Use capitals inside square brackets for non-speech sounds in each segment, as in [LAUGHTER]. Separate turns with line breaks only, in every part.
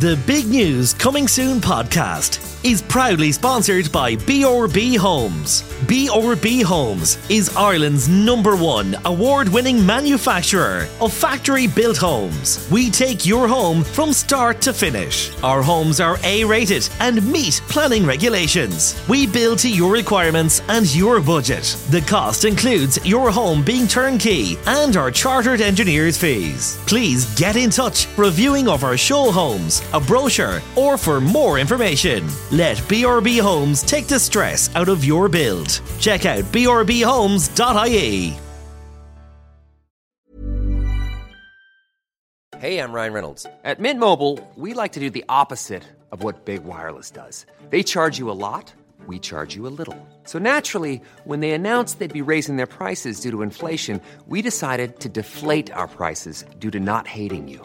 The Big News Coming Soon podcast is proudly sponsored by BRB Homes. BRB Homes is Ireland's number one award winning manufacturer of factory built homes. We take your home from start to finish. Our homes are A rated and meet planning regulations. We build to your requirements and your budget. The cost includes your home being turnkey and our chartered engineer's fees. Please get in touch for viewing of our show homes, a brochure, or for more information. Let BRB Homes take the stress out of your build. Check out brbhomes.ie.
Hey, I'm Ryan Reynolds. At Mint Mobile, we like to do the opposite of what Big Wireless does. They charge you a lot, we charge you a little. So naturally, when they announced they'd be raising their prices due to inflation, we decided to deflate our prices due to not hating you.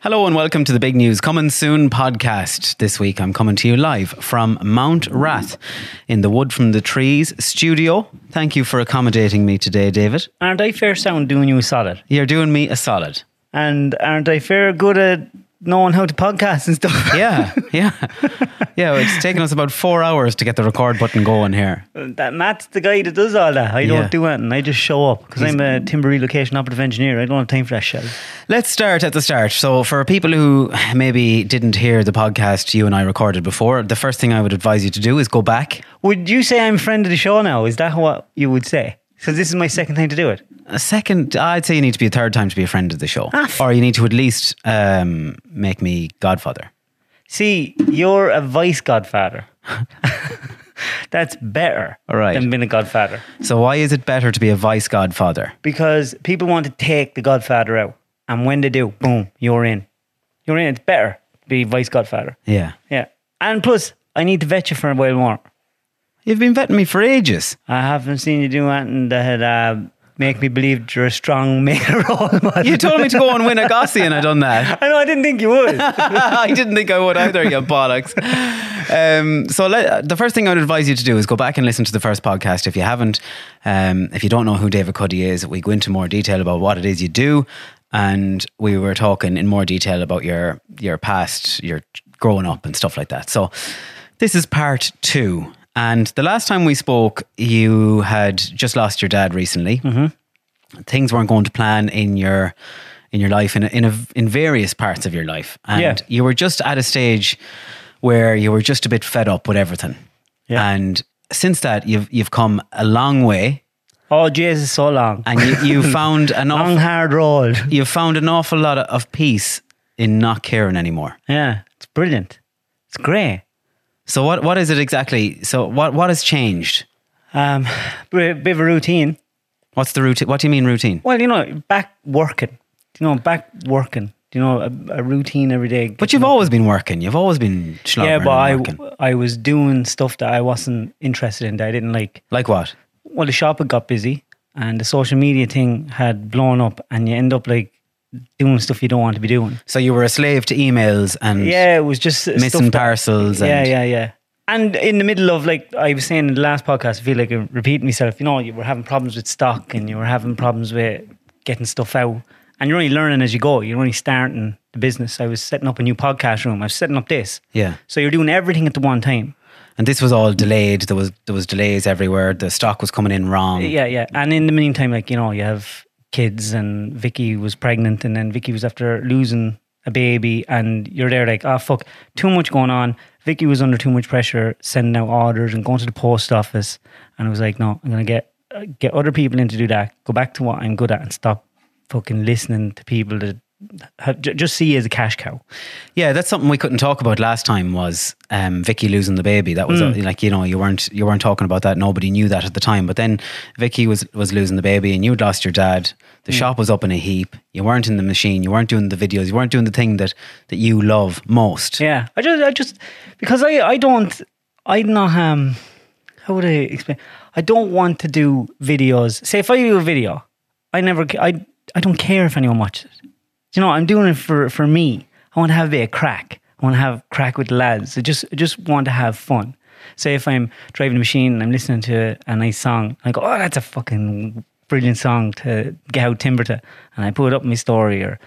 Hello and welcome to the Big News Coming Soon podcast. This week I'm coming to you live from Mount Rath in the Wood from the Trees studio. Thank you for accommodating me today, David.
Aren't I fair sound doing you a solid?
You're doing me a solid.
And aren't I fair good at knowing how to podcast and stuff?
Yeah, [LAUGHS] yeah. Yeah, it's taken us about four hours to get the record button going here.
[LAUGHS] that Matt's the guy that does all that. I
Yeah.
don't do anything. I just show up because I'm a timber relocation operative engineer. I don't have time for that shit.
Let's start at the start. So, for people who maybe didn't hear the podcast you and I recorded before, the first thing I would advise you to do is go back.
Would you say I'm friend of the show now? Is that what you would say? Because this is my second time to do it.
A second, I'd say you need to be a third time to be a friend of the show, or you need to at least um, make me godfather.
See, you're a vice godfather. [LAUGHS] That's better
All right.
than being a godfather
So why is it better to be a vice godfather?
because people want to take the godfather out. And when they do, boom, you're in. You're in. It's better to be vice godfather.
Yeah.
Yeah. And plus, I need to vet you for a while more.
You've been vetting me for ages.
I haven't seen you do anything that uh, make me believe that you're a strong [LAUGHS] male role model.
You told me to go and win a Gossie and I done that.
[LAUGHS] I know, I didn't think you
[LAUGHS]
would.
I didn't think I would either, you bollocks. Um, so let, the first thing I'd advise you to do is go back and listen to the first podcast if you haven't. Um, if you don't know who David Cuddy is, we go into more detail about what it is you do, and we were talking in more detail about your your past, your growing up, and stuff like that. So this is part two. And the last time we spoke, you had just lost your dad recently things weren't going to plan in your in your life in a, in a, in various parts of your life and
Yeah.
you were just at a stage where you were just a bit fed up with everything
Yeah.
and since that you've you've come a long way
oh, Jesus, so long. [LAUGHS]
and you, you found an
long,
awful,
hard road. [LAUGHS]
you found an awful lot of, of peace in not caring anymore
Yeah, it's brilliant. It's great.
so what what is it exactly so what what has changed
Um, [SIGHS] bit bit of a routine.
what's the routine what do you mean routine
Well, you know, back working. You know, back working. You know, a, a routine every day.
but you've always been working you've always been
yeah,
slobbering
but
and
I,
working.
I was doing stuff that I wasn't interested in. That I didn't like.
like what
well, the shop had got busy and the social media thing had blown up, and you end up like doing stuff you don't want to be doing.
so you were a slave to emails and
Yeah, it was just
Missing
stuff that-
parcels
Yeah,
and-
yeah, yeah. And in the middle of like I was saying in the last podcast, I feel like I'm repeating myself. You know, you were having problems with stock, and you were having problems with getting stuff out, and you're only learning as you go. You're only starting the business. I was setting up a new podcast room. I was setting up this.
Yeah.
So you're doing everything at the one time.
And this was all delayed. There was there was delays everywhere. The stock was coming in wrong.
Yeah, yeah. And in the meantime, like, you know, you have kids and Vicky was pregnant and then Vicky was after losing a baby and you're there like, oh fuck, too much going on. Vicky was under too much pressure sending out orders and going to the post office and I was like, no, I'm gonna get uh, get other people in to do that. Go back to what I'm good at and stop fucking listening to people that have, ju- just see you as a cash cow.
Yeah, that's something we couldn't talk about last time was um, Vicky losing the baby. That was
Mm.
uh, like you know you weren't you weren't talking about that. Nobody knew that at the time. But then Vicky was was losing the baby, and you'd lost your dad.
Mm.
The shop was up in a heap. You weren't in the machine. You weren't doing the videos. You weren't doing the thing that that you love most.
Yeah, I just, I just, because I, I don't, I'm not, um, how would I explain? I don't want to do videos. Say, if I do a video, I never, ca- I, I don't care if anyone watches it. You know, I'm doing it for, for me. I want to have a bit of crack. I want to have crack with lads. I just, I just want to have fun. Say, if I'm driving a machine and I'm listening to a nice song, I go, oh, that's a fucking brilliant song to get out timber to. And I put it up in my story or,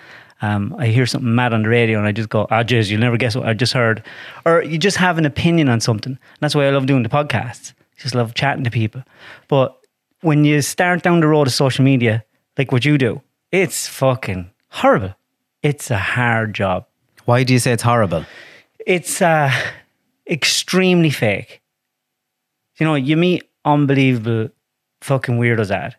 um, I hear something mad on the radio and I just go, ah, jeez, you'll never guess what I just heard. Or you just have an opinion on something. And that's why I love doing the podcasts. Just love chatting to people. But when you start down the road of social media, like what you do, it's fucking horrible. It's a hard job.
Why do you say it's horrible?
It's uh, extremely fake. You know, you meet unbelievable fucking weirdos at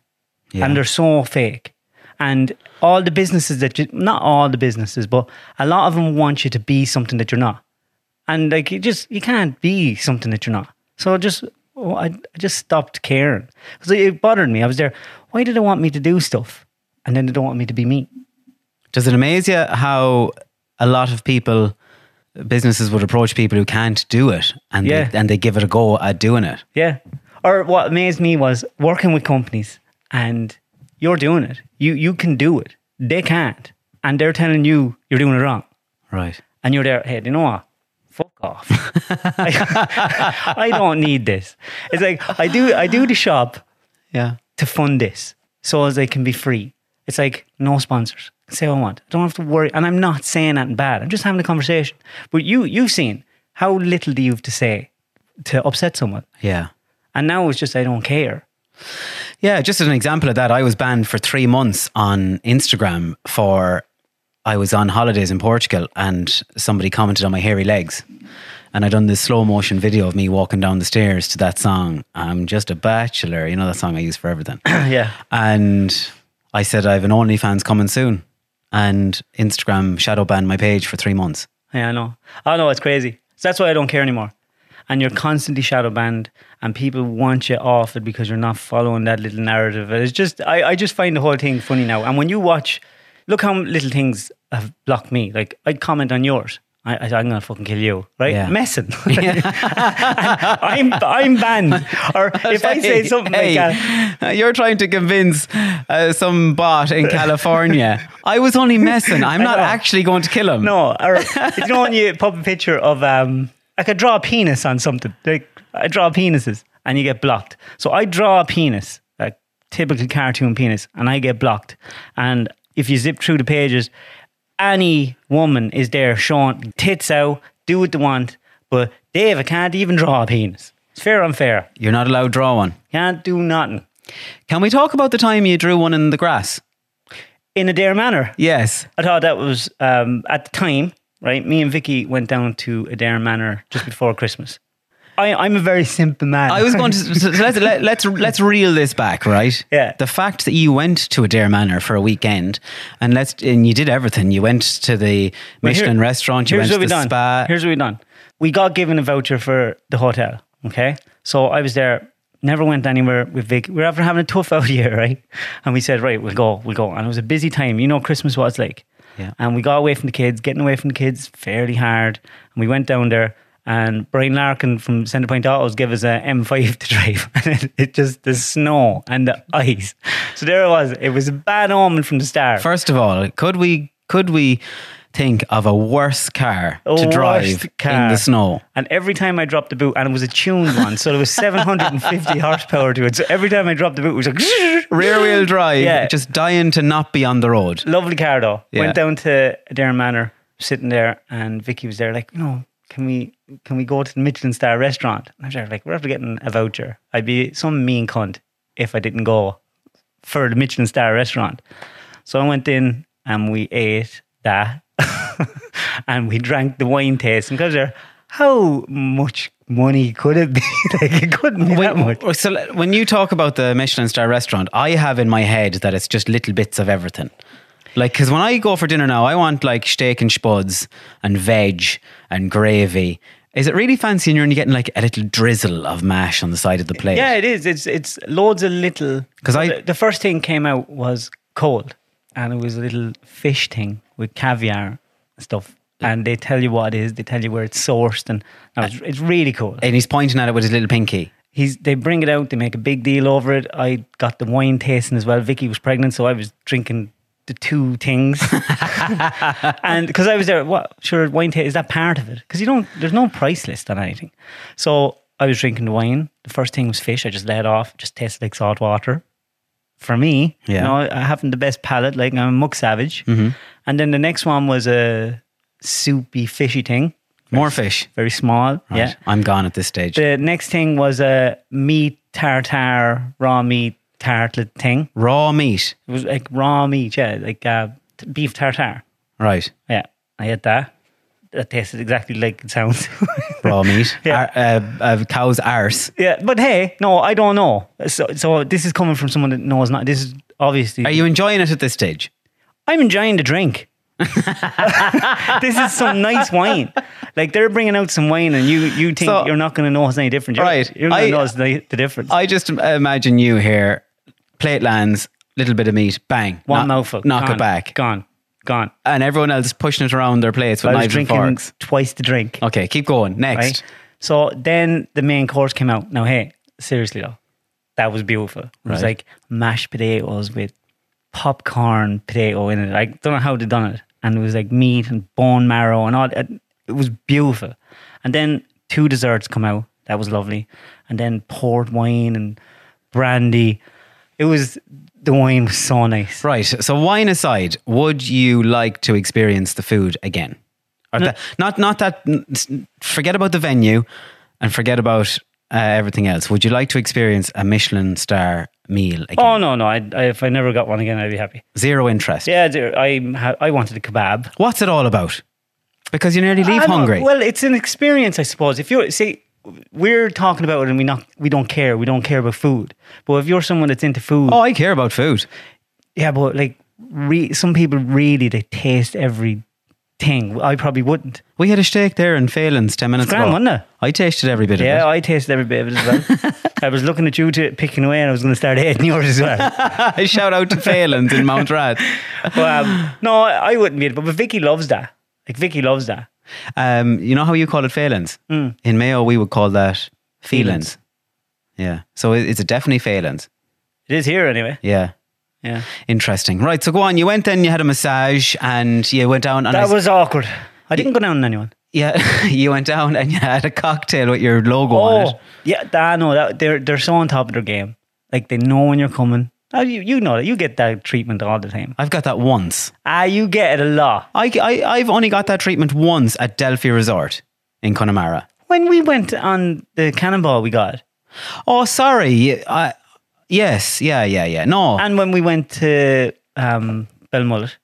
Yeah.
and they're so fake. And all the businesses that you, not all the businesses, but a lot of them want you to be something that you're not. And like you just you can't be something that you're not. So I just oh, I, I just stopped caring because it, it bothered me. I was there. Why do they want me to do stuff? And then they don't want me to be me.
Does it amaze you how a lot of people, businesses would approach people who can't do it, and
Yeah.
they, and they give it a go at doing it?
Yeah. Or what amazed me was working with companies and you're doing it. You you can do it. They can't. And they're telling you you're doing it wrong.
Right.
and you're there, hey, do you know what? Fuck off. [LAUGHS] I, [LAUGHS] don't need this. It's like I do I do the shop
Yeah.
to fund this so as they can be free. It's like no sponsors. Say what I want. I don't have to worry. And I'm not saying that bad. I'm just having a conversation. But you you've seen how little do you have to say to upset someone.
Yeah.
And now it's just I
[CLEARS THROAT]
don't care.
Yeah, just as an example of that, I was banned for three months on Instagram for I was on holidays in Portugal and somebody commented on my hairy legs. And I done this slow motion video of me walking down the stairs to that song, I'm Just a Bachelor. You know that song I use for everything.
yeah.
and I said I have an OnlyFans coming soon. And Instagram shadow banned my page for three months.
Yeah, I know. I know it's crazy. So that's why I don't care anymore. And you're constantly shadow banned, and people want you off it because you're not following that little narrative. And It's just I, I just find the whole thing funny now. And when you watch, look how little things have blocked me. Like I'd comment on yours. I, I, I'm gonna fucking kill you, right?
Yeah. [LAUGHS]
Messing. [LAUGHS] I'm I'm banned. Or if I say
Hey,
something
hey,
like that,
uh, [LAUGHS] you're trying to convince uh, some bot
[LAUGHS]
in California. I was only messing. I'm not
know.
actually going to kill him.
no. Or you know when you pop a picture of um, I could draw a penis on something. Like I draw penises, and you get blocked. So I draw a penis, a typical cartoon penis, and I get blocked. And if you zip through the pages, any woman is there showing tits out, do what they want, but Dave, I can't even draw a penis. It's fair or unfair.
You're not allowed to draw one.
Can't do nothing
Can we talk about the time you drew one in the grass?
in a dare manner.
Yes.
I thought that was um, at the time, right? Me and Vicky went down to Adair Manor just before Christmas. I, I'm a very simple man.
I was going
[LAUGHS]
to so let's let, let's let's reel this back, right?
Yeah.
The fact that you went to Adair Manor for a weekend, and let's and you did everything. You went to the
Well, here-
Michelin restaurant. You
here's
went
what
to
we
the
done.
spa.
Here's what we done. We got given a voucher for the hotel. Okay, so I was there. Never went anywhere with Vic. We are after having a tough [LAUGHS] out year, right? And we said, right, we'll go, we'll go. And it was a busy time. You know, Christmas was like.
Yeah.
And we got away from the kids, getting away from the kids fairly hard. And we went down there, and Brian Larkin from Centrepoint Autos gave us a M5 [LAUGHS] to drive. And it, it just, the snow and the ice. So there it was. It was a bad omen from the start.
First of all, could we could we think of a worse car
A
to drive
washed car.
in the snow.
And every time I dropped the boot, and it was a tuned one, so there was 750 horsepower to it. So every time I dropped the boot, it was like [LAUGHS]
Rear wheel drive,
Yeah.
just dying to not be on the road.
lovely car though.
Yeah.
Went down to Dare Manor, sitting there, and Vicky was there, like, you know, can we can we go to the Michelin star restaurant? And I was there, like, we're after getting a voucher. I'd be some mean cunt if I didn't go for the Michelin star restaurant. So I went in and we ate that, [LAUGHS] and we drank the wine taste. And because there, how much money could it be? [LAUGHS] like it couldn't be that much.
Wait, So l- when you talk about the Michelin star restaurant, I have in my head that it's just little bits of everything. Like, because when I go for dinner now, I want like steak and spuds and veg and gravy. Is it really fancy and you're only getting like a little drizzle of mash on the side of the plate?
Yeah, it is. It's it's loads of little.
'Cause I-
the, the first thing came out was cold, and it was a little fish thing with caviar and stuff. And they tell you what it is. They tell you where it's sourced, and no, it's,
Uh,
it's really cool.
And he's pointing at it with his little pinky.
He's they bring it out. They make a big deal over it. I got the wine tasting as well. Vicky was pregnant, so I was drinking the two things. [LAUGHS] and because I was there, what sure wine taste is that part of it? Because you don't, there's no price list on anything. So I was drinking the wine. The first thing was fish. I just let off. Just tasted like salt water. For me,
Yeah. Mm-hmm.
you know, I, I haven't the best palate. Like I'm a muck savage. And then the next one was a soupy fishy thing,
More fish.
very small.
Right.
Yeah.
I'm gone at this stage.
The next thing was a meat tartare, raw meat tartlet thing.
Raw meat.
It was like raw meat, yeah, like uh, t- beef tartare.
Right.
Yeah, I had that. That tasted exactly like it sounds. [LAUGHS]
Raw meat.
Yeah.
Ar- uh, uh, cow's arse.
yeah, but hey, no, I don't know. So, so this is coming from someone that knows not. This is obviously.
Are you enjoying it at this stage?
I'm enjoying the drink. [LAUGHS] this is some nice wine. Like they're bringing out some wine, and you you think
So-
you're not going to notice any difference. You're,
Right.
you're going
I-
to notice the, the difference.
I just imagine you here, plate lands, little bit of meat, bang,
One
kno-
mouthful,
knock
gone,
it back,
gone, gone.
and everyone else pushing it around their plates with
I was
knives and
drinking
forks.
twice the drink.
Okay, keep going. Next,
Right? So then the main course came out. Now, hey, seriously though, that was beautiful. It was
Right.
like mashed potatoes with popcorn potato in it. I don't know how they done it. And it was like meat and bone marrow and all. It, it was beautiful. And then two desserts come out. That was lovely. And then port wine and brandy. It was, the wine was so nice.
right. So wine aside, would you like to experience the food again? Or the- not not that. Forget about the venue, and forget about uh, everything else. Would you like to experience a Michelin star meal again?
Oh, no, no. I, I, if I never got one again, I'd be happy.
Zero interest.
Yeah, dear, I ha- I wanted a kebab.
What's it all about? Because you nearly leave
I'm not-
hungry.
well, it's an experience, I suppose. If you're see, we're talking about it, and we not we don't care. We don't care about food. But if you're someone that's into food,
oh, I care about food.
yeah, but like re- some people really they taste every thing. I probably wouldn't.
We had a steak there in Phelan's 10 minutes
It's grand,
ago.
wasn't it?
I tasted every bit
Yeah,
of it.
I tasted every bit of it
[LAUGHS]
as well. I was looking at you to picking away, and I was going to start hating yours as well.
[LAUGHS] I shout out
[LAUGHS]
to Phelan's in Mount Rath.
but, um, no, I I wouldn't be it. But, but Vicky loves that. Like Vicky loves that.
Um, you know how you call it Phelan's?
Hmm.
In Mayo, we would call that Phelan's. Yeah. So it- it's a definitely Phelan's.
It is here anyway.
Yeah.
Yeah,
Interesting. Right. So go on. You went then, you had a massage and you went down. And I
that
s-
was awkward. I didn't go down on anyone.
yeah, [LAUGHS] you went down and you had a cocktail with your logo on it.
Oh, yeah, th- I know that they're they're so on top of their game. Like they know when you're coming. Ah, you, you know that you get that treatment all the time.
I've got that once.
Ah, you get it a lot.
I, I, I've only got that treatment once at Delphi Resort in Connemara.
When we went on the cannonball, we got, it.
Oh, sorry. I, yes. Yeah, yeah, yeah. No.
and when we went to um, Belmullet,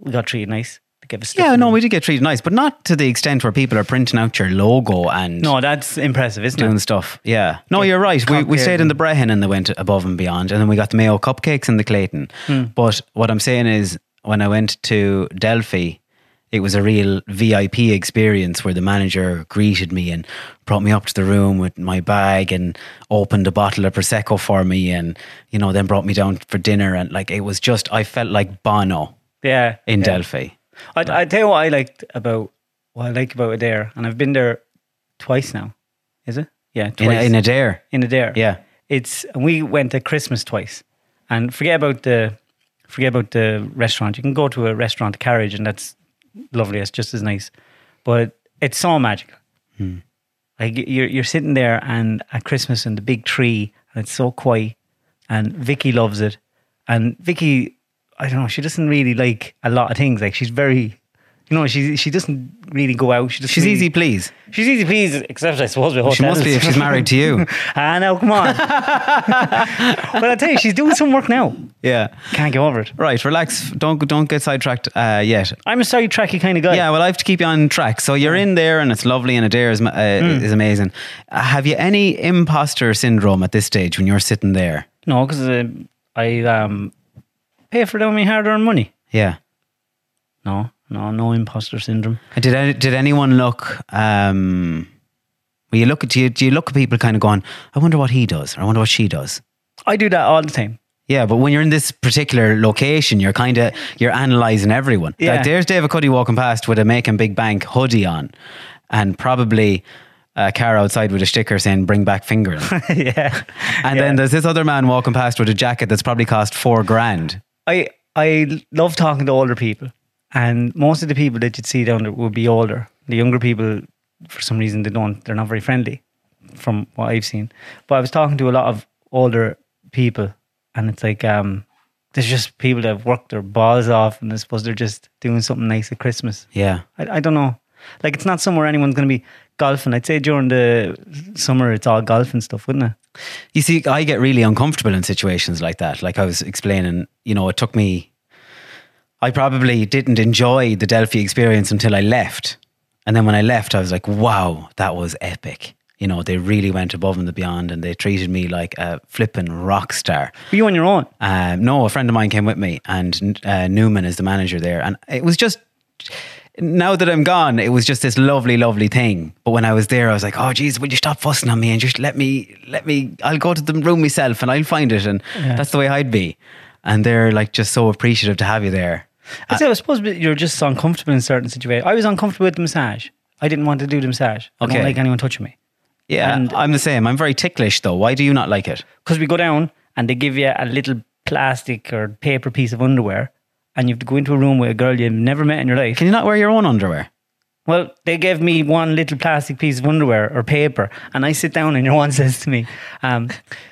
we got treated nice. They gave us stuff
Yeah,
and-
no, we did get treated nice, but not to the extent where people are printing out your logo and
no, that's impressive, isn't
doing
it?
stuff. Yeah. No, you're right. We, we
cocktails
stayed in the Brehan and they went above and beyond, and then we got the Mayo cupcakes and the Clayton. But what I'm saying is, when I went to Delphi, it was a real VIP experience where the manager greeted me and brought me up to the room with my bag and opened a bottle of Prosecco for me and, you know, then brought me down for dinner. And like, it was just, I felt like Bono
Yeah,
in
yeah.
Delphi.
I, I tell you what I liked about what I like about Adair, and I've been there twice now. Is it? Yeah,
In,
twice
in Adair.
in Adair.
Yeah.
it's we went to Christmas twice, and forget about the forget about the restaurant. You can go to a restaurant carriage, and that's lovely. It's just as nice, but it's so magical.
Hmm.
Like y- you're you're sitting there, and at Christmas, and the big tree, and it's so quiet, and Vicky loves it, and Vicky, I don't know, she doesn't really like a lot of things. Like she's very. You know, she she doesn't really go out. She doesn't
She's
really-
easy, please.
She's easy pleased, except I suppose with hotels.
She must be if she's married to you.
[LAUGHS] ah, no, come
[LAUGHS]
on. well, I tell you, she's doing some work now.
Yeah.
Can't get over it.
Right, relax. Don't don't get sidetracked uh, yet.
I'm a sidetracky kind of guy.
Yeah, well, I have to keep you on track. So you're in there, and it's lovely, and Adair is ma- uh, is amazing. Uh, have you any imposter syndrome at this stage when you're sitting there?
No, because uh, I um, pay for all my hard-earned money.
Yeah.
No, no, no imposter syndrome.
And Did any- did anyone look? Um, well, you look at do you do you look at people kind of going, I wonder what he does, or I wonder what she does.
I do that all the time. [LAUGHS]
Yeah, but when you're in this particular location, you're kind of you're analyzing everyone.
Yeah.
Like there's David Cuddy walking past with a Making Big Bank hoodie on, and probably a car outside with a sticker saying "Bring back fingering."
yeah.
and then there's this other man walking past with a jacket that's probably cost four grand.
I I love talking to older people, and most of the people that you'd see down there would be older. The younger people, for some reason, they don't. They're not very friendly, from what I've seen. But I was talking to a lot of older people, and it's like um, there's just people that have worked their balls off, and I suppose they're just doing something nice at Christmas.
Yeah,
I, I don't know. Like it's not somewhere anyone's going to be golfing. I'd say during the summer it's all golf and stuff, wouldn't it?
you see, I get really uncomfortable in situations like that. Like I was explaining, you know, it took me. I probably didn't enjoy the Delphi experience until I left, and then when I left, I was like, "Wow, that was epic." You know, they really went above and beyond, and they treated me like a flippin' rock star.
Were you on your own?
Um, no, a friend of mine came with me, and uh, Newman is the manager there, and it was just. Now that I'm gone, it was just this lovely, lovely thing. But when I was there, I was like, "Oh, geez, will you stop fussing on me and just let me, let me? I'll go to the room myself and I'll find it." And that's the way I'd be. And they're like just so appreciative to have you there.
I, say, I suppose you're just uncomfortable in certain situations. I was uncomfortable with the massage. I didn't want to do the massage. I
Okay.
don't like anyone touching me
Yeah,
And-
I'm the same. I'm very ticklish, though. Why do you not like it?
because we go down and they give you a little plastic or paper piece of underwear, and you have to go into a room with a girl you've never met in your life.
Can you not wear your own underwear?
Well, they gave me one little plastic piece of underwear or paper, and I sit down, and your [LAUGHS] one says to me, um,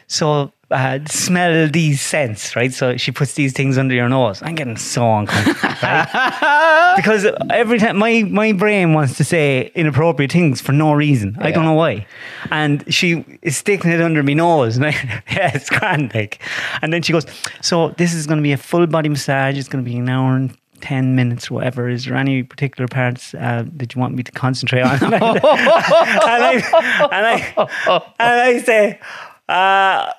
"So uh, smell these scents, right?" So she puts these things under your nose. I'm getting so uncomfortable right? [LAUGHS] because every time my my brain wants to say inappropriate things for no reason. I don't know why, and she is sticking it under my nose, [LAUGHS] and I, yeah, it's grand, like. And then she goes, "So this is going to be a full body massage. It's going to be an hour and." 10 minutes or whatever is there any particular parts uh, that you want me to concentrate on [LAUGHS] and, I, and, I, and I say uh, I,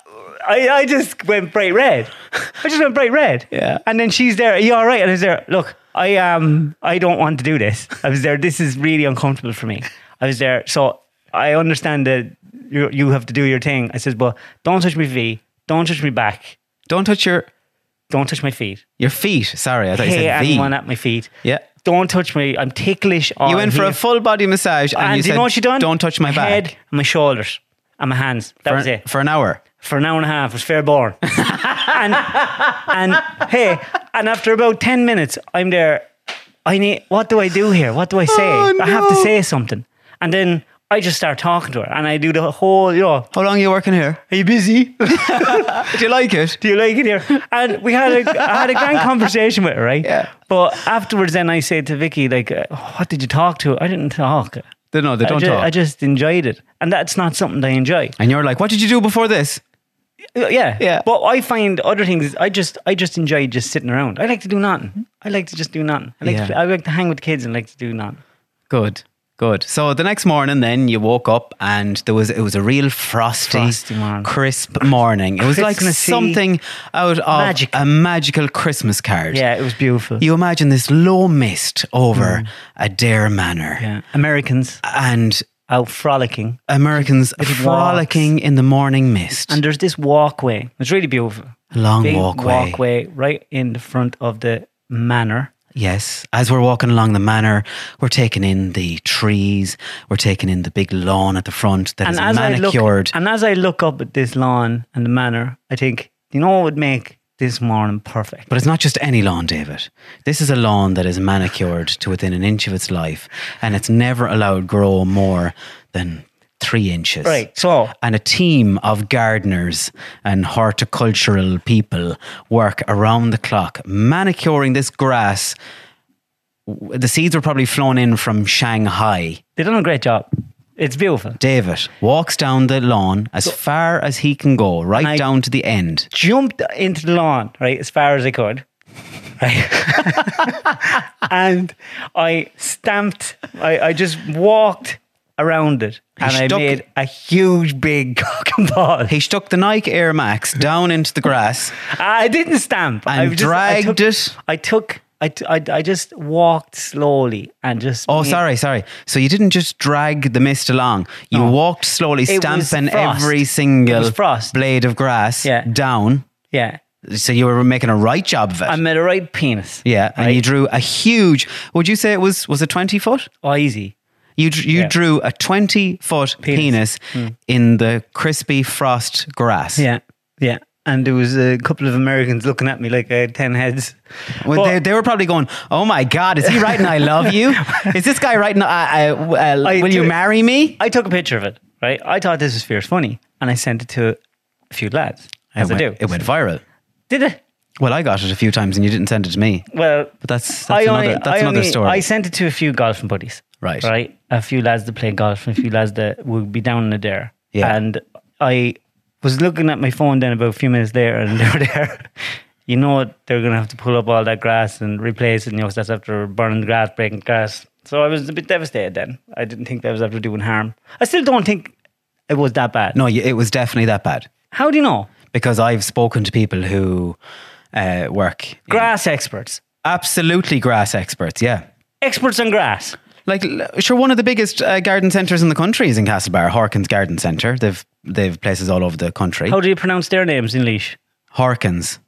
I just went bright red I just went bright red
Yeah.
and then she's there are you all right and I was there look I um I don't want to do this I was there this is really uncomfortable for me I was there so I understand that you, you have to do your thing I says but don't touch my feet don't touch my back
Don't touch your
don't touch my feet
your feet. Sorry, I thought you
hey
said
anyone
feet.
at my feet
Yeah.
don't touch me. I'm ticklish.
You
on
went for
here.
a full body massage, and,
Oh, And
you
do you
said,
know what she done?
"Don't touch my, back."
head, and my shoulders, and my hands. That
for,
was it.
for an hour.
For an hour and a half, it was fair
[LAUGHS]
born. and and hey, and after about ten minutes, I'm there. I need. What do I do here? What do I say?
Oh,
I have to
no.
say something, and then I just start talking to her, and I do the whole. You know,
How long are you working here?
are you busy?
Do you like it?
[LAUGHS] do you like it here? And we had a, I had a
[LAUGHS]
grand conversation with her, right?
Yeah.
But afterwards, then I said to Vicky, like, uh, what did you talk to? I didn't talk.
They- No, they
I
don't
ju-
talk.
I just enjoyed it, and that's not something I enjoy.
and you're like, what did you do before this?
Uh, Yeah,
Yeah.
But I find other things. I just, I just enjoy just sitting around. I like to do nothing. I like to just do nothing. I like,
Yeah.
to, I like to hang with the kids and like to do nothing.
Good, good. So the next morning, then you woke up and there was it was a real frosty,
Frosty morning.
crisp morning. It was like
Christmassy.
something out of
Magical.
a magical Christmas card.
Yeah, it was beautiful.
You imagine this low mist over Adair Manor
yeah, Americans
and
out frolicking,
Americans
Little walks.
frolicking in the morning mist.
and there's this walkway. It's really beautiful.
A long
Big
walkway.
walkway right in the front of the manor.
Yes, as we're walking along the manor, we're taking in the trees, we're taking in the big lawn at the front that is
I
manicured.
look, and as I look up at this lawn and the manor, I think, you know what would make this morning perfect.
But it's not just any lawn, David. This is a lawn that is manicured to within an inch of its life, and it's never allowed grow more than three inches.
Right. So
And a team of gardeners and horticultural people work around the clock, manicuring this grass. W- The seeds were probably flown in from Shanghai.
they've done a great job. It's beautiful.
David walks down the lawn as far as he can go, right
I-
down to the end.
Jumped into the lawn, right, as far as I could. Right. [LAUGHS] and I stamped, I, I just walked around it and I
stuck-
made a huge big [LAUGHS] cock and ball.
He stuck the Nike Air Max down into the grass.
I didn't stamp. I
And
just- I
dragged
took-
it.
I took. I, t- I, I just walked slowly and just.
Oh,
made-
sorry, sorry. So you didn't just drag the mist along. You
No.
walked slowly,
It was
stamping
frost.
every
It
single
was frost.
blade of grass
Yeah.
down.
Yeah,
So you were making a right job of it.
I made a right penis.
yeah, and
right?
you drew a huge. Would you say it was was it twenty foot?
oh, easy.
You dr- you
Yeah.
drew a twenty foot penis,
Penis. Hmm.
in the crispy frost grass.
Yeah, yeah. And there was a couple of Americans looking at me like I had ten heads.
Well, they,
But-
they were probably going, "Oh my God, is he writing I love
[LAUGHS]
you? Is this guy writing I, I, uh,
I
will you
do-
marry me?"
I took a picture of it. Right, I thought this was fierce funny, and I sent it to a few lads. As
it
I
went,
do.
It went viral.
Did it?
Well, I got it a few times, and you didn't send it to me.
Well,
But that's that's
I
another
only,
that's
I
another
only-
story.
I sent it to a few golfing buddies.
Right.
Right. A few lads that play golf and a few lads that would be down in the dare.
Yeah.
And I was looking at my phone then about a few minutes later and [LAUGHS] they were there. You know what? They're going to have to pull up all that grass and replace it. And you know, 'cause that's after burning the grass, breaking grass. So I was a bit devastated then. I didn't think that was after doing harm. I still don't think it was that bad.
no, you- it was definitely that bad
How do you know?
because I've spoken to people who uh, work in-
Grass experts.
absolutely grass experts. Yeah.
Experts on grass.
Like l- sure, one of the biggest uh, garden centres in the country is in Castlebar, Harkins Garden Centre. They've they've places all over the country.
How do you pronounce their names in leash?
Harkins,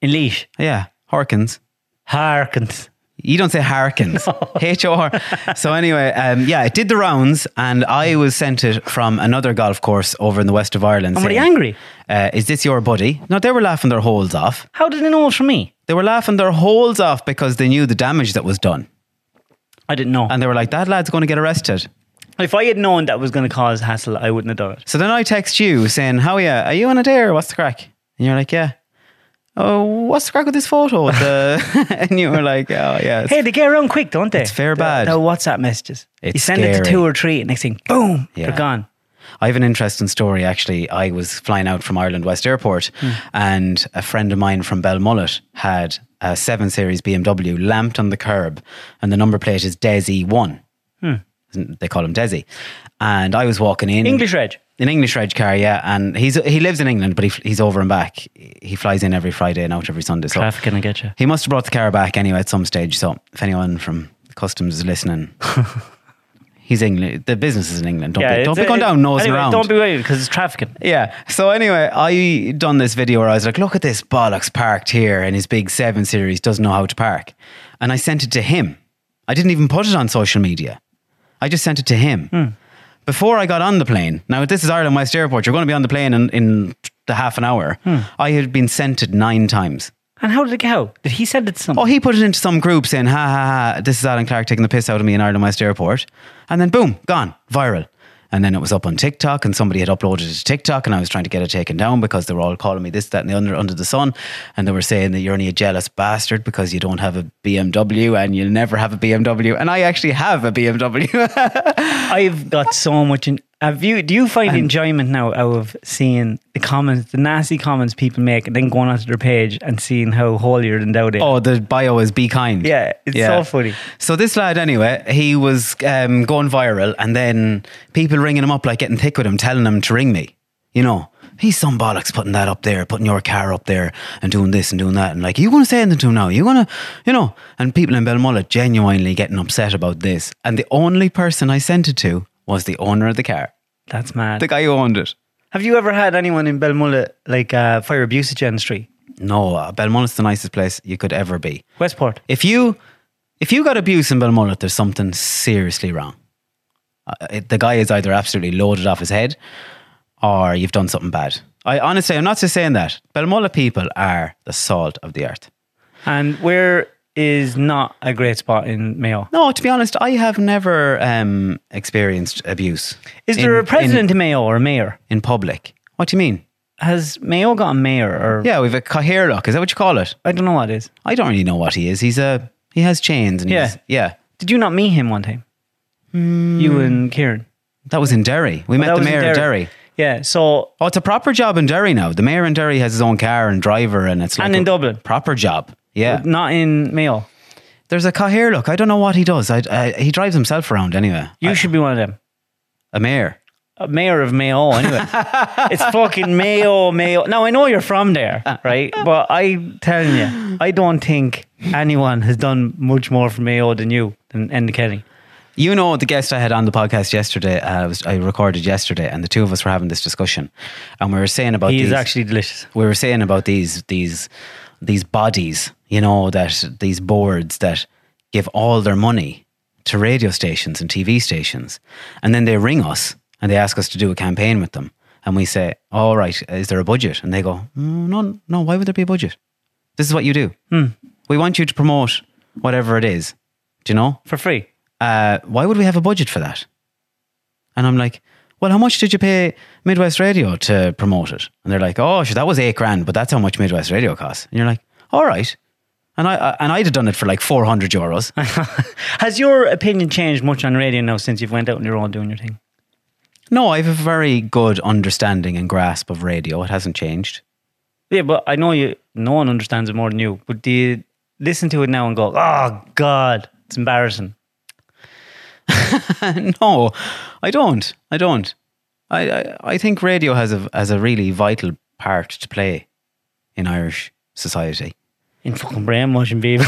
In leash.
yeah, Harkins.
Harkins.
You don't say Harkins. H O R. So anyway, um, yeah, it did the rounds, and I was sent it from another golf course over in the west of Ireland.
And were they
saying,
angry?
Uh, is this your buddy? No, they were laughing their holes off.
How did they know it from me?
They were laughing their holes off because they knew the damage that was done,
I didn't know.
and they were like, "That lad's going to get arrested."
If I had known that was going to cause hassle, I wouldn't have done it.
So then I text you saying, "How are you? Are you on a dare? What's the crack?" And you're like, "Yeah." Oh, what's the crack with this photo? The- [LAUGHS] and you were like, "Oh yeah."
Hey, they get around quick, don't they? It's
fair bad.
No WhatsApp messages. you
It's
send it
scary.
to two or three, and next thing, boom,
Yeah.
they're gone.
I have an interesting story actually. I was flying out from Ireland West Airport
Hmm.
and a friend of mine from Belmullet had a 7 Series BMW lamped on the curb and the number plate is Desi 1.
Hmm.
Isn't- They call him Desi. And I was walking in.
English Reg.
An English reg car, yeah. And he's he lives in England, but he, f- he's over and back. He flies in every Friday and out every Sunday. So
Traffic gonna get you.
He must have brought the car back anyway at some stage. So if anyone from customs is
[LAUGHS]
listening, he's England. The business is in England. Don't, be,
it's-
don't be going
it-
down nosing
anyway,
around.
Don't be worried because it's trafficking.
Yeah. So anyway, I done this video where I was like, look at this bollocks parked here in his big seven series doesn't know how to park. And I sent it to him. I didn't even put it on social media. I just sent it to him. Before I got on the plane, now this is Ireland West Airport, you're going to be on the plane in, in the half an hour. I had been sent it nine times.
And how did it go? Did he send it to someone?
Oh, he put it into some group saying, ha ha ha, this is Alan Clark taking the piss out of me in Ireland West Airport. And then boom, gone, viral. And then it was up on TikTok and somebody had uploaded it to TikTok and I was trying to get it taken down because they were all calling me this, that, and the under, under the sun. And they were saying that you're only a jealous bastard because you don't have a BMW and you'll never have a BMW. And I actually have a [LAUGHS] BMW.
I've got so much. In, have you? Do you find enjoyment now out of seeing the comments, the nasty comments people make, and then going onto their page and seeing how holier than thou they are?
oh, the bio is be kind.
Yeah, it's so funny.
So this lad, anyway, he was um, going viral, and then people ringing him up, like getting thick with him, telling him to ring me. You know, he's some bollocks putting that up there, putting your car up there, and doing this and doing that, and like, you going to say anything to him now? You going to, you know? And people in Belmullet genuinely getting upset about this. And the only person I sent it to was the owner of the car,
That's mad.
the guy who owned it.
Have you ever had anyone in Belmullet like uh, fire abuse at Jen Street,
No, uh, Belmullet's the nicest place you could ever be.
Westport?
If you if you got abuse in Belmullet, there's something seriously wrong. Uh, it- the guy is either absolutely loaded off his head, or you've done something bad. I honestly, I'm not just saying that. Belmulla people are the salt of the earth.
And where is not a great spot in Mayo?
No, to be honest, I have never um, experienced abuse.
Is
in-
there a
in-
president in Mayo or a mayor?
in, public? What do you mean?
Has Mayo got a mayor or
Yeah, we've a Cahirlock. Is that what you call it?
I don't know what it is.
I don't really know what he is. He's a he has chains and
Yeah.
he's, yeah.
Did you not meet him one time?
Hmm.
You and Kieran.
That was in Derry. We
Oh, That
met the
was in
mayor of Derry.
Yeah. So
Oh, it's a proper job in Derry now. The mayor in Derry has his own car and driver, and it's like
And in
a
Dublin.
proper job. Yeah,
not in Mayo.
there's a Cahir look. I don't know what he does. I, I, he drives himself around anyway.
You
I-
should be one of them.
a mayor.
A mayor of Mayo,
[LAUGHS]
anyway. it's fucking Mayo, Mayo. Now I know you're from there, right? But I telling you, I don't think anyone has done much more for Mayo than you than Enda Kelly.
You know the guest I had on the podcast yesterday. Uh, I, was, I recorded yesterday, and the two of us were having this discussion, and we were saying about
He is
these-
actually delicious.
we were saying about these these these bodies, you know, that these boards that give all their money to radio stations and TV stations, and then they ring us and they ask us to do a campaign with them, and we say, "All right, is there a budget?" And they go, "Mm, "No, no. Why would there be a budget? This is what you do. We want you to promote whatever it is. Do you know?
For free. [LAUGHS]
uh, why would we have a budget for that? And I'm like, well, how much did you pay Midwest Radio to promote it? And they're like, oh, sure, that was eight grand, but that's how much Midwest Radio costs. And you're like, all right. And I, I and I'd have done it for like four hundred euros.
Has your opinion changed much on radio now since you've went out on your own doing your thing?
no, I have a very good understanding and grasp of radio. It hasn't changed. [LAUGHS]
Yeah, but I know you. No one understands it more than you. But do you listen to it now and go, "Oh God, it's embarrassing"?
no, I don't. I don't. I, I, I think radio has a has a really vital part to play in Irish society.
In fucking brainwashing people.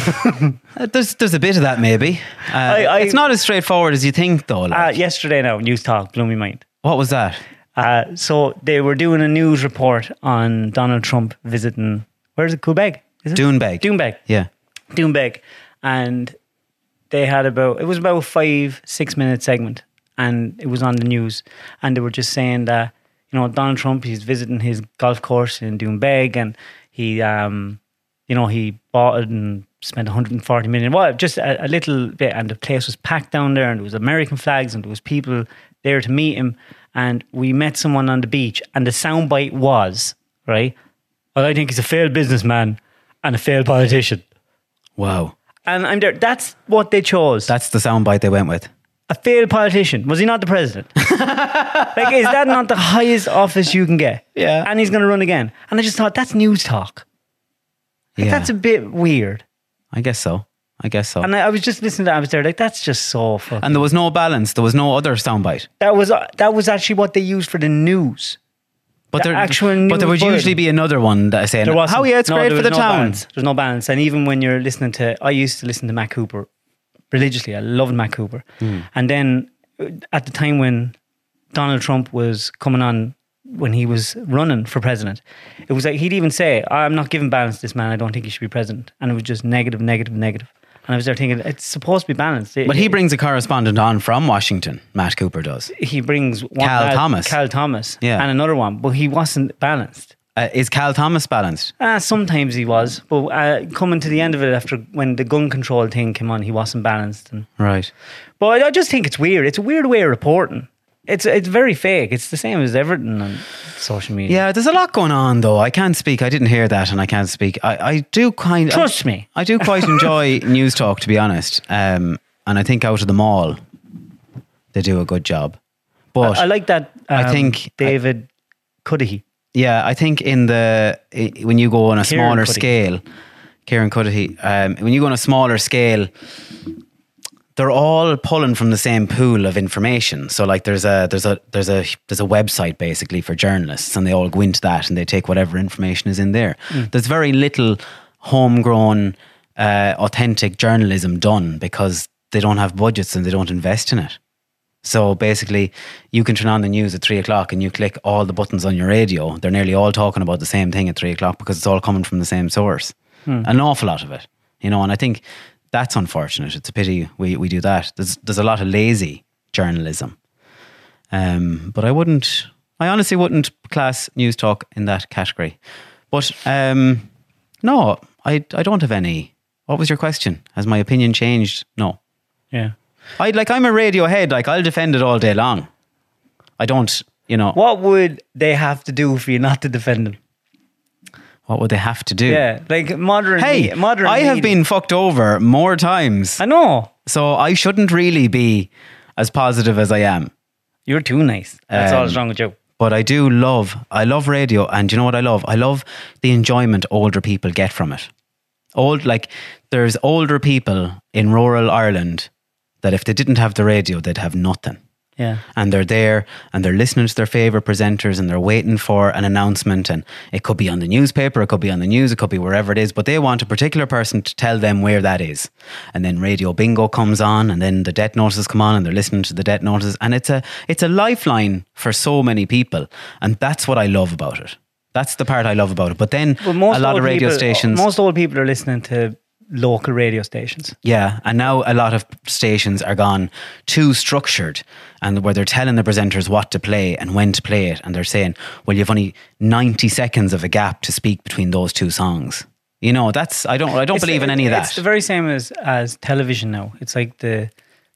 Uh, there's there's a bit of that maybe. Uh,
I- I-
it's not as straightforward as you think though.
[LAUGHS] uh,
like.
yesterday now, news talk blew my mind.
What was that?
Uh, so they were doing a news report on Donald Trump visiting. Where is it? Quebec. Is it?
Doonbeg.
Doonbeg.
Yeah.
Doonbeg, and they had about it was about a five six minute segment, and it was on the news, and they were just saying that you know Donald Trump he's visiting his golf course in Doonbeg, and he um you know he bought it and spent 140 million. Well, just a, a little bit, and the place was packed down there, and there was American flags, and there was people there to meet him, and we met someone on the beach, and the soundbite was right. Well, I think he's a failed businessman and a failed politician.
Wow.
And I'm there. That's what they chose.
That's the soundbite they went with.
a failed politician. Was he not
[LAUGHS]
the president? like, is that not the highest office you can get?
Yeah.
And he's going to run again. And I just thought, that's news talk. Like,
Yeah.
That's a bit weird.
I guess so. I guess so.
And
And,
I, I was just listening to that. I was there, like, that's just so fucking.
there was no balance. There was no other soundbite.
That was, uh, that was actually what they used for the news.
But
The
there,
actual
but there
news
would usually
bulletin.
be another one that I saying,
There wasn't.
"Oh yeah, it's
No,
great
there
for
was
the
no
town."
balance. There's no balance, and even when you're listening to, I used to listen to Mac Cooper religiously. I loved Mac Cooper,
Hmm.
and then uh, at the time when Donald Trump was coming on, when he was running for president, it was like he'd even say, "I'm not giving balance to this man. I don't think he should be president," and it was just negative, negative, negative. And I was there thinking, it's supposed to be balanced. It-
But he
it-
brings a correspondent on from Washington. Matt Cooper does.
he brings one
Cal
lad-
Thomas.
Cal Thomas,
Yeah.
and another one, but he wasn't balanced.
Uh, is Cal Thomas balanced?
Uh, sometimes he was, but uh, coming to the end of it after when the gun control thing came on, he wasn't balanced. And,
Right.
but I just think it's weird. It's a weird way of reporting. It's it's very fake. It's the same as everything on social media.
Yeah, there's a lot going on though. I can't speak. I didn't hear that, and I can't speak. I, I do kind of
Trust me.
I do quite
[LAUGHS]
enjoy news talk, to be honest. Um, and I think out of them all, they do a good job. But
I like that.
I
um,
think-
David Cudahy.
yeah, I think in the i- when you go on a
Kieran
smaller
Cuddy.
scale, Kieran Cuddy, um, when you go on a smaller scale, they're all pulling from the same pool of information. So like there's a there's a there's a there's a website basically for journalists, and they all go into that and they take whatever information is in there.
Mm.
There's very little homegrown, uh, authentic journalism done because they don't have budgets and they don't invest in it. So basically, you can turn on the news at three o'clock and you click all the buttons on your radio. They're nearly all talking about the same thing at three o'clock because it's all coming from the same source. An awful lot of it, you know. And I think that's unfortunate. It's a pity we, we do that. There's there's a lot of lazy journalism. Um, but I wouldn't I honestly wouldn't class news talk in that category. But um, no, I, I don't have any. What was your question? Has my opinion changed? No.
Yeah.
I like I'm a Radiohead. Like I'll defend it all day long. I don't. You know what,
What would they have to do for you not to defend them?
would they have to do?
Yeah, like modern.
Hey,
me- modern.
I have
media.
been fucked over more times,
I know
so I shouldn't really be as positive as I am.
you're too nice. That's all
Um,
that's wrong with you.
But I do love, I love radio, and you know what I love? I love the enjoyment older people get from it. Old, like there's older people in rural Ireland that if they didn't have the radio, they'd have nothing.
Yeah.
and they're there and they're listening to their favorite presenters and they're waiting for an announcement and it could be on the newspaper it could be on the news it could be wherever it is but they want a particular person to tell them where that is and then radio bingo comes on and then the debt notices come on and they're listening to the debt notices and it's a it's a lifeline for so many people and that's what I love about it that's the part I love about it but then
But
a lot
old
of radio
people-
stations
Most old people are listening to local radio stations.
yeah, and now a lot of stations are gone too structured, and where they're telling the presenters what to play and when to play it, and they're saying, "Well, you've only ninety seconds of a gap to speak between those two songs." You know, that's I don't I don't
It's-
believe in any of
it's
that.
the very same as as television now. It's like the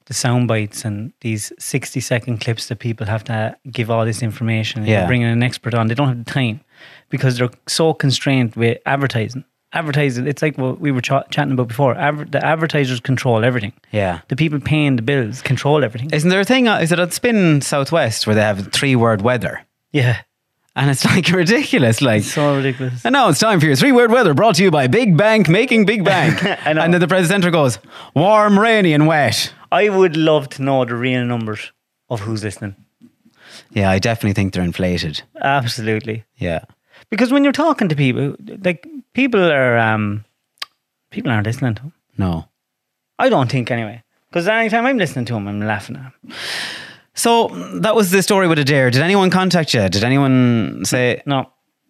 the sound bites and these sixty second clips that people have to give all this information. And
Yeah.
You're bringing an expert on. They don't have the time because they're so constrained with advertising. Advertising. It's like what we were cha- chatting about before. Adver- the advertisers control everything.
yeah,
The people paying the bills control everything.
isn't there a thing? uh, Is it at Spin Southwest where they have three word weather,
yeah.
and it's [LAUGHS] like ridiculous, like.
It's so ridiculous.
and now it's time for your three word weather brought to you by Big Bank Making
[LAUGHS]
Big Bank.
I know.
and then the presenter goes, warm, rainy, and wet.
I would love to know the real numbers of who's listening.
Yeah, I definitely think they're inflated.
Absolutely.
Yeah.
Because when you're talking to people, like people are, um, people aren't listening to 'em.
No.
I don't think anyway. Because anytime I'm listening to them, I'm laughing at 'em.
So that was the story with Adair. Did anyone contact you? Did anyone say
No,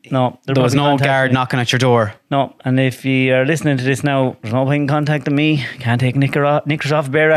no,
there was no guard
guard
knocking at your door?
No, and if you are listening to this now, there's no point in contacting me. Can't take knicker off, knickers off bare
[LAUGHS]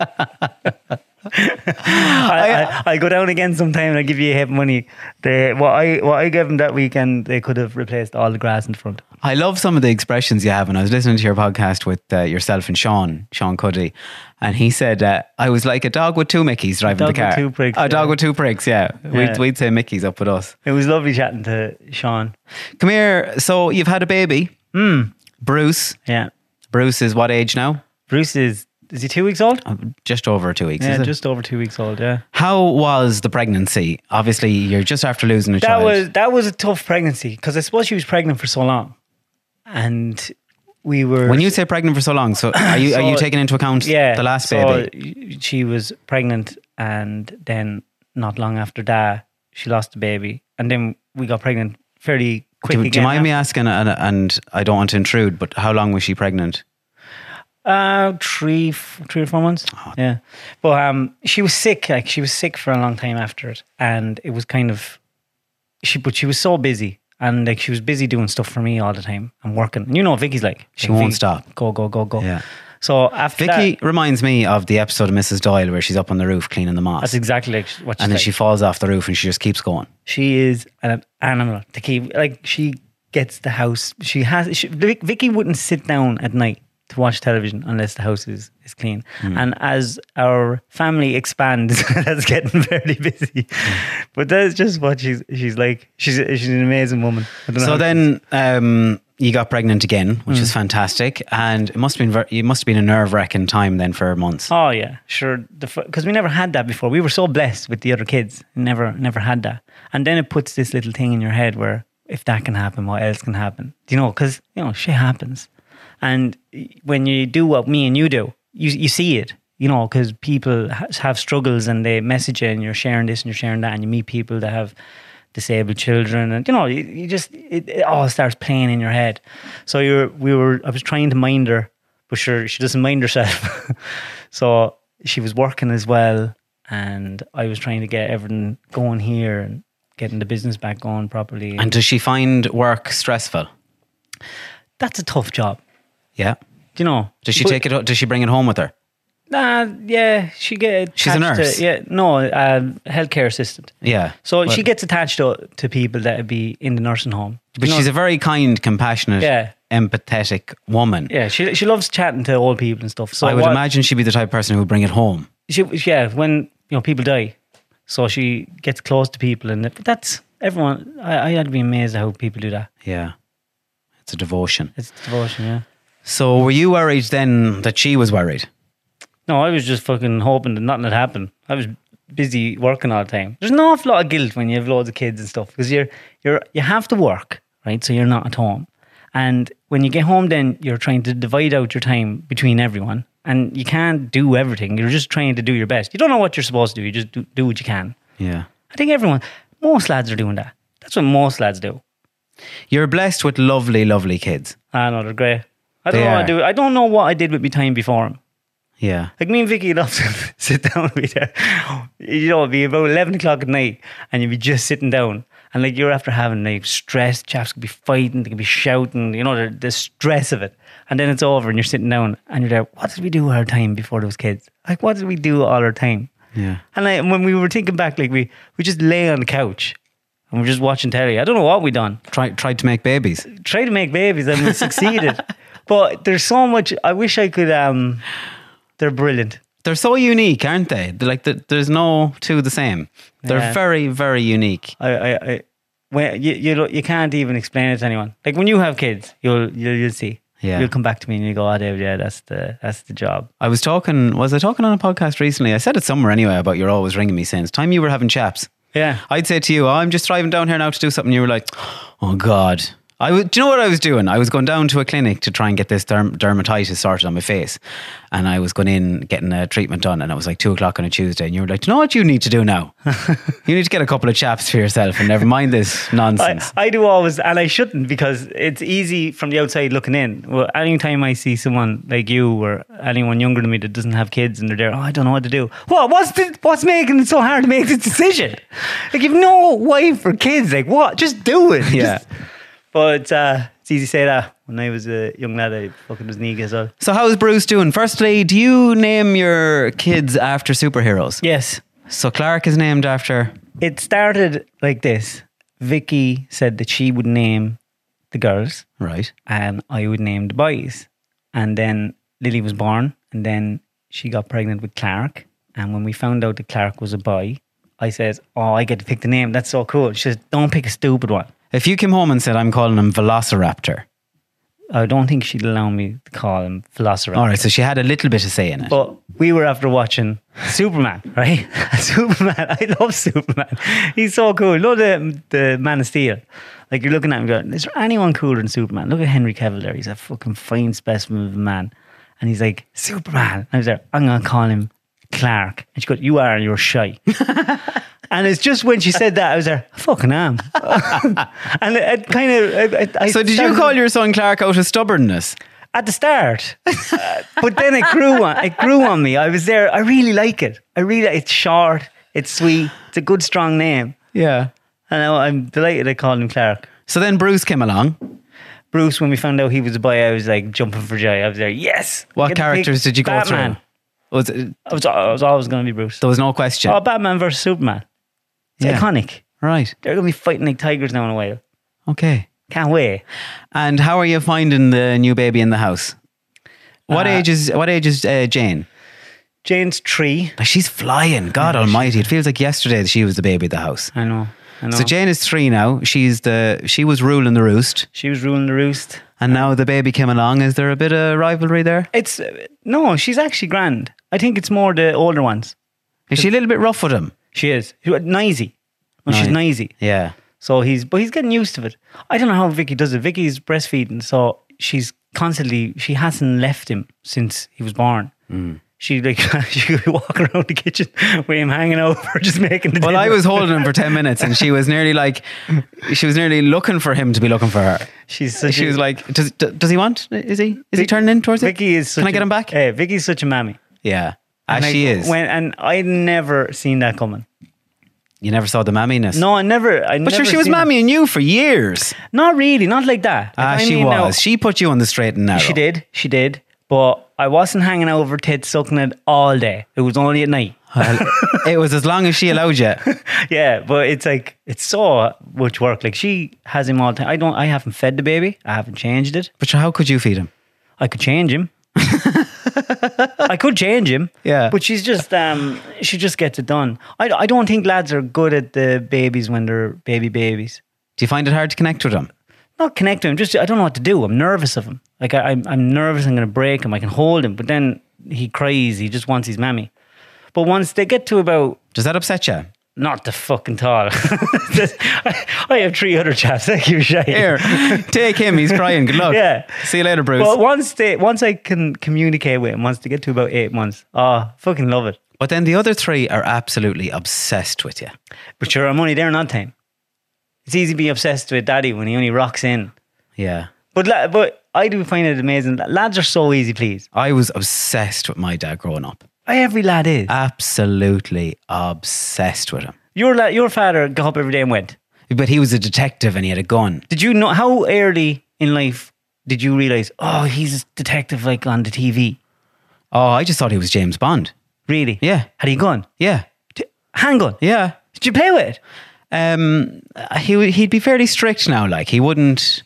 hours. I, I, I'll go down again sometime and I'll give you half money. The, what I what I gave them that weekend, they could have replaced all the grass in front.
I love some of the expressions you have. And I was listening to your podcast with uh, yourself and Sean, Sean Cuddy, and he said, uh, I was like a dog with two Mickeys driving
Dog
the
with
car.
two pricks,
a
yeah.
dog with two pricks, yeah.
Yeah.
We'd, we'd say Mickeys up with us.
It was lovely chatting to Sean.
Come here. So you've had a baby. Hmm. Bruce.
Yeah,
Bruce is what age now?
Bruce is is he two weeks old?
Just over two weeks.
yeah,
Oh, is it?
just over two weeks old. Yeah.
How was the pregnancy? Obviously, you're just after losing a
that
child.
was that was a tough pregnancy because I suppose she was pregnant for so long, and we were
When you say pregnant for so long, so are you are you
[COUGHS] So-
taking into account
yeah
the last
so
baby?
She was pregnant, and then not long after that, she lost the baby, and then we got pregnant fairly quick.
Do,
again
do you mind me
after-
asking? And, and I don't want to intrude, but how long was she pregnant?
Uh, three, f- three or four months. Yeah, but um, she was sick. Like she was sick for a long time after it, and it was kind of she. But she was so busy, and like she was busy doing stuff for me all the time and working. And you know, what Vicky's like
She
like,
won't
Vicky,
stop.
Go, go, go, go.
Yeah.
So after
Vicky
that,
reminds me of the episode of Mrs. Doyle where she's up on the roof cleaning the moss,
that's exactly like what she's
and then
like.
she falls off the roof and she just keeps going.
she is an animal to keep. Like she gets the house. She has. She, Vic- Vicky wouldn't sit down at night to watch television unless the house is is clean.
Hmm.
And as our family expands, [LAUGHS] that's getting very busy.
Hmm.
But that's just what she's she's like. She's she's an amazing woman. I don't know
So
how-
then um, you got pregnant again, which
Hmm.
is fantastic, and it must have been ver- it must have been a nerve wracking time then for months.
Oh yeah, sure. Because we never had that before. We were so blessed with the other kids. Never, never had that. And then it puts this little thing in your head where if that can happen, what else can happen? Do you know? Because you know, shit happens. And y- when you do what me and you do, you you see it. You know, because people ha- have struggles and they message you, and you're sharing this and you're sharing that, and you meet people that have disabled children and you know you, you just it, it all starts playing in your head so you're we were i was trying to mind her but sure she doesn't mind herself [LAUGHS] so she was working as well and i was trying to get everything going here and getting the business back going properly
And does she find work stressful?
that's a tough job
Yeah.
do you know
Does she
But
take it? ho- Does she bring it home with her?
Nah, yeah, she get
She's a
attached to-
nurse.
yeah, no, um, healthcare assistant.
Yeah.
So
But-
she gets attached to, to people that would be in the nursing home.
But
You know,
she's a very kind, compassionate,
Yeah.
empathetic woman.
yeah, she she loves chatting to old people and stuff. So
I would
what-
imagine she'd be the type of person who would bring it home.
she yeah when you know people die, so she gets close to people and but that's everyone. I I'd be amazed at how people do that.
Yeah. It's a devotion.
It's devotion, yeah.
So were you worried then that she was worried?
No, I was just fucking hoping that nothing had happened. I was busy working all the time. There's an awful lot of guilt when you have loads of kids and stuff because you're you're you have to work, right? So you're not at home, and when you get home, then you're trying to divide out your time between everyone, and you can't do everything. You're just trying to do your best. You don't know what you're supposed to do. You just do, do what you can.
Yeah.
I think everyone, most lads are doing that. That's what most lads do.
You're blessed with lovely, lovely kids.
I know they're great. I don't
They
know what
are.
I do. I don't know what I did with my time before 'em.
Yeah.
Like me and Vicky would often [LAUGHS] sit down and be there. You know, it'd be about eleven o'clock at night, and you'd be just sitting down. And like you're after having like stress, chaps could be fighting, they could be shouting, you know, the, the stress of it. And then it's over, and you're sitting down, and you're there. What did we do our time before those kids? Like, what did we do all our time?
Yeah.
And like when we were thinking back, like we we just lay on the couch and we're just watching telly. I don't know what we done
Try, tried to make babies.
try to make babies and we succeeded. But there's so much. I wish I could. Um, they're brilliant.
They're so unique, aren't they? They're like the, there's no two the same. They're
Yeah.
very, very unique.
I, I, I when you, you don't- you can't even explain it to anyone. Like when you have kids, you'll you'll, you'll see.
Yeah.
You'll come back to me and you go, oh, David, yeah, that's the that's the job.
I was talking, was I talking on a podcast recently? I said it somewhere anyway about you're always ringing me saying, it's time you were having chaps.
Yeah.
I'd say to you, oh, I'm just driving down here now to do something. You were like, oh God. I was, do you know what I was doing? I was going down to a clinic to try and get this derm- dermatitis sorted on my face. And I was going in getting a treatment done. And it was like two o'clock on a Tuesday. And you were like, do you know what you need to do
[LAUGHS]
now? you need to get a couple of chaps for yourself and never mind this
[LAUGHS] I,
nonsense.
I do always, and I shouldn't because it's easy from the outside looking in. Well, anytime I see someone like you or anyone younger than me that doesn't have kids and they're there, oh, I don't know what to do. What? What's the, what's making it so hard to make this decision? Like you've no wife or kids. Like what? Just do it.
Yeah.
Just- [LAUGHS] but uh, it's easy to say that. When I was a young lad, I fucking was an eager as well.
so, how's Bruce doing? Firstly, do you name your kids after superheroes?
Yes,
So, Clark is named after.
it started like this. Vicky said that she would name the girls.
Right.
and I would name the boys. And then Lily was born, and then she got pregnant with Clark. And when we found out that Clark was a boy, I says, "Oh, I get to pick the name. That's so cool." She says, "Don't pick a stupid one."
If you came home and said, I'm calling him Velociraptor.
I don't think she'd allow me to call him Velociraptor.
All right. So, she had a little bit of say in it.
But we were after watching Superman, [LAUGHS] right? Superman. I love Superman. He's so cool. Love the, the Man of Steel. Like you're looking at him going, is there anyone cooler than Superman? Look at Henry Cavill there. He's a fucking fine specimen of a man. And he's like, Superman. I was there, I'm going to call him Clark. And she goes, you are and you're shy. and it's just when she said that, I was there, I fucking am. [LAUGHS] and it, it kind of... it- it- I
So did you
started-
call your son Clark out of stubbornness?
at the start, [LAUGHS] Uh, but then it grew on. It grew on me. I was there. I really like it. I really. It's short. It's sweet. It's a good, strong name.
Yeah.
And I, I'm delighted I called him Clark.
So then Bruce came along.
Bruce, when we found out he was a boy, I was like jumping for joy. I was there. Yes.
What
Get the
characters
big
did you go
Batman.
through? Was it,
I was. I was always going to be Bruce.
there was no question.
Oh, Batman versus Superman. It's
Yeah.
iconic.
Right.
They're going to be fighting like tigers now in a while.
Okay.
Can't wait.
And how are you finding the new baby in the house? What age is what age is uh, Jane?
Uh, Jane's tree.
Like she's flying. God Almighty! It feels like yesterday that she was the baby of the house.
I know. I know.
So Jane is three now. She's the she was ruling the roost,
she was ruling the roost.
and now the baby came along. Is there a bit of rivalry there?
It's no. She's actually grand. I think it's more the older ones.
Is she a little bit rough with him?
She is. She- Nosy. No, she's
Ni-
nosy.
Yeah.
So he's, but he's getting used to it. I don't know how Vicky does it. Vicky's breastfeeding, so she's constantly. She hasn't left him since he was born.
Hmm.
She like [LAUGHS] she could be walking around the kitchen with him hanging over, [LAUGHS] just making the.
Well,
dinner.
I was holding him for 10 minutes and she was nearly like, she was nearly looking for him to be looking for her.
She's such
she
a-
was like, does, d- does he want? Is he? Is he
Vic-
turning in towards it?
Vicky is. Such
Can I
a-
get him back?
Hey, Vicky's such a mammy.
yeah. As
And I-
she is.
When and I never seen that coming.
you never saw the mamminess.
No, I never.
But
I never
sure, she was
seen that.
mammying you for years.
Not really. Not like that.
Ah,
Like, I
she
mean
was.
now-
she put you on the straight and narrow.
She did. She did. But I wasn't hanging over tits sucking it all day. It was only at night.
[LAUGHS] it was as long as she allowed you.
[LAUGHS] yeah, but it's like it's so much work. Like she has him all the time. I don't. I haven't fed the baby. I haven't changed it.
But how could you feed him?
I could change
[LAUGHS]
him. I could change him.
Yeah.
But she's just um she just gets it done. I, I don't think lads are good at the babies when they're baby babies.
Do you find it hard to connect with him?
Not connect to him. Just I don't know what to do. I'm nervous of him. Like I, I'm I'm nervous. I'm gonna break him. I can hold him, but then he cries. He just wants his mammy. But once they get to about
Does that upset you?
not the fucking tall. [LAUGHS] I, I have three other chaps. Thank you, Shane. [LAUGHS]
Here, take him. He's crying. Good luck.
Yeah.
See you later, Bruce.
But once they, once I can communicate with him, once they get to about eight months, ah, fucking love it.
but then the other three are absolutely obsessed with you.
But sure, I'm only there in odd time. It's easy to be obsessed with daddy when he only rocks in.
Yeah.
But la- but I do find it amazing. Lads are so easy, please.
I was obsessed with my dad growing up.
Every lad is.
Absolutely obsessed with him.
Ah. your la- your father got up every day and went.
But he was a detective and he had a gun.
Did you know how early in life did you realize? Oh, he's a detective like on the TV.
Oh, I just thought he was James Bond.
Really?
Yeah.
Had he gone?
Yeah.
Handgun.
Yeah.
Did you play with it?
Um, he would- he'd be fairly strict now. Like he wouldn't.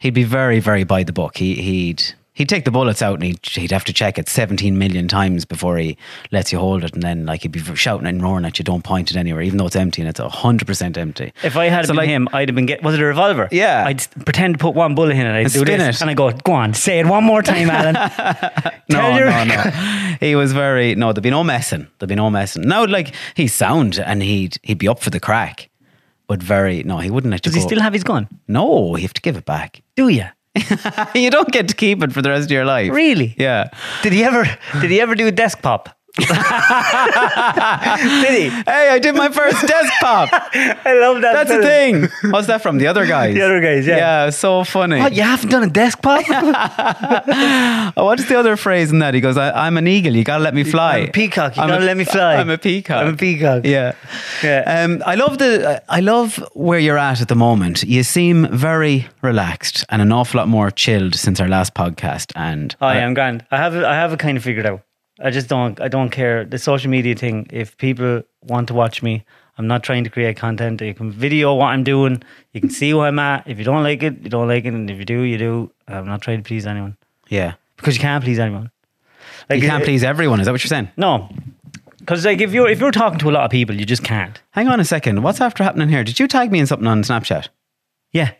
He'd be very very by the book. He he'd he'd take the bullets out and he'd he'd have to check it seventeen million times before he lets you hold it. And then like he'd be shouting and roaring at you, don't point it anywhere, even though it's empty and it's hundred percent empty.
If I had
So,
been
like-
him, I'd have been get. Was it a revolver?
Yeah.
I'd s- pretend to put one bullet in it. I'd
And
do
spin
this,
it.
and I go, "Go on, say it one more
[LAUGHS]
time, Alan." [LAUGHS]
no,
Tell your-
no,
[LAUGHS]
no. [LAUGHS] He was very no. There'd be no messing. There'd be no messing. Now, like he's sound and he'd he'd be up for the crack, but very no. He wouldn't let you
Does he
go.
still have his gun?
No, you have to give it back. [LAUGHS]
Do you?
you don't get to keep it for the rest of your life.
Really?
Yeah.
Did he ever? Did he ever do a desk
[LAUGHS]
[LAUGHS] pop? did he?
Hey, I did my first
[LAUGHS]
desk pop.
I love that.
That's the
film.
thing. What's that from? The other guys.
[LAUGHS] The other guys, yeah. Oh,
Yeah, so funny.
What, you haven't done a desk
[LAUGHS]
pop?
Oh, What's the other phrase in that? He goes, I, "I'm an eagle. You gotta let me fly."
I'm a peacock, you gotta let me fly.
I'm a peacock.
I'm a peacock.
Yeah.
Yeah.
Um, I love the. I love where you're at at the moment. You seem very relaxed and an awful lot more chilled since our last podcast. And
Oh, yeah, I'm grand. I have. it- I have it kind of figured out. I just don't. I don't care the social media thing. If people want to watch me, I'm not trying to create content. You can video what I'm doing. You can see where I'm at. If you don't like it, you don't like it, and if you do, you do. I'm not trying to please anyone
yeah,
because you can't please anyone. Like
you can't
it-
please everyone. Is that what you're saying?
No, because like if you're if you're talking to a lot of people, you just can't.
Hang on a second. What's after happening here? Did you tag me in something on Snapchat? [LAUGHS]
[LAUGHS] Yeah.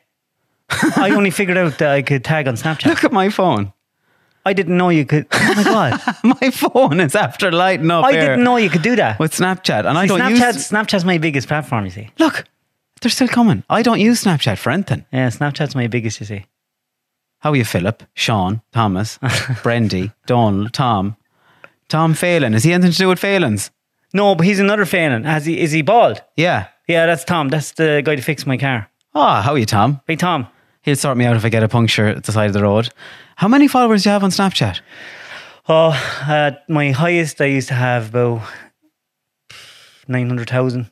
I only figured out that I could tag on Snapchat.
Look at my phone.
I didn't know you could. Oh my god! [LAUGHS]
My [LAUGHS] phone is after lighting up.
I
here
didn't know you could do that.
with Snapchat, and Oh, I
See,
don't
Snapchat,
use.
Snapchat's my biggest platform. You see.
Look, they're still coming. I don't use Snapchat for anything.
Yeah, Snapchat's my biggest, you see.
How are you, Philip? Sean,
[LAUGHS]
Thomas, Brendy, Donald, Tom, Tom Phelan. Is he anything to do with Phelan's?
No, but he's another Phelan. Has he? Is he bald?
Yeah.
Yeah, that's Tom. That's the guy to fix my car.
Ah, how are you, Tom?
Hey, Tom.
He'll sort me out if I get a puncture at the side of the road. How many followers do you have on Snapchat?
Oh, uh, my highest I used to have about nine hundred thousand.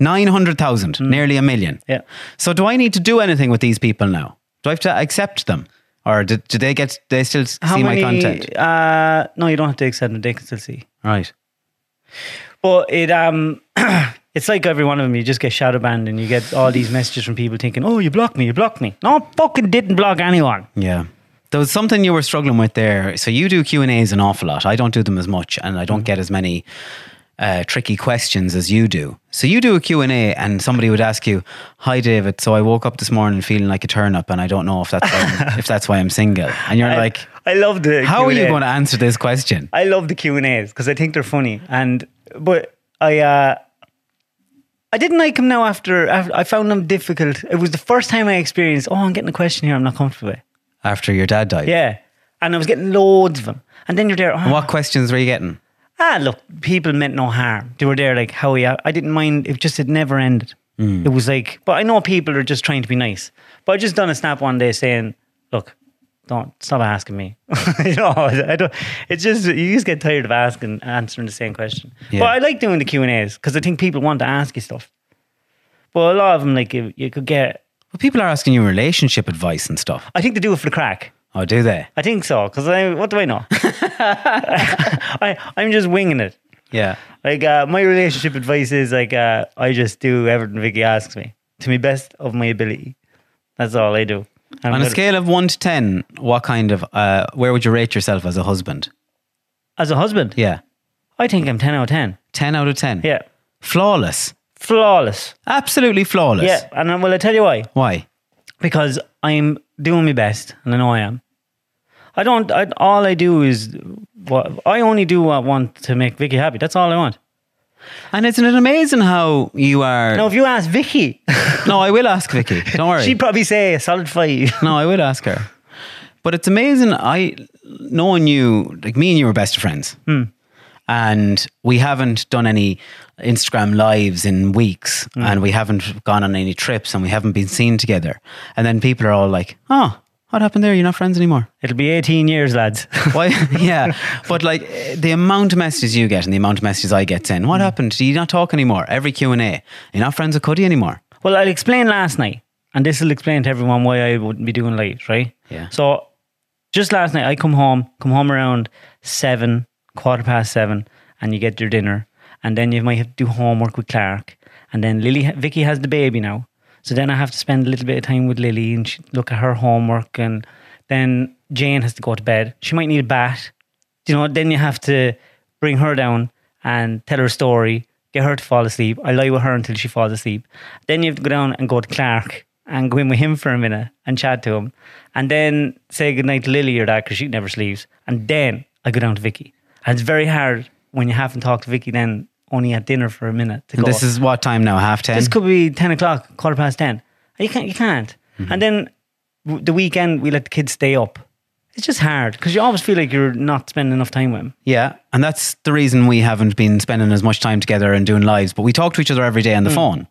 Nine hundred thousand, nearly a million.
Yeah.
So, do I need to do anything with these people now? Do I have to accept them, or do, do they get? They still s- see my content?
Uh, no, you don't have to accept them. They can still see.
Right.
But it um, [CLEARS THROAT] it's like every one of them. You just get shadow banned, and you get all these messages from people thinking, "Oh, you blocked me. You blocked me." No, I fucking didn't block anyone.
Yeah. There was something you were struggling with there. So you do Q and A's an awful lot. I don't do them as much, and I don't
Mm.
get as many uh, tricky questions as you do. So you do a Q and A, and somebody would ask you, "Hi, David. So I woke up this morning feeling like a turn up, and I don't know if that's why
[LAUGHS]
I'm, if that's why I'm single." And you're like,
I love the.
"How are you
Q&A.
going to answer this question?"
I love the Q and A's because I think they're funny. And but I uh, I didn't like them now after, after I found them difficult. It was the first time I experienced. Oh, I'm getting a question here. I'm not comfortable with.
After your dad died,
Yeah, and I was getting loads of them. And then you're there. Oh,
What questions were you getting?
ah, look, people meant no harm. They were there like, how are you? I didn't mind. It just, it never ended. It was like, but I know people are just trying to be nice. But I just done a snap one day saying, look, don't stop asking me. [LAUGHS] you know, I don't, it's just, you just get tired of asking, answering the same question.
Yeah.
But I like doing the Q and A's because I think people want to ask you stuff. But a lot of them, like you, you could get,
Well, people are asking you relationship advice and stuff.
I think they do it for the crack.
Oh, do they?
I think so. Because I, what do I know? [LAUGHS] I, I'm just winging it.
Yeah.
Like uh, my relationship advice is like uh, I just do everything Vicky asks me to my best of my ability. That's all I do. And
On a
whether-
scale of one to ten, what kind of uh, where would you rate yourself as a husband?
as a husband,
Yeah,
I think I'm ten out of ten.
ten out of ten.
Yeah,
flawless,
flawless.
absolutely flawless.
Yeah, and I, well, I tell you why.
Why?
Because I'm doing my best, and I know I am. I don't. I, all I do is what I only do. What I want to make Vicky happy. That's all I want.
And isn't it amazing how you are?
Now, if you ask Vicky,
No, I will ask
[LAUGHS]
Vicky. Don't worry.
she'd probably say a solid five. [LAUGHS]
no, I will ask her. But it's amazing. I knowing you, like me and you were best of friends,
Hmm.
and we haven't done any Instagram lives in weeks,
Hmm.
and we haven't gone on any trips, and we haven't been seen together. And then people are all like, "Oh, what happened there? You're not friends anymore."
It'll be eighteen years, lads. [LAUGHS]
Why? [LAUGHS] yeah, but like eh, the amount of messages you get and the amount of messages I get in. What happened? Do you not talk anymore? Every Q and A. You're not friends with Cuddy anymore.
Well, I'll explain last night, and this will explain to everyone why I wouldn't be doing late, right?
Yeah.
So, just last night, I come home, come home around seven, quarter past seven, and you get your dinner, and then you might have to do homework with Clark, and then Lily, Vicky has the baby now, so then I have to spend a little bit of time with Lily and she, look at her homework, and then Jane has to go to bed. She might need a bath, you know. Then you have to bring her down and tell her story, get her to fall asleep. I lie with her until she falls asleep. Then you have to go down and go to Clark and go in with him for a minute and chat to him. And then say goodnight to Lily or that because she never sleeps. And then I go down to Vicky. And it's very hard when you haven't talked to Vicky then only at dinner for a minute to
And
go.
this is what time now? Half ten.
This could be 10 o'clock, quarter past 10. You can't. You can't.
Mm-hmm.
And then w- the weekend, we let the kids stay up. It's just hard because you always feel like you're not spending enough time with them.
Yeah, and that's the reason we haven't been spending as much time together and doing lives, but we talk to each other every day
Mm.
on the phone.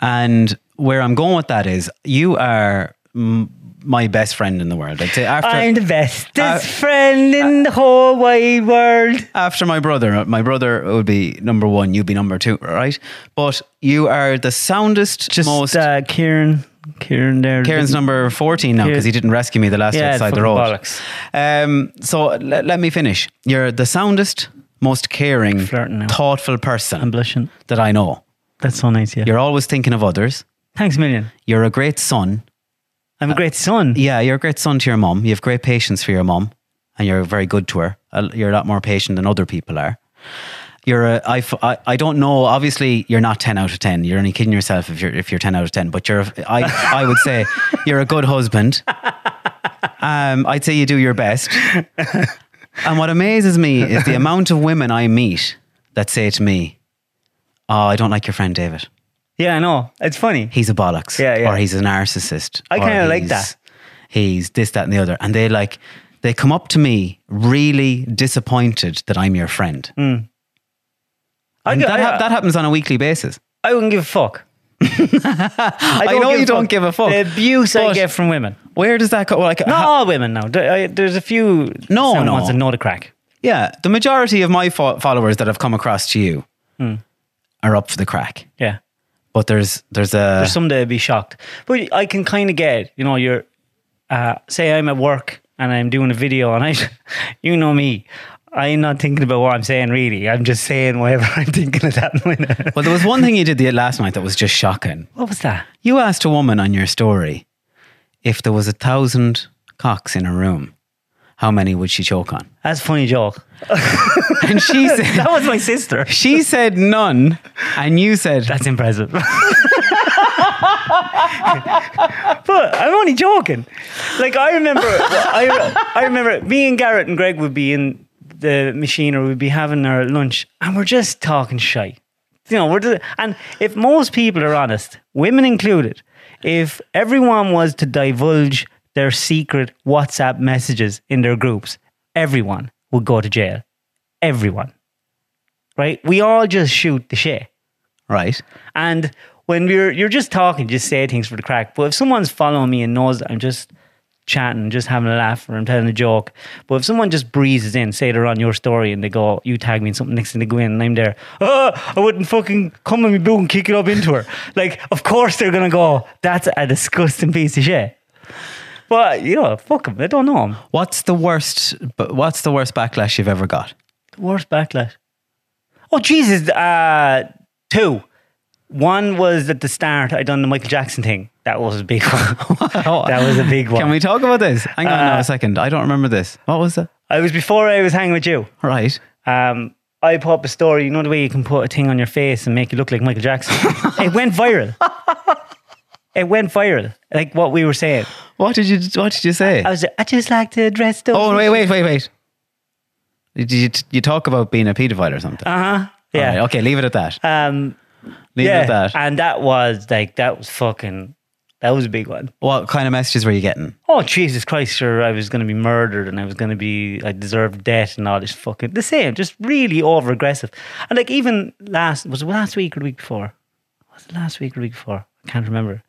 And where I'm going with that is, you are m- my best friend in the world. I'd say after
I'm the bestest
Uh,
friend in the whole wide world.
after my brother. My brother would be number one. You'd be number two, right? But you are the soundest,
Just
most.
uh, Kieran, Kieran there.
Karen's number 14 now because he didn't rescue me the last
Yeah,
time outside the
fucking
road.
bollocks.
Um, so le- let me finish. You're the soundest, most caring,
Flirting now.
thoughtful person
I'm blushing.
that I know.
That's so nice, yeah.
You're always thinking of others.
Thanks a million.
You're a great son.
I'm a
Uh,
great son.
Yeah, you're a great son to your mum. You have great patience for your mum, and you're very good to her. A- You're a lot more patient than other people are. You're a, I, f- I, I don't know. Obviously, you're not ten out of ten. You're only kidding yourself if you're if you're ten out of ten. But you're, a, I, I would say, you're a good husband. Um, I'd say you do your best. And what amazes me is the amount of women I meet that say to me, "Oh, I don't like your friend David.
Yeah, I know. It's funny.
He's a bollocks.
Yeah, yeah.
Or he's a narcissist.
I
or
kinda like
Oh, he's-
that.
He's this, that, and the other. And they like, they come up to me really disappointed that I'm your friend.
Mm. I,
And
go-
that,
I,
hap- that happens on a weekly basis.
I wouldn't give
[LAUGHS]
a fuck. I,
know
give a
you don't give a fuck,
The abuse I
but-
get from women.
Where does that go? Like,
Not
ha-
all women now. There- I- There's a few.
No,
some
no.
ones that know the crack.
yeah, the majority of my fo- followers that have come across to you
Mm.
are up for the crack.
Yeah.
But there's there's a
There's some that would be shocked. But I can kind of get, it. you know, you're, uh, say I'm at work and I'm doing a video and I, [LAUGHS] you know me, I'm not thinking about what I'm saying really. I'm just saying whatever [LAUGHS] I'm thinking at that minute.
well, there was one thing you did the last night that was just shocking.
What was that?
You asked a woman on your story if there was a thousand cocks in a room, how many would she choke on?
That's a
[LAUGHS]
funny joke.
And
[LAUGHS]
she said,
That was my [LAUGHS] sister.
She said none, and you said
That's impressive. but I'm only joking. Like I remember, I, I remember me and Garrett and Greg would be in the machine or we'd be having our lunch, and we're just talking shy. You know, we're just, and if most people are honest, women included, if everyone was to divulge their secret WhatsApp messages in their groups, everyone would go to jail. Everyone. Right? We all just shoot the shit.
right.
And when you're you're just talking, just say things for the crack. But if someone's following me and knows that I'm just chatting, just having a laugh, or I'm telling a joke, but if someone just breezes in, say they're on your story and they go, "You tag me in something," next thing they go in and I'm there, oh, I wouldn't fucking come in my boot and [LAUGHS] kick it up into her. Like, of course they're gonna go, "That's a disgusting piece of shit." But you know, fuck him. I don't know him.
What's the worst? But what's the worst backlash you've ever got?
Worst backlash. Oh Jesus! Uh, two. One was at the start. I done the Michael Jackson thing. That was a big [LAUGHS] one. that was a big one.
Oh. [LAUGHS]
Uh,
Can we talk about this? Hang on now a second. I don't remember this. What was that?
I was before I was hanging with you.
Right.
Um, I put up a story. You know the way you can put a thing on your face and make you look like Michael Jackson.
[LAUGHS]
it went viral. It went viral. Like what we were saying.
What did you What did you say?
I was. like, I just like to dress. those-
oh wait, wait, wait, wait. Did you you talk about being a paedophile or something?
Uh-huh. Yeah.
All right, okay, leave it at that.
Um.
leave it
yeah.
at that.
And that was like that was fucking. That was a big one.
What kind of messages were you getting?
oh Jesus Christ, sure, I was going to be murdered and I was going to be, I deserved death and all this fucking, the same, just really over aggressive. And like even last, was it last week or the week before? Was it last week or the week before? I can't remember.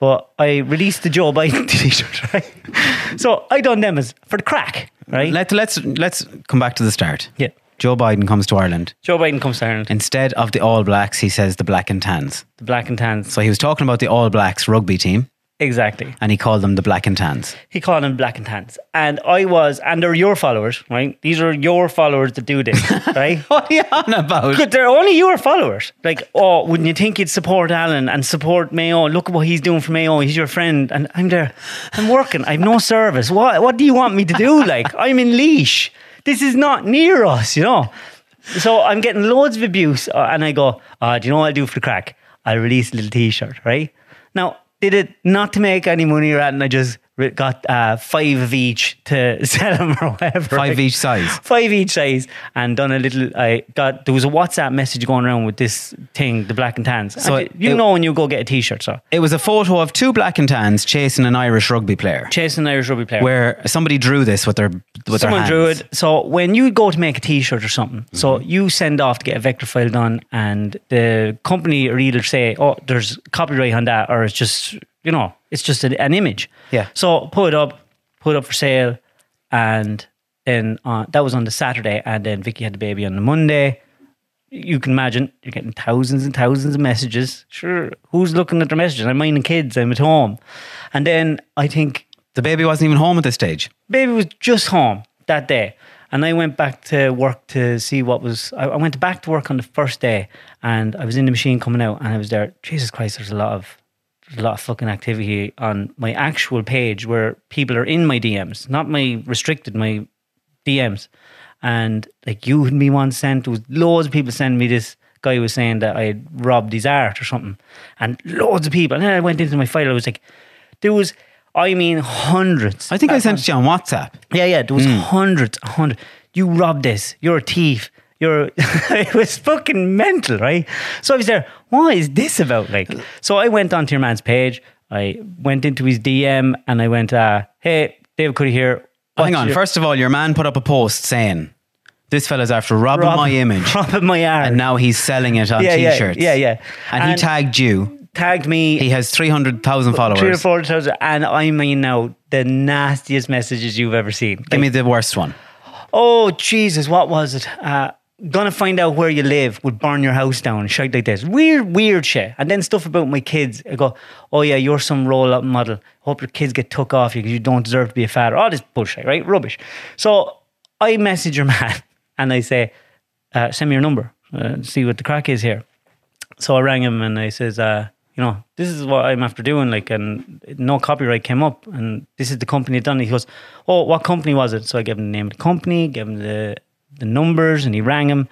But I released the Joe Biden [LAUGHS] t-shirt, right? So I done them as for the crack, right?
Let, let's let's come back to the start.
yeah.
Joe Biden comes to Ireland.
Joe Biden comes to Ireland,
Instead of the All Blacks, he says the Black and Tans.
the black and tans.
So he was talking about the All Blacks rugby team,
Exactly.
and he called them the Black and Tans. [LAUGHS]
He called them black and tans. And I was, and they're your followers, right? These are your followers that do this, right?
What are you on about?
Good, they're only your followers. Like, oh, wouldn't you think you'd support Alan and support Mayo? Look at what he's doing for Mayo. He's your friend, and I'm there. I'm working. I've no service. What? What do you want me to do? Like, I'm in leash. This is not near us, you know. So I'm getting loads of abuse, uh, and I go, uh, do you know what I do for the crack? I release a little T-shirt, right? Now, did it not to make any money, or that, and I just re- got uh, five of each to [LAUGHS] sell them or whatever.
Five
right?
each size.
five each size and done a little I got there was a WhatsApp message going around with this thing the black and tans
So
so
it-
you
it-
know when you go get a t-shirt so
It was a photo of two Black and Tans chasing an Irish rugby player,
chasing an Irish rugby player
where somebody drew this with their with their
someone
hands. Mm-hmm.
drew it so when you go to make a t-shirt or something so you send off to get a vector file done and the company or either say oh there's copyright on that or it's just you know it's just an, an image
Yeah.
so put it up put it up for sale and then on, that was on the Saturday and then Vicky had the baby on the Monday you can imagine you're getting thousands and thousands of messages. Sure, who's looking at their messages? I'm minding kids. I'm at home, and then I think
The baby wasn't even home at this stage.
baby was just home that day, and I went back to work to see what was. I, I went back to work on the first day, and I was in the machine coming out, and I was there. Jesus Christ, there's a lot of there's a lot of fucking activity on my actual page where people are in my DMs, not my restricted my DMs. And like you and me once sent, there was loads of people sending me this guy was saying that I had robbed his art or something. And loads of people. And then I went into my file, I was like, there was, I mean, hundreds.
I think I sent it to you on WhatsApp.
Yeah, yeah, there was
Hmm.
hundreds, a hundred. You robbed this. You're a thief. You're. [LAUGHS] it was fucking mental, right? So I was there. What is this about? Like, so I went onto your man's page. I went into his DM and I went, uh, "Hey, David Cuddy here."
Well, hang
What's
on.
your-
First of all, your man put up a post saying, "This fella's after robbing
Rob-
my
[LAUGHS]
image,
Robbing my art.
and now he's selling it on
Yeah, yeah,
t-shirts."
yeah, yeah.
And, he
And-
tagged you.
tagged me.
He has three hundred thousand followers.
Three or four thousand, and I mean now the nastiest messages you've ever seen.
Give me the worst one.
Oh Jesus, what was it? Uh, gonna find out where you live would burn your house down, shit like this. Weird, weird shit. And then stuff about my kids. I go, oh yeah, you're some roll up model. Hope your kids get took off you because you don't deserve to be a father. All this bullshit, right? Rubbish. So I message your [LAUGHS] man and I say, uh, send me your number. Uh, see what the crack is here. So I rang him and I says, uh, you know, this is what I'm after doing. Like, and no copyright came up, and this is the company that done it. He goes, oh, what company was it? So I gave him the name of the company, gave him the the numbers, and he rang him.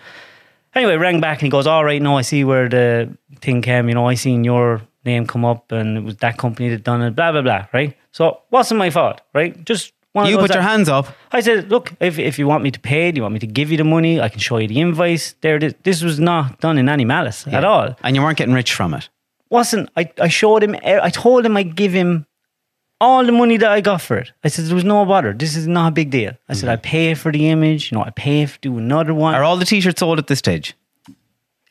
Anyway, rang back and he goes, all right, no, I see where the thing came. You know, I seen your name come up, and it was that company that done it. Blah blah blah. Right. So wasn't my fault. Right. Just one of
You
those
put your
Oh, that-
hands up.
I said, look, if, if you want me to pay, do you want me to give you the money? I can show you the invoice. There, it is. this was not done in any malice at all.
and you weren't getting rich from it.
Wasn't I? I showed him. eh, I told him I'd give him all the money that I got for it. I said there was no bother. This is not a big deal. I said I pay for the image. You know, I pay for do another one.
Mm-hmm. Are all the t-shirts sold at this stage?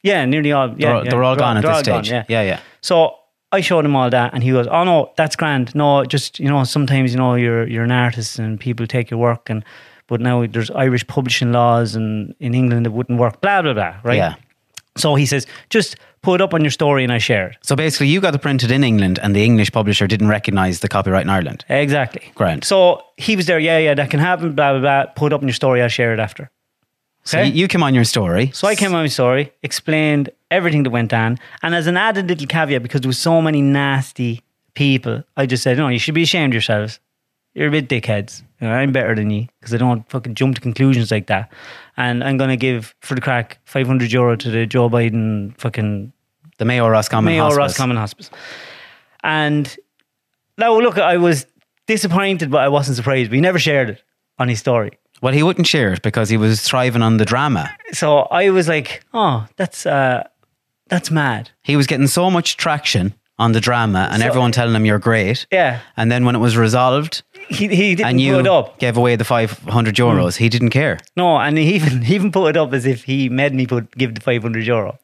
yeah, nearly all. Yeah,
they're, all-
yeah,
they're all gone at
they're
this
all
stage.
gone,
yeah, yeah.
So I showed him all that, and he goes, "Oh no, that's grand. No, just you know, sometimes you know you're you're an artist, and people take your work, and but now there's Irish publishing laws, and in England it wouldn't work. Blah blah blah. Right?
Yeah.
So he says, just put it up on your story and I share it.
So basically, you got it printed in England, and the English publisher didn't recognise the copyright in Ireland.
Exactly.
Grand.
So he was there. Yeah, yeah, that can happen. Blah blah blah. Put it up on your story. I'll share it after.
So
Okay.
you came on your story.
So I came on my story, explained everything that went on, and as an added little caveat, because there was so many nasty people, I just said, "No, you should be ashamed of yourselves. You're a bit dickheads. You know, I'm better than you because I don't fucking jump to conclusions like that." And I'm gonna give for the crack 500 euro to the Joe Biden fucking
the Mayo Roscommon
Mayo
Hospice.
Roscommon Hospice. And now, look, I was disappointed, but I wasn't surprised. But he never shared it on his story.
Well, he wouldn't share it because he was thriving on the drama.
So I was like, "Oh, that's uh, that's mad."
He was getting so much traction on the drama, and everyone telling him you're great.
Yeah.
And then when it was resolved,
he, he didn't
and you
put it up. Hmm.
gave away the 500 euros, he didn't care.
No, and he even he even put it up as if he made me put give the five hundred euro.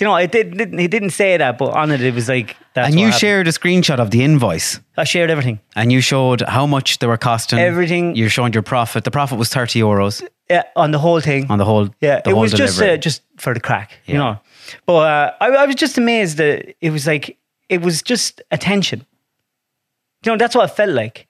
You know, it did, didn't. He didn't say that, but on it, it was like that's.
and
what
you
happened.
shared a screenshot of the invoice,
I shared everything.
and you showed how much they were costing.
Everything-
You showed your profit. The profit was 30 euros
Yeah, on the whole thing.
on the whole.
yeah,
the
it
whole
was just
delivery.
uh, just for the crack, you
Yeah.
know. But uh, I, I was just amazed that it was like it was just attention. You know, that's what it felt like,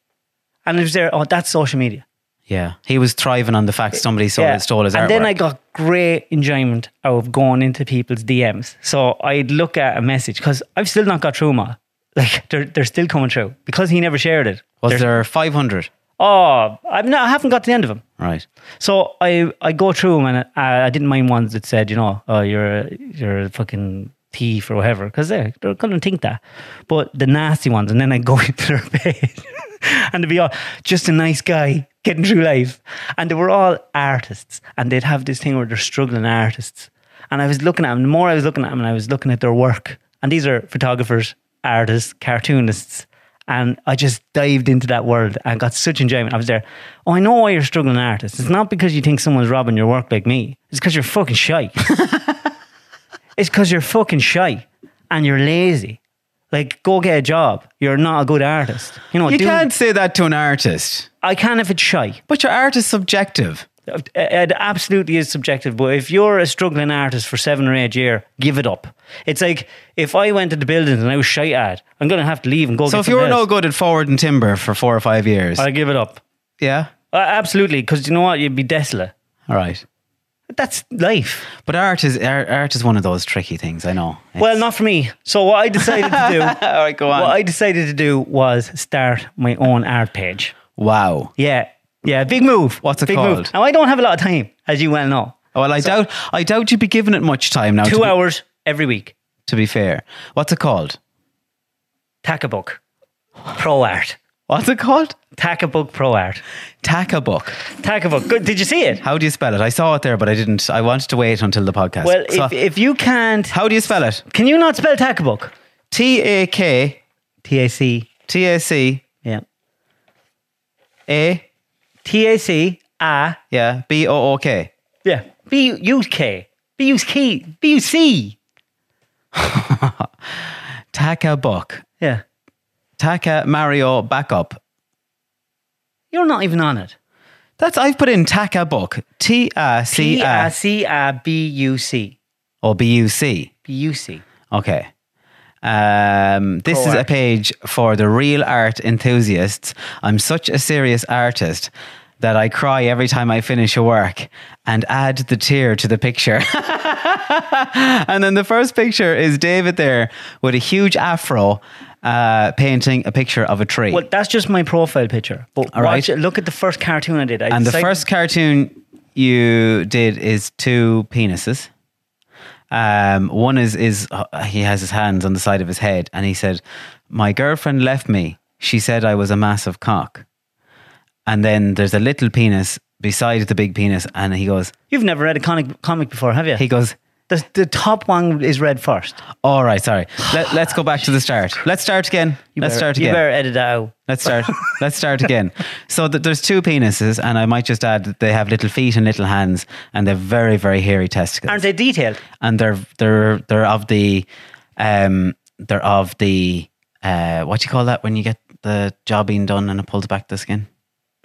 and it was there. Oh, that's social media.
yeah. He was thriving on the fact somebody sold, stole his
and
artwork.
then I got great enjoyment out of going into people's DMs. So I'd look at a message because I've still not got through them all. Like they're they're still coming through because he never shared it.
was
There's-
there 500?
Oh, I've not, I haven't got to the end of them.
Right.
So I I go through them and I, I didn't mind ones that said you know oh you're a, you're a fucking thief or whatever because they they're gonna think that, but the nasty ones and then I go [LAUGHS] into their page and to be all just a nice guy getting through life and they were all artists and they'd have this thing where they're struggling artists and I was looking at them the more I was looking at them and I was looking at their work and these are photographers artists cartoonists and I just dived into that world and got such enjoyment. I was there. Oh, I know why you're a struggling artist. It's not because you think someone's robbing your work like me. It's because you're fucking
[LAUGHS]
shy. it's because you're fucking shy and you're lazy. Like, go get a job. You're not a good artist. You know,
You
do-
can't say that to an artist,
I can if it's shy.
but your art is subjective.
It it absolutely is subjective. But if you're a struggling artist for seven or eight year, give it up. It's like if I went to the buildings and I was shy at, it, I'm gonna have to leave and go.
So
get
if you were
something
no
else.
good at forward and timber for four or five years,
I give it up.
yeah,
Uh, absolutely, because you know what? You'd be desolate.
all right.
That's life.
But art is art, art is one of those tricky things. I know.
Well, not for me. So what I decided to
[LAUGHS]
do,
all right, go on.
what I decided to do was start my own art page.
wow.
Yeah, yeah, big move.
What's it
big
called?
Move. Now I don't have a lot of time, as you well know.
Well, I doubt I doubt you'd be giving it much time now. to
Two
be-
hours every week.
to be fair, what's it called?
Tack a book. Pro art.
What's it called?
Tack a book. Pro art.
Tack a book.
Tack a book. Good. Did you see it?
How do you spell it? I saw it there, but I didn't. I wanted to wait until the podcast.
Well,
So,
if, if you can't,
how do you spell it?
can you not spell tack a book?
T A K
T A C.
T A C
Yeah.
A
T A C a
yeah B O O K.
yeah. B U K. B U K. B U C.
Tack a book.
Yeah.
Taka Mario backup.
You're not even on it.
That's I've put in Taka book. T A C
P I
A
C I B U C.
or B U C.
B U C.
Okay. Um, this is a
Proact.
page for the real art enthusiasts. I'm such a serious artist that I cry every time I finish a work and add the tear to the picture. [LAUGHS] and then the first picture is David there with a huge afro uh, painting a picture of a tree.
Well, that's just my profile picture. But
All right.
watch it. Look at the first cartoon I did. I
and the
decided-
first cartoon you did is two penises. Um, one is is uh, he has his hands on the side of his head, and he said, "My girlfriend left me. She said I was a massive cock." And then there's a little penis beside the big penis, and he goes,
You've never read a comic comic before, have you?
he goes,
the, the top one is read first.
"All right, sorry.
[SIGHS]
Let, let's go back to the start. Let's start again.
You
let's
better-
start
You
again.
better edit that out.
Let's start. Let's start again. So th- there's two penises, and I might just add that they have little feet and little hands, and they're very, very hairy testicles.
Aren't they detailed?
and they're they're they're of the, um, they're of the uh, what do you call that when you get the job being done and it pulls back the skin?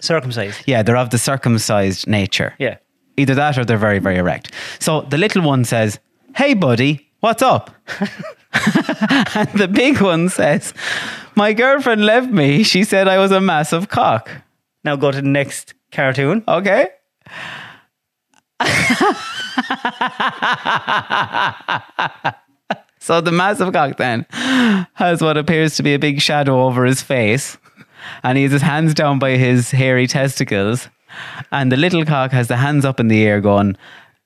Circumcised.
Yeah, they're of the circumcised nature.
Yeah.
Either that or they're very, very erect. So the little one says, Hey, buddy, What's up? [LAUGHS] and the big one says, My girlfriend left me. She said I was a massive cock.
Now go to the next cartoon.
Okay? so the massive cock then has what appears to be a big shadow over his face, and he has his hands down by his hairy testicles, and the little cock has the hands up in the air going,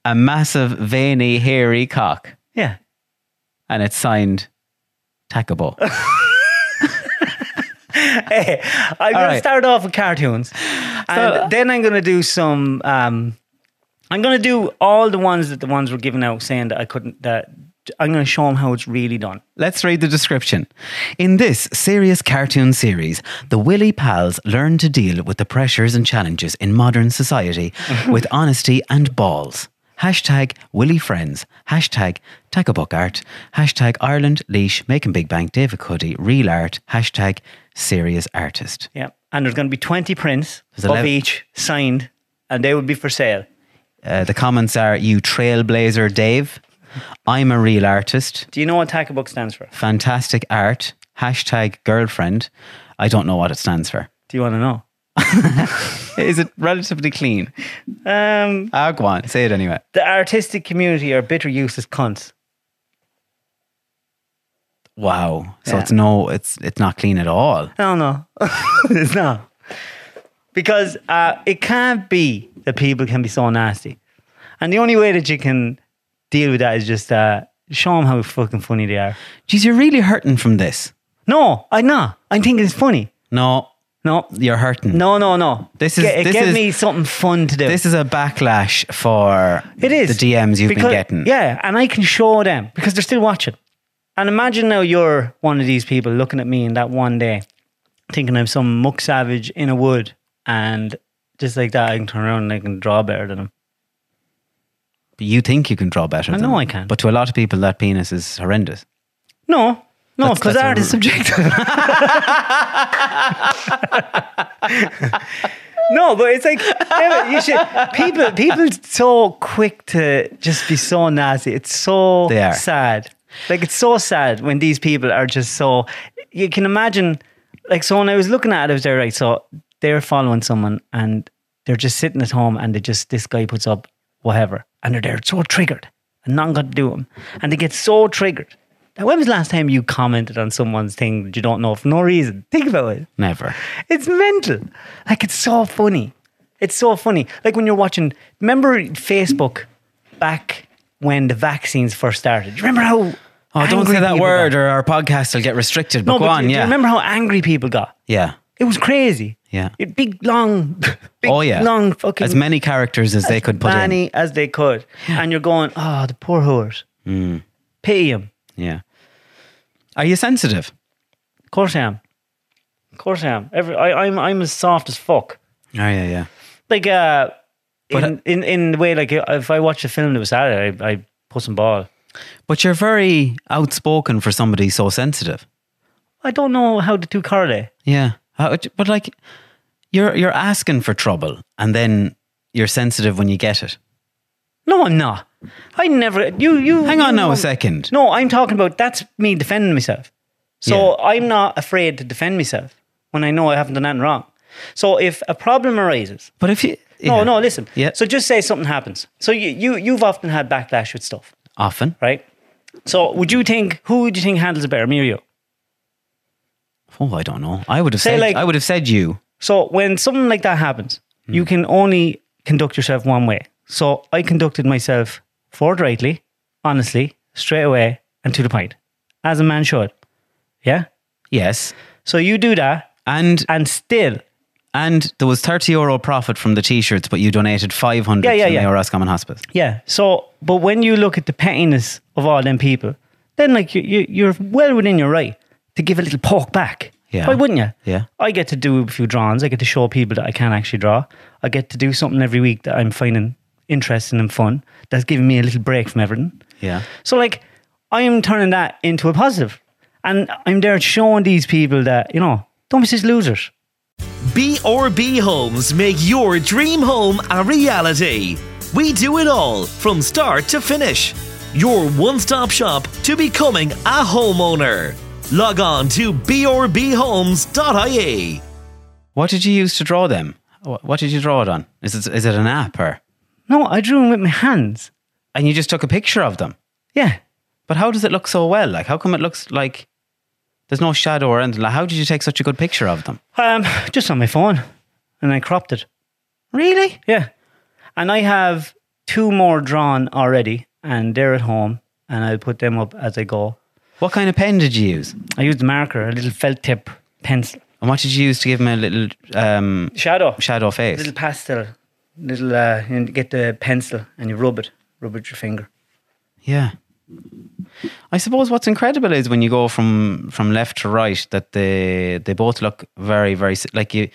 a massive, veiny, hairy cock,
Yeah.
and it's signed Takabo.
Hey, [LAUGHS] I'm gonna
right.
start off with cartoons, and then I'm gonna do some. Um, I'm gonna do all the ones that the ones were given out saying that I couldn't. That I'm gonna show them how it's really done.
Let's read the description. In this serious cartoon series, the Willy Pals learn to deal with the pressures and challenges in modern society with honesty and balls. Hashtag Willy Friends. Hashtag Tacklebuck Art. Hashtag Ireland Leash Making Big Bang David Cuddy Real Art. Hashtag Serious Artist.
Yeah, and there's gonna be 20 prints
There's
of
11.
each signed, and they would be for sale.
Uh, the comments are you trailblazer Dave. I'm a real artist.
Do you know what Tackle Book stands for?
Fantastic art. Hashtag girlfriend. I don't know what it stands for.
Do you want to know?
Is it relatively clean?
Um,
Ah, go on, say it anyway.
the artistic community are bitter, useless cunts.
Wow. So
Yeah.
it's no, it's it's not clean at all.
No, no, [LAUGHS] it's not. Because uh, it can't be that people can be so nasty. And the only way that you can deal with that is just uh, show them how fucking funny they are.
Geez, you're really hurting from this.
No, I'm not. I think it's funny.
No,
No,
you're hurting.
no, no, no.
This is-
Get,
this
get
is-
me something fun to do.
This is a backlash for
It is
the DMs you've
Because-
been getting.
Yeah, and I can show them because they're still watching. And imagine now you're one of these people looking at me in that one day, thinking I'm some muck savage in a wood, and just like that, I can turn around and I can draw better than him.
But You think you can draw better.
I
than
know
them.
I can.
But to a lot of people, that penis is horrendous.
No, no,
That's-
because
that's
art
a-
is subjective. no, but it's like yeah, but you should people people so quick to just be so nasty. It's so
They are.
sad. Like it's so sad when these people are just so. You can imagine, like so. When I was looking at it, I was there right. So they're following someone and they're just sitting at home and they just this guy puts up whatever and they're there so triggered and none got to do them and they get so triggered. Now, when was the last time you commented on someone's thing that you don't know for no reason? Think about it.
Never.
It's mental. Like it's so funny. It's so funny. Like when you're watching. Remember Facebook back when the vaccines first started. You remember how?
Oh, don't
angry
say that
people
word,
got?
or our podcast will get restricted. But
no,
go
but
on,
do you
yeah,
remember how angry people got?
yeah,
It was crazy.
Yeah.
It,
[LAUGHS]
big long. Big,
oh yeah,
Long fucking.
as many characters as they could put in.
many as they could, and you're going, oh, the poor horse.
Hmm.
Pity him.
Yeah. Are you sensitive?
Of course I am. Of course I am. Every, I, I'm I'm as soft as fuck.
Oh yeah, yeah.
like uh
But-
in, in in the way like if I watch a film that was Saturday, I I put some ball.
But you're very outspoken for somebody so sensitive.
I don't know how the two correlate.
Yeah, How- it- but like, you're you're asking for trouble, and then you're sensitive when you get it.
No, I'm not. I never you you
Hang on
you
now a
won't-
second.
No, I'm talking about that's me defending myself. So I'm not afraid to defend myself when I know I haven't done anything wrong. So if a problem arises,
But if you
no,
yeah.
no, listen.
Yeah.
So just say something happens. So you, you you've often had backlash with stuff,
often
right? So would you think who do you think handles it better, me or you?
oh I don't know I would have
Say,
said
like-
I would have said you
So when something like that happens, you can only conduct yourself one way. So I conducted myself forthrightly, honestly, straight away, and to the point, as a man should. Yeah.
yes
So you do that,
and
and still,
and there was thirty euro profit from the t-shirts but you donated five hundred
Yeah, yeah,
to
yeah.
the Mayor Common Hospice
yeah. So, but when you look at the pettiness of all them people, then like you, you you're well within your right to give a little poke back.
Yeah.
Why wouldn't you?
Yeah.
I get to do a few drawings. I get to show people that I can actually draw. I get to do something every week that I'm finding interesting and fun. That's giving me a little break from everything.
yeah
So like I am turning that into a positive. And I'm there showing these people that, you know, don't be such losers.
BRB Homes make your dream home a reality. We do it all from start to finish. your one stop shop to becoming a homeowner. Log on to brbhomes.ie.
What did you use to draw them? Wh- What did you draw it on? Is it is it an app or?
No, I drew them with my hands.
And you just took a picture of them.
Yeah.
But how does it look so well? Like, how come it looks like there's no shadow or anything? Like, how did you take such a good picture of them?
Um, just on my phone. And I cropped it.
Really?
Yeah. And I have two more drawn already, and they're at home, and I'll put them up as I go.
What kind of pen did you use?
I used a marker, a little felt tip pencil.
And what did you use to give him a little um,
Shadow.
shadow face?
Little pastel. Little, uh, you get the pencil and you rub it, rub it with your finger.
Yeah. I suppose what's incredible is when you go from from left to right that they they both look very very si- like you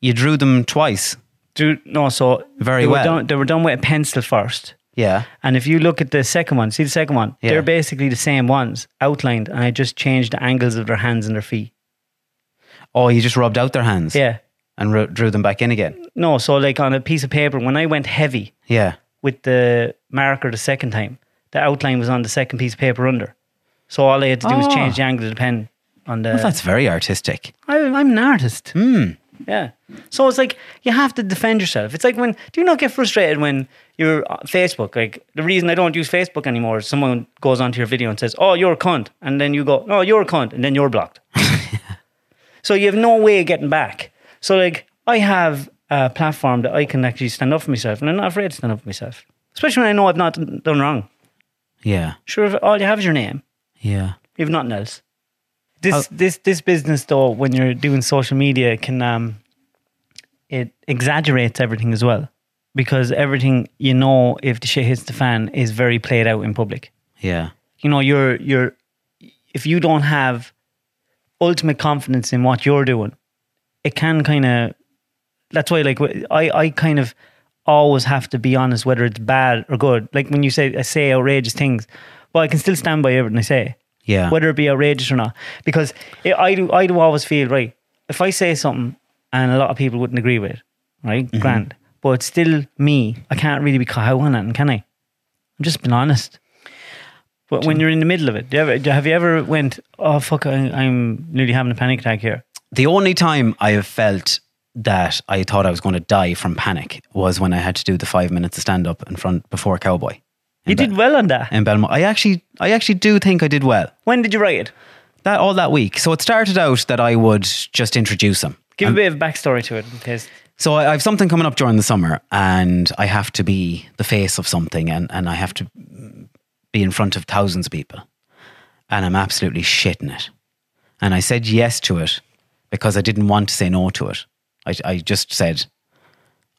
you drew them twice.
Do, no, so
Very
they
well.
Were done, they were done with a pencil first.
Yeah.
And if you look at the second one, see the second one,
Yeah.
they're basically the same ones outlined, and I just changed the angles of their hands and their feet.
Oh, you just rubbed out their hands.
Yeah.
And ru- drew them back in again.
No, so like on a piece of paper, when I went heavy
Yeah.
with the marker the second time, the outline was on the second piece of paper under. So all I had to do was
Ah.
change the angle of the pen on the.
Well, that's very artistic.
I, I'm an artist. Yeah. So it's like you have to defend yourself. It's like when do you not get frustrated when you're on Facebook? Like the reason I don't use Facebook anymore is someone goes onto your video and says, "Oh, you're a cunt," and then you go, "No, you're a cunt," and then you're blocked. so you have no way of getting back. So like I have a platform that I can actually stand up for myself, and I'm not afraid to stand up for myself, especially when I know I've not done done wrong.
Yeah.
Sure, if all you have is your name.
Yeah.
You've nothing else. This this this business though, when you're doing social media, it can um, it exaggerates everything as well, because everything you know, if the shit hits the fan, is very played out in public.
Yeah.
You know, you're you're if you don't have ultimate confidence in what you're doing, it can kind of. That's why, like, wh- I I kind of always have to be honest, whether it's bad or good. Like when you say I say outrageous things, well, I can still stand by everything I say
Yeah.
whether it be outrageous or not. Because it, I do, I do always feel right. If I say something and a lot of people wouldn't agree with it, right, grand, but it's still me. I can't really be caught out on it, can I? I'm just being honest. But when you're in the middle of it, do you ever, do- have you ever went, oh fuck, I, I'm nearly having a panic attack here?
the only time I have felt that I thought I was going to die from panic was when I had to do the five minutes of stand up in front before Cowboy
You did well on that.
in Belmont. I actually, I actually do think I did well
When did you write it?
that all that week. So it started out that I would just introduce him.
Give a bit of backstory to it, in case.
So I, I have something coming up during the summer, and I have to be the face of something, and, and I have to be in front of thousands of people, and I'm absolutely shitting it. And I said yes to it because I didn't want to say no to it. I, I just said,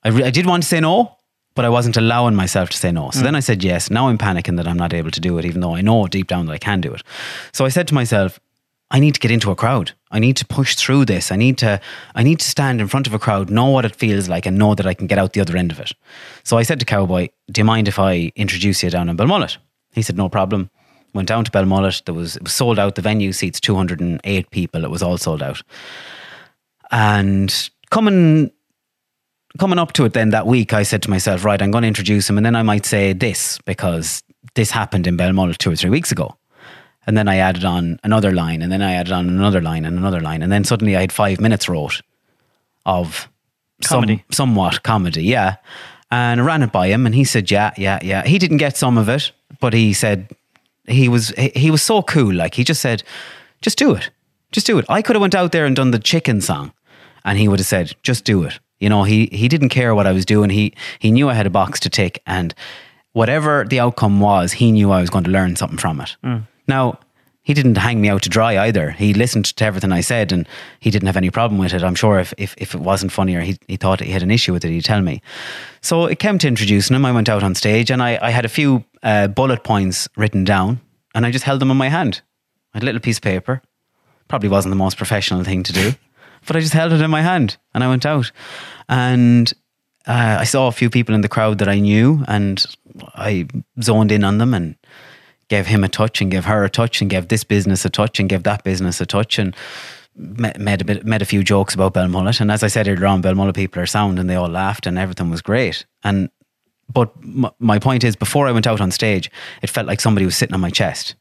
I, re- I did want to say no, but I wasn't allowing myself to say no. So then I said yes. Now I'm panicking that I'm not able to do it, even though I know deep down that I can do it. So I said to myself, I need to get into a crowd. I need to push through this. I need to I need to stand in front of a crowd, know what it feels like, and know that I can get out the other end of it. So I said to Cowboy, Do you mind if I introduce you down in Belmullet? He said, No problem. Went down to Belmullet. There was it was sold out. The venue seats 208 people. It was all sold out. And coming coming up to it then that week, I said to myself, right, I'm going to introduce him and then I might say this because this happened in Belmont two or three weeks ago. And then I added on another line and then I added on another line and another line. And then suddenly I had five minutes wrote of some-
Comedy.
somewhat comedy, yeah. And I ran it by him and he said, yeah, yeah, yeah. He didn't get some of it, but he said, he was he, he was so cool. Like he just said, just do it, just do it. I could have went out there and done the chicken song, and he would have said, just do it. You know, he he didn't care what I was doing. He he knew I had a box to tick, and whatever the outcome was, he knew I was going to learn something from it. Now. He didn't hang me out to dry either. He listened to everything I said and he didn't have any problem with it. I'm sure if, if, if it wasn't funny or he, he thought he had an issue with it, he'd tell me. So it came to introducing him. I went out on stage and I, I had a few uh, bullet points written down and I just held them in my hand. I had a little piece of paper. Probably wasn't the most professional thing to do, [LAUGHS] but I just held it in my hand and I went out. And uh, I saw a few people in the crowd that I knew and I zoned in on them and gave him a touch and gave her a touch and gave this business a touch and gave that business a touch and ma- made a bit, made a few jokes about Belmullet. And as I said earlier on, Belmullet people are sound and they all laughed and everything was great. And But m- my point is, before I went out on stage, it felt like somebody was sitting on my chest.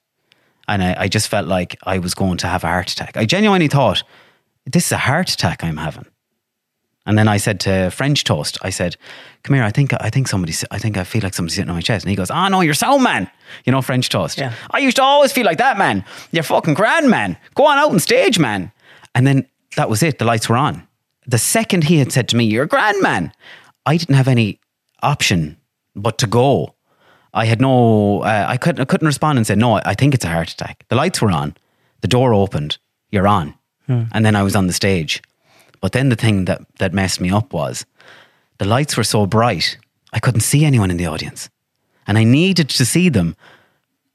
And I, I just felt like I was going to have a heart attack. I genuinely thought, this is a heart attack I'm having. And then I said to French Toast, I said, "Come here, I think I think somebody, I think I feel like somebody's sitting on my chest." And he goes, "Ah, no, you're sound man." You know, French Toast.
Yeah.
I used to always feel like that, man. You're fucking grand, man. Go on out on stage, man. And then that was it. The lights were on. The second he had said to me, "You're a grand man," I didn't have any option but to go. I had no, uh, I couldn't, I couldn't respond and say, "No, I think it's a heart attack." The lights were on. The door opened. You're on. And then I was on the stage. But then the thing that, that messed me up was the lights were so bright, I couldn't see anyone in the audience. And I needed to see them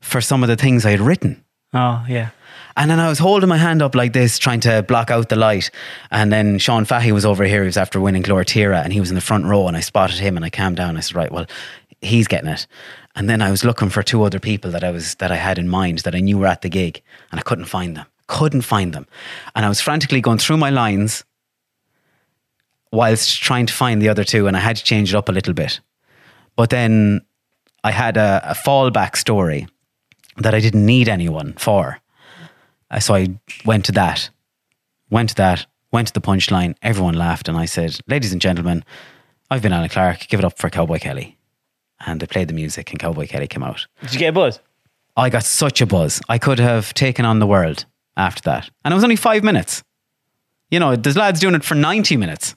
for some of the things I had written.
Oh, yeah.
And then I was holding my hand up like this, trying to block out the light. And then Sean Fahey was over here. He was after winning Gloritera and he was in the front row. And I spotted him and I calmed down. I said, right, well, he's getting it. And then I was looking for two other people that I was that I had in mind that I knew were at the gig, and I couldn't find them. Couldn't find them. And I was frantically going through my lines whilst trying to find the other two, and I had to change it up a little bit. But then I had a, a fallback story that I didn't need anyone for. Uh, So I went to that, went to that, went to the punchline. Everyone laughed, and I said, Ladies and gentlemen, I've been Alan Clark, give it up for Cowboy Kelly. And they played the music, and Cowboy Kelly came out.
Did you get a buzz?
I got such a buzz. I could have taken on the world after that. And it was only five minutes. You know, there's lads doing it for 90 minutes.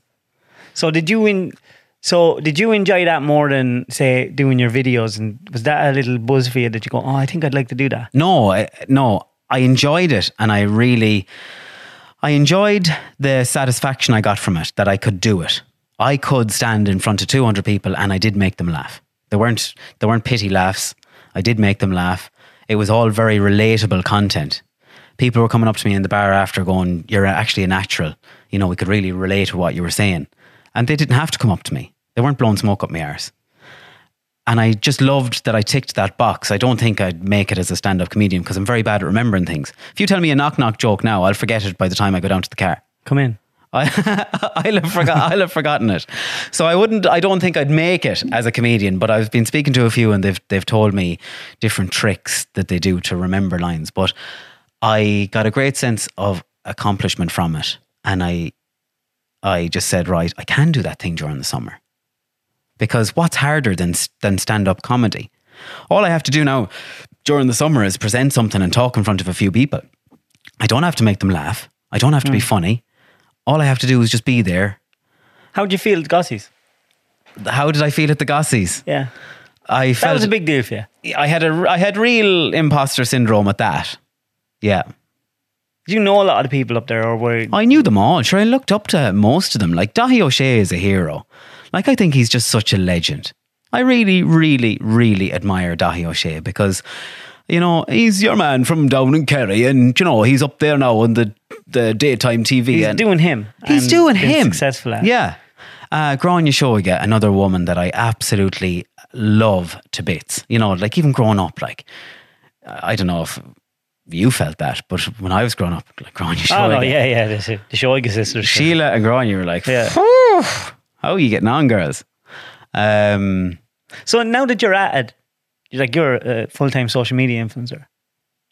So did you in? So did you enjoy that more than say doing your videos? And was that a little buzz for you that you go, oh, I think I'd like to do that?
No, I, no, I enjoyed it, and I really, I enjoyed the satisfaction I got from it that I could do it. I could stand in front of two hundred people, and I did make them laugh. They weren't they weren't pity laughs. I did make them laugh. It was all very relatable content. People were coming up to me in the bar after, going, "You're actually a natural." You know, we could really relate to what you were saying, and they didn't have to come up to me. They weren't blowing smoke up my arse and I just loved that I ticked that box. I don't think I'd make it as a stand up comedian because I'm very bad at remembering things. If you tell me a knock knock joke now, I'll forget it by the time I go down to the car.
Come in.
I, [LAUGHS] I'll, have forgot, I'll have forgotten it. So I wouldn't, I don't think I'd make it as a comedian, but I've been speaking to a few and they've, they've told me different tricks that they do to remember lines. But I got a great sense of accomplishment from it. And I, I just said, right, I can do that thing during the summer because what's harder than than stand up comedy? All I have to do now during the summer is present something and talk in front of a few people. I don't have to make them laugh. I don't have to be funny. All I have to do is just be there.
How would you feel, at Gossies?
How did I feel at the Gossies?
Yeah,
I
that
felt
was a big deal for you.
I had a I had real imposter syndrome at that. Yeah.
Did you know a lot of the people up there, or were
I knew them all. Sure, I looked up to most of them. Like Dahi O'Shea is a hero. Like I think he's just such a legend. I really, really, really admire Dahi O'Shea because, you know, he's your man from down in Kerry, and you know he's up there now on the the daytime TV.
he's
and
doing him?
He's
and
doing
been
him.
Successful at.
Yeah. Uh, Grania Shoiga, another woman that I absolutely love to bits. You know, like even growing up, like, I don't know if you felt that, but when I was growing up, like Grania Shoiga.
Oh no, yeah, yeah. The, Sh- the Shoiga sisters.
Sheila and Grania were like,
Yeah.
"Phew, how are you getting on, girls? Um,
So now that you're at it, you're like you're a full time social media influencer.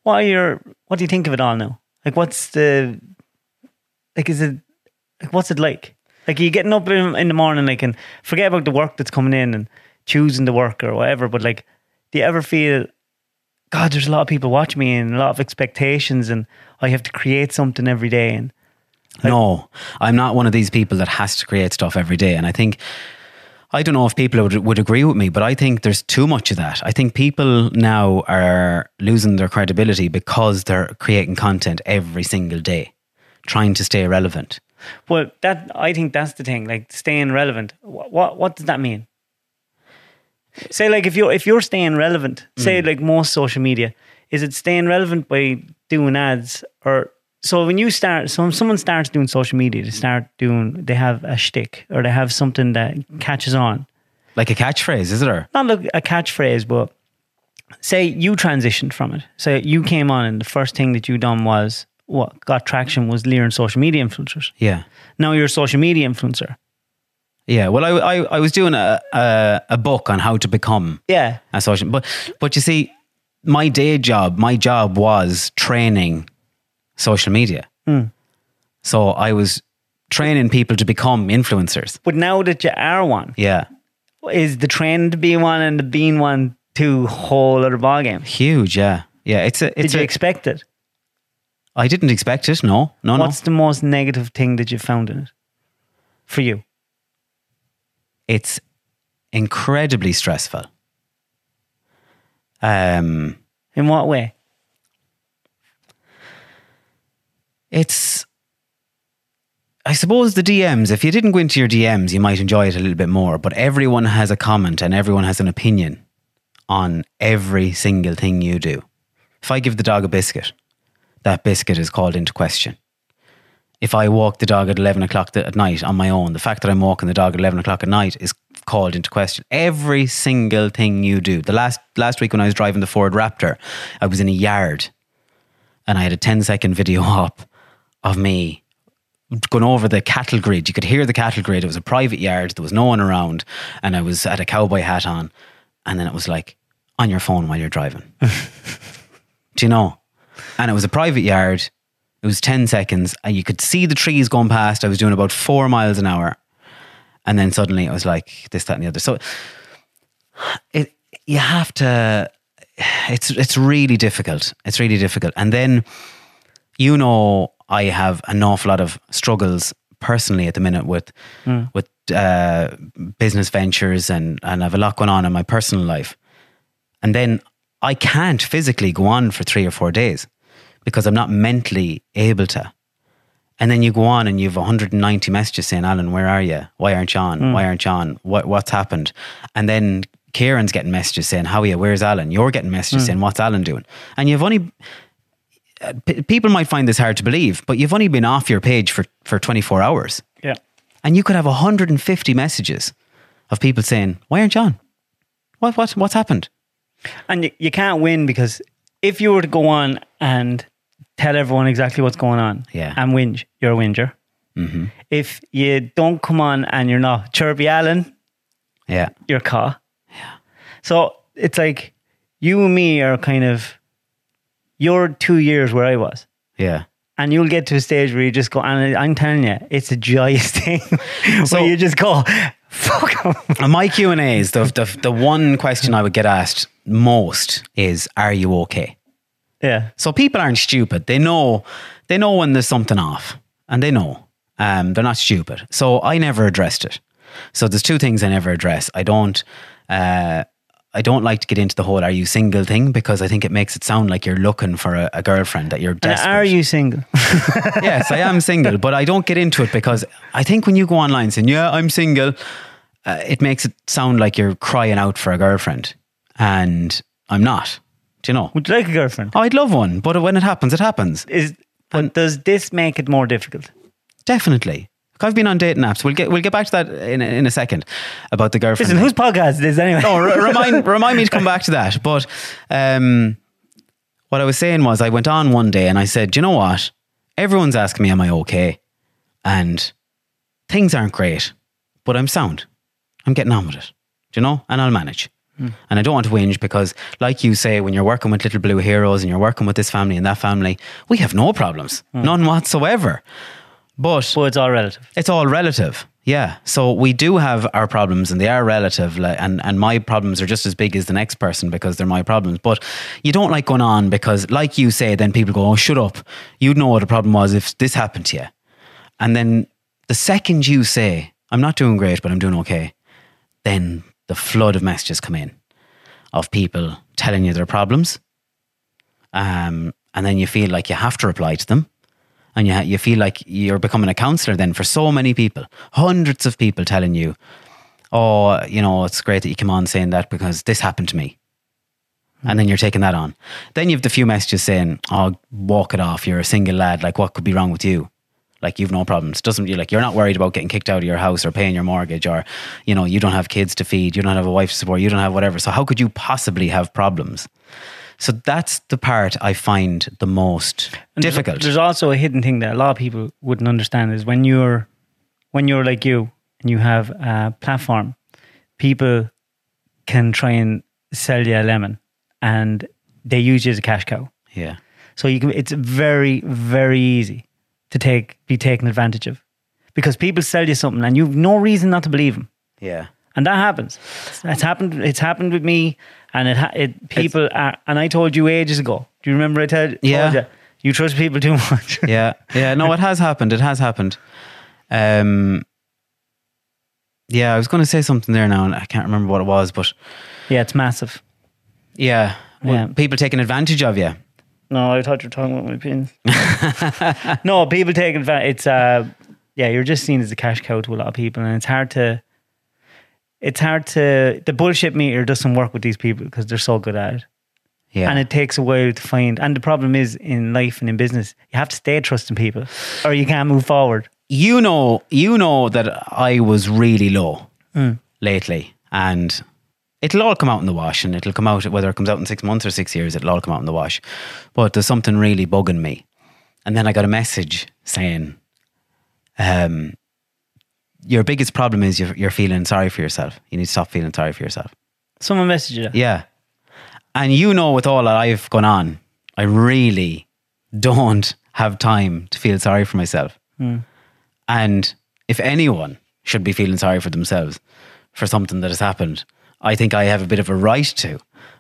What are your? What do you think of it all now? Like, what's the? Like, is it? Like, what's it like? Like, are you getting up in, in the morning, like, and forget about the work that's coming in and choosing the work or whatever. But like, do you ever feel? God, there's a lot of people watching me and a lot of expectations, and I have to create something every day. And
no, I'm not one of these people that has to create stuff every day. And I think, I don't know if people would, would agree with me, but I think there's too much of that. I think people now are losing their credibility because they're creating content every single day, trying to stay relevant.
well, that I think that's the thing. Like, staying relevant. What what, what does that mean? Say, like, if you're if you're staying relevant, say, like most social media, is it staying relevant by doing ads or? So when you start, so when someone starts doing social media, they start doing, they have a shtick or they have something that catches on.
Like a catchphrase, is it? Or
not like a catchphrase, but say you transitioned from it. So you came on, and the first thing that you done was what got traction was leering social media influencers.
yeah,
Now you're a social media influencer.
Yeah, well, I, I, I was doing a, a, a book on how to become
Yeah.
a social, but but you see, my day job, my job was training social media.
Hmm.
So I was training people to become influencers.
But now that you are one,
Yeah,
is the trend to be one and the being one two whole other ballgame?
huge. Yeah, yeah. It's a.
Did
It's
you
a,
expect it?
I didn't expect it. No, Oh, no, no.
What's the most negative thing that you found in it for you?
it's incredibly stressful. Um,
In what way?
it's I suppose the DMs, if you didn't go into your DMs, you might enjoy it a little bit more, but everyone has a comment and everyone has an opinion on every single thing you do. If I give the dog a biscuit, that biscuit is called into question. If I walk the dog at 11 o'clock th- at night on my own, the fact that I'm walking the dog at 11 o'clock at night is called into question. Every single thing you do. The last, last week when I was driving the Ford Raptor, I was in a yard and I had a 10 second video [LAUGHS] up of me going over the cattle grid. You could hear the cattle grid. It was a private yard. There was no one around. And I was had a cowboy hat on. And then it was like, on your phone while you're driving. Do you know? And it was a private yard. It was 10 seconds. And you could see the trees going past. I was doing about four miles an hour. And then suddenly it was like this, that, and the other. So it you have to it's it's really difficult. It's really difficult. And then you know I have an awful lot of struggles personally at the minute with with uh, business ventures and and I've a lot going on in my personal life. And then I can't physically go on for three or four days because I'm not mentally able to. And then you go on and you have 190 messages saying, Alan, where are you? Why aren't you on? Why aren't you on? What, what's happened? And then Kieran's getting messages saying, how are you? Where's Alan? You're getting messages saying, what's Alan doing? And you've only, uh, p- people might find this hard to believe, but you've only been off your page for, for 24 hours.
Yeah.
And you could have 150 messages of people saying, why aren't you on? What, what, what's happened?
And you, you can't win because if you were to go on and tell everyone exactly what's going on
Yeah. Mm-hmm.
and whinge, you're a whinger. If you don't come on and you're not chirpy Allen,
Yeah.
your car. Yeah. So it's like you and me are kind of you're two years where I was.
Yeah.
And you'll get to a stage where you just go, and I'm telling you, it's a joyous [LAUGHS] thing.
[LAUGHS]
so
So-
you just go, fuck 'em."
And my Q and A's, the, the the one question I would get asked most is, "Are you okay?"
Yeah.
So people aren't stupid. They know they know when there's something off, and they know um, they're not stupid. So I never addressed it. So there's two things I never address. I don't. Uh, I don't like to get into the whole "Are you single?" thing because I think it makes it sound like you're looking for a, a girlfriend that you're
And
desperate.
are you single?
yes, I am single, but I don't get into it because I think when you go online saying, yeah, I'm single, uh, it makes it sound like you're crying out for a girlfriend. And I'm not. Do you know? Oh,
Would you like a girlfriend?
I'd love one, but when it happens, it happens.
Is but does this make it more difficult?
Definitely. Look, I've been on dating apps. We'll get, we'll get back to that in, a- in a second about the girlfriend.
Listen,
thing.
whose podcast is this anyway? [LAUGHS]
no, re- remind remind me to come back to that. But um, what I was saying was, I went on one day and I said, "Do you know what? Everyone's asking me, am I okay? And things aren't great, but I'm sound. I'm getting on with it. Do you know? And I'll manage." And I don't want to whinge because, like you say, when you're working with little blue heroes and you're working with this family and that family, we have no problems, none whatsoever. But
Well, it's all relative.
it's all relative. Yeah. So we do have our problems and they are relative. Like, and, and my problems are just as big as the next person because they're my problems. But you don't like going on because, like you say, then people go, oh, shut up. You'd know what a problem was if this happened to you. And then the second you say, I'm not doing great, but I'm doing okay, then the flood of messages come in of people telling you their problems. Um, and then you feel like you have to reply to them and you, ha- you feel like you're becoming a counselor then for so many people, hundreds of people telling you, oh, you know, it's great that you come on saying that because this happened to me. And then you're taking that on. Then you have the few messages saying, oh, walk it off. You're a single lad. Like, what could be wrong with you? Like, you've no problems. Doesn't you like, you're not worried about getting kicked out of your house or paying your mortgage or, you know, you don't have kids to feed. You don't have a wife to support. You don't have whatever. So, how could you possibly have problems? So, that's the part I find the most
And there's-
difficult.
There's, also a hidden thing that a lot of people wouldn't understand is when you're when you're like you and you have a platform, people can try and sell you a lemon and they use you as a cash cow.
Yeah.
So you can, it's very, very easy to take be taken advantage of because people sell you something and you've no reason not to believe them.
Yeah.
And that happens. It's happened. It's happened with me, and it, ha- it people are. And I told you ages ago. Do you remember I tell, told
Yeah.
you? You trust people too much.
Yeah. Yeah. No, it has happened. It has happened. Um, yeah, I was going to say something there now, and I can't remember what it was, but
[LAUGHS] yeah, it's massive.
yeah, well,
Yeah.
people taking advantage of you.
No, I thought you were talking about
[LAUGHS]
my pins. no, people take advantage. It's uh, yeah, you're just seen as a cash cow to a lot of people, and it's hard to. It's hard to the bullshit meter doesn't work with these people because they're so good at it,
Yeah.
and it takes a while to find. And the problem is in life and in business, you have to stay trusting people, or you can't move forward.
you know, you know that I was really low lately, and it'll all come out in the wash, and it'll come out whether it comes out in six months or six years, it'll all come out in the wash. But there's something really bugging me, and then I got a message saying, um, "Your biggest problem is you're, you're feeling sorry for yourself. You need to stop feeling sorry for yourself."
Someone messaged you. that.
Yeah. And you know, with all that I've gone on, I really don't have time to feel sorry for myself. And if anyone should be feeling sorry for themselves for something that has happened, I think I have a bit of a right to,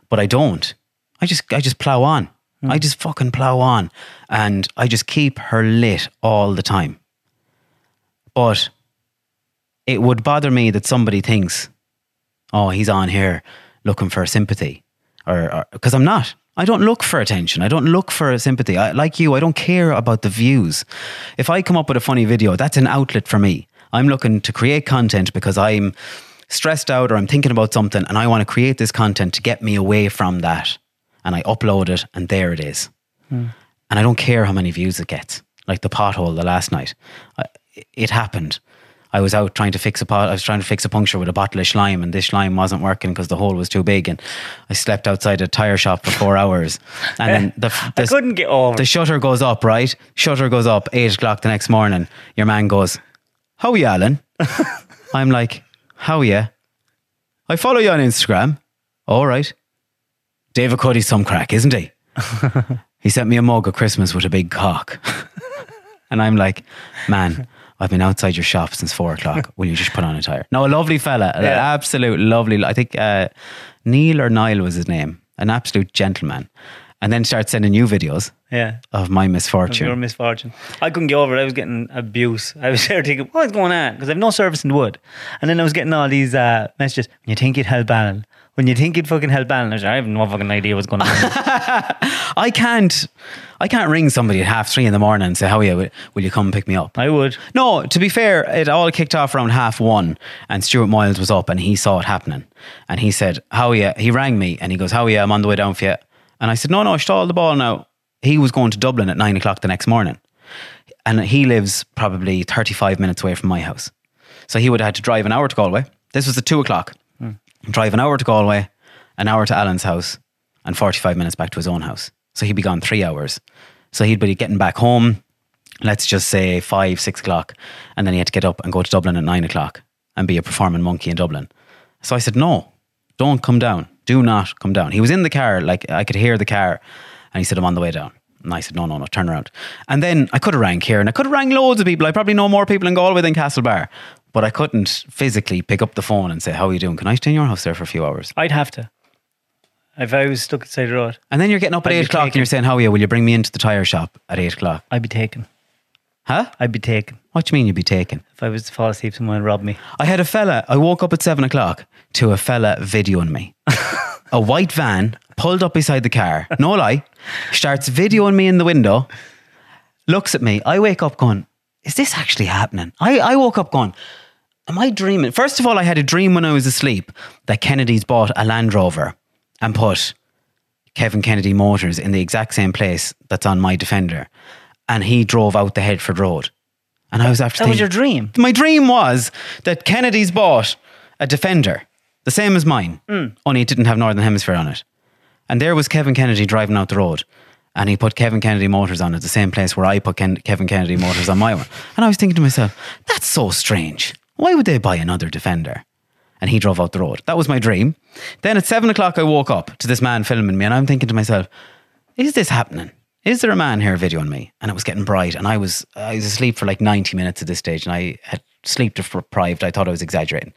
but I don't. I just, I just plow on. I just fucking plow on. And I just keep her lit all the time. But it would bother me that somebody thinks oh, he's on here looking for sympathy, or because I'm not. I don't look for attention. I don't look for sympathy. I, like you, I don't care about the views. If I come up with a funny video, that's an outlet for me. I'm looking to create content because I'm stressed out or I'm thinking about something and I want to create this content to get me away from that. And I upload it and there it is. And I don't care how many views it gets. Like the pothole the last night, I, it happened. I was out trying to fix a pot. I was trying to fix a puncture with a bottle of slime, and this slime wasn't working because the hole was too big. And I slept outside a tire shop for four hours. And
[LAUGHS]
then the, f- the
I
s-
couldn't get over.
the
it.
shutter goes up, right? Shutter goes up, eight o'clock the next morning. Your man goes, How are you, Alan? I'm like, How are you? I follow you on Instagram. All right. David Cody's some crack, isn't he? he sent me a mug at Christmas with a big cock. [LAUGHS] and I'm like, Man, I've been outside your shop since four o'clock. Will you just put on a tire? No, a lovely fella, an
Yeah.
absolute lovely. I think uh, Neil or Niall was his name, an absolute gentleman. And then starts sending you videos
yeah.
of my
Of your
misfortune.
misfortune. I couldn't get over it. I was getting abuse. I was [LAUGHS] there thinking, what's going on? Because I've no service in the wood. And then I was getting all these uh, messages. When you think you'd help Alan. When you think you'd fucking help Alan. I, was like, I have no fucking idea what's going [LAUGHS] on.
I can't, I can't ring somebody at half three in the morning and say, "How are you? Will- Will you come pick me up?"
I would.
No, to be fair, it all kicked off around half one, and Stuart Miles was up and he saw it happening, and he said, "How are you?" He rang me and he goes, "How are you? I'm on the way down for you," and I said, "No, no, stall the ball now." He was going to Dublin at nine o'clock the next morning, and he lives probably thirty-five minutes away from my house, so he would have had to drive an hour to Galway. This was at two o'clock.
Hmm.
Drive an hour to Galway, an hour to Alan's house, and forty-five minutes back to his own house. So he'd be gone three hours. So he'd be getting back home let's just say five, six o'clock, and then he had to get up and go to Dublin at nine o'clock and be a performing monkey in Dublin. So I said, no, don't come down. Do not come down. He was in the car, like I could hear the car, and he said, I'm on the way down. And I said, no, no, no, turn around. And then I could have rang here and I could have rang loads of people. I probably know more people in Galway than Castlebar, but I couldn't physically pick up the phone and say, how are you doing? Can I stay in your house there for a few hours?
I'd have to. If I was stuck inside the road,
And then you're getting up at
I'd be
eight o'clock and
taken.
you're saying, how are you? Will you bring me into the tyre shop at eight o'clock?
I'd be taken.
Huh?
I'd be taken.
What do you mean you'd be taken?
If I was to fall asleep, someone would rob me.
I had a fella, I woke up at seven o'clock to a fella videoing
[LAUGHS]
me. a white van pulled up beside the car, no lie, starts videoing me in the window, looks at me. I wake up going, Is this actually happening? I, I woke up going, Am I dreaming? First of all, I had a dream when I was asleep that Kennedy's bought a Land Rover and put Kevin Kennedy Motors in the exact same place that's on my Defender. And he drove out the Headford Road. And I was after
That was
thinking-
your dream.
my dream was that Kennedy's bought a Defender, the same as mine, only it didn't have Northern Hemisphere on it. And there was Kevin Kennedy driving out the road, and he put Kevin Kennedy Motors on at the same place where I put Ken- Kevin Kennedy Motors on my one. And I was thinking to myself, that's so strange. Why would they buy another defender? And he drove out the road. That was my dream. Then at seven o'clock, I woke up to this man filming me, and I'm thinking to myself, is this happening? Is there a man here videoing me? And it was getting bright, and I was I was asleep for like ninety minutes at this stage, and I had sleep deprived. I thought I was exaggerating.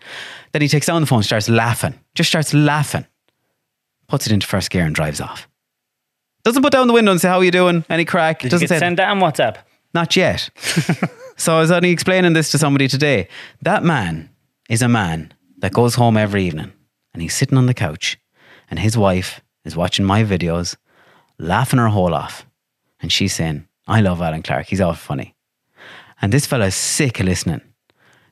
Then he takes down the phone, starts laughing, just starts laughing, puts it into first gear, and drives off. Doesn't put down the window and say how are you doing, any crack.
Did
doesn't
you get
say
send that on WhatsApp?
not yet. so I was only explaining this to somebody today. That man is a man that goes home every evening and he's sitting on the couch and his wife is watching my videos, laughing her whole off. And she's saying, I love Alan Clark. He's all funny. And this fella's sick of listening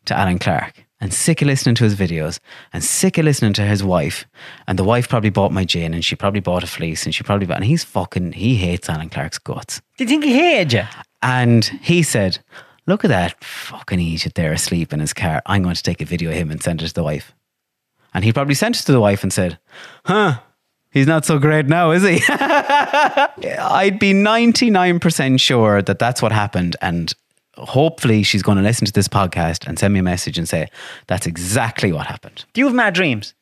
to Alan Clark and sick of listening to his videos and sick of listening to his wife. And the wife probably bought my gin and she probably bought a fleece and she probably bought, and he's fucking, he hates Alan Clark's guts.
Do you think he hated you?
And he said, Look at that fucking idiot there asleep in his car. I'm going to take a video of him and send it to the wife. And he probably sent it to the wife and said, Huh, he's not so great now, is he? [LAUGHS] I'd be 99% sure that that's what happened. And hopefully she's going to listen to this podcast and send me a message and say, That's exactly what happened.
Do you have mad dreams?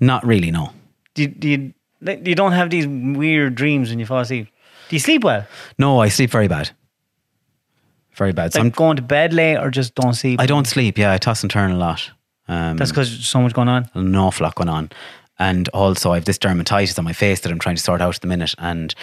Not really, no.
Do you, do you, like, you don't have these weird dreams when you fall asleep? Do you sleep well?
No, I sleep very bad. Very bad. So
Like
I'm,
going to bed late or just don't sleep?
I don't sleep. Yeah, I toss and turn a lot. Um,
That's because there's so much going on.
an awful lot going on. And also, I have this dermatitis on my face that I'm trying to sort out at the minute. And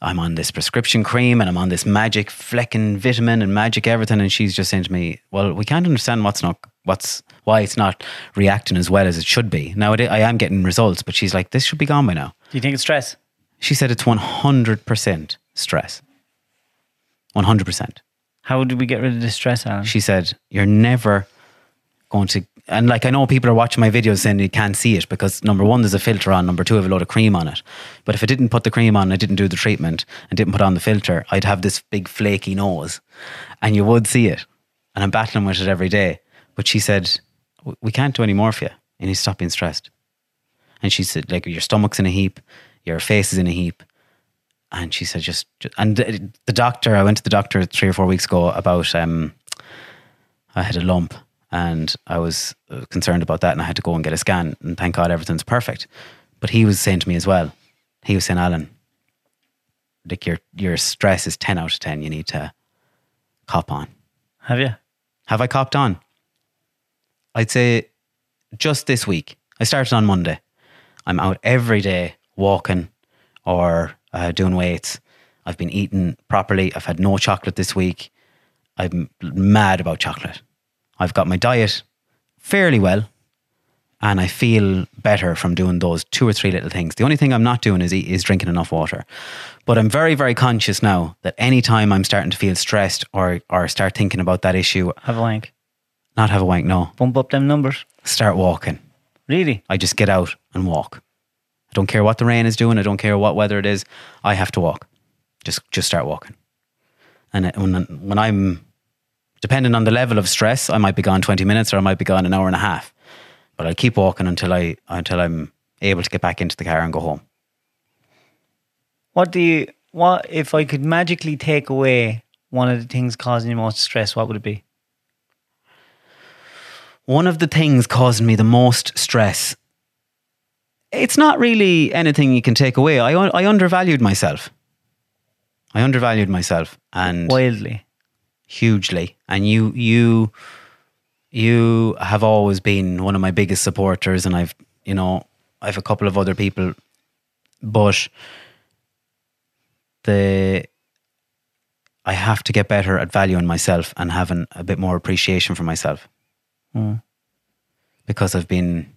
I'm on this prescription cream and I'm on this magic flecking vitamin and magic everything. And she's just saying to me, Well, we can't understand what's not, what's, why it's not reacting as well as it should be. Now, it, I am getting results, but she's like, This should be gone by now.
Do you think it's stress?
She said it's 100% stress. 100%.
How do we get rid of the stress, Alan?
She said, You're never going to. And like, I know people are watching my videos saying you can't see it because number one, there's a filter on, number two, I have a load of cream on it. But if I didn't put the cream on, I didn't do the treatment and didn't put on the filter, I'd have this big flaky nose and you would see it. And I'm battling with it every day. But she said, "W- We can't do any more for you. You need to stop being stressed. And she said, Like, your stomach's in a heap, your face is in a heap and she said just, ju- and th- the doctor i went to the doctor three or four weeks ago about um i had a lump and i was uh, concerned about that and i had to go and get a scan and thank god everything's perfect but he was saying to me as well he was saying alan like your your stress is 10 out of 10 you need to cop on
have you?
have I copped on? I'd say just this week. I started on Monday. I'm out every day walking or uh, doing weights. I've been eating properly. I've had no chocolate this week. I'm mad about chocolate. I've got my diet fairly well and I feel better from doing those two or three little things. The only thing I'm not doing is eat, is drinking enough water. But I'm very very conscious now that anytime I'm starting to feel stressed or or start thinking about that issue,
Have a wank.
not have a wank, no.
Bump up them numbers.
Start walking.
Really?
I just get out and walk. I don't care what the rain is doing. I don't care what weather it is. I have to walk. Just just start walking. And it- when when I'm depending on the level of stress, I might be gone twenty minutes or I might be gone an hour and a half. But I keep walking until I until I'm able to get back into the car and go home.
What do you, what if I could magically take away one of the things causing you most stress, what would it be?
one of the things causing me the most stress it's not really anything you can take away i, un- I undervalued myself i undervalued myself and
Wildly.
hugely and you you you have always been one of my biggest supporters and i've you know i've a couple of other people but the i have to get better at valuing myself and having a bit more appreciation for myself because I've been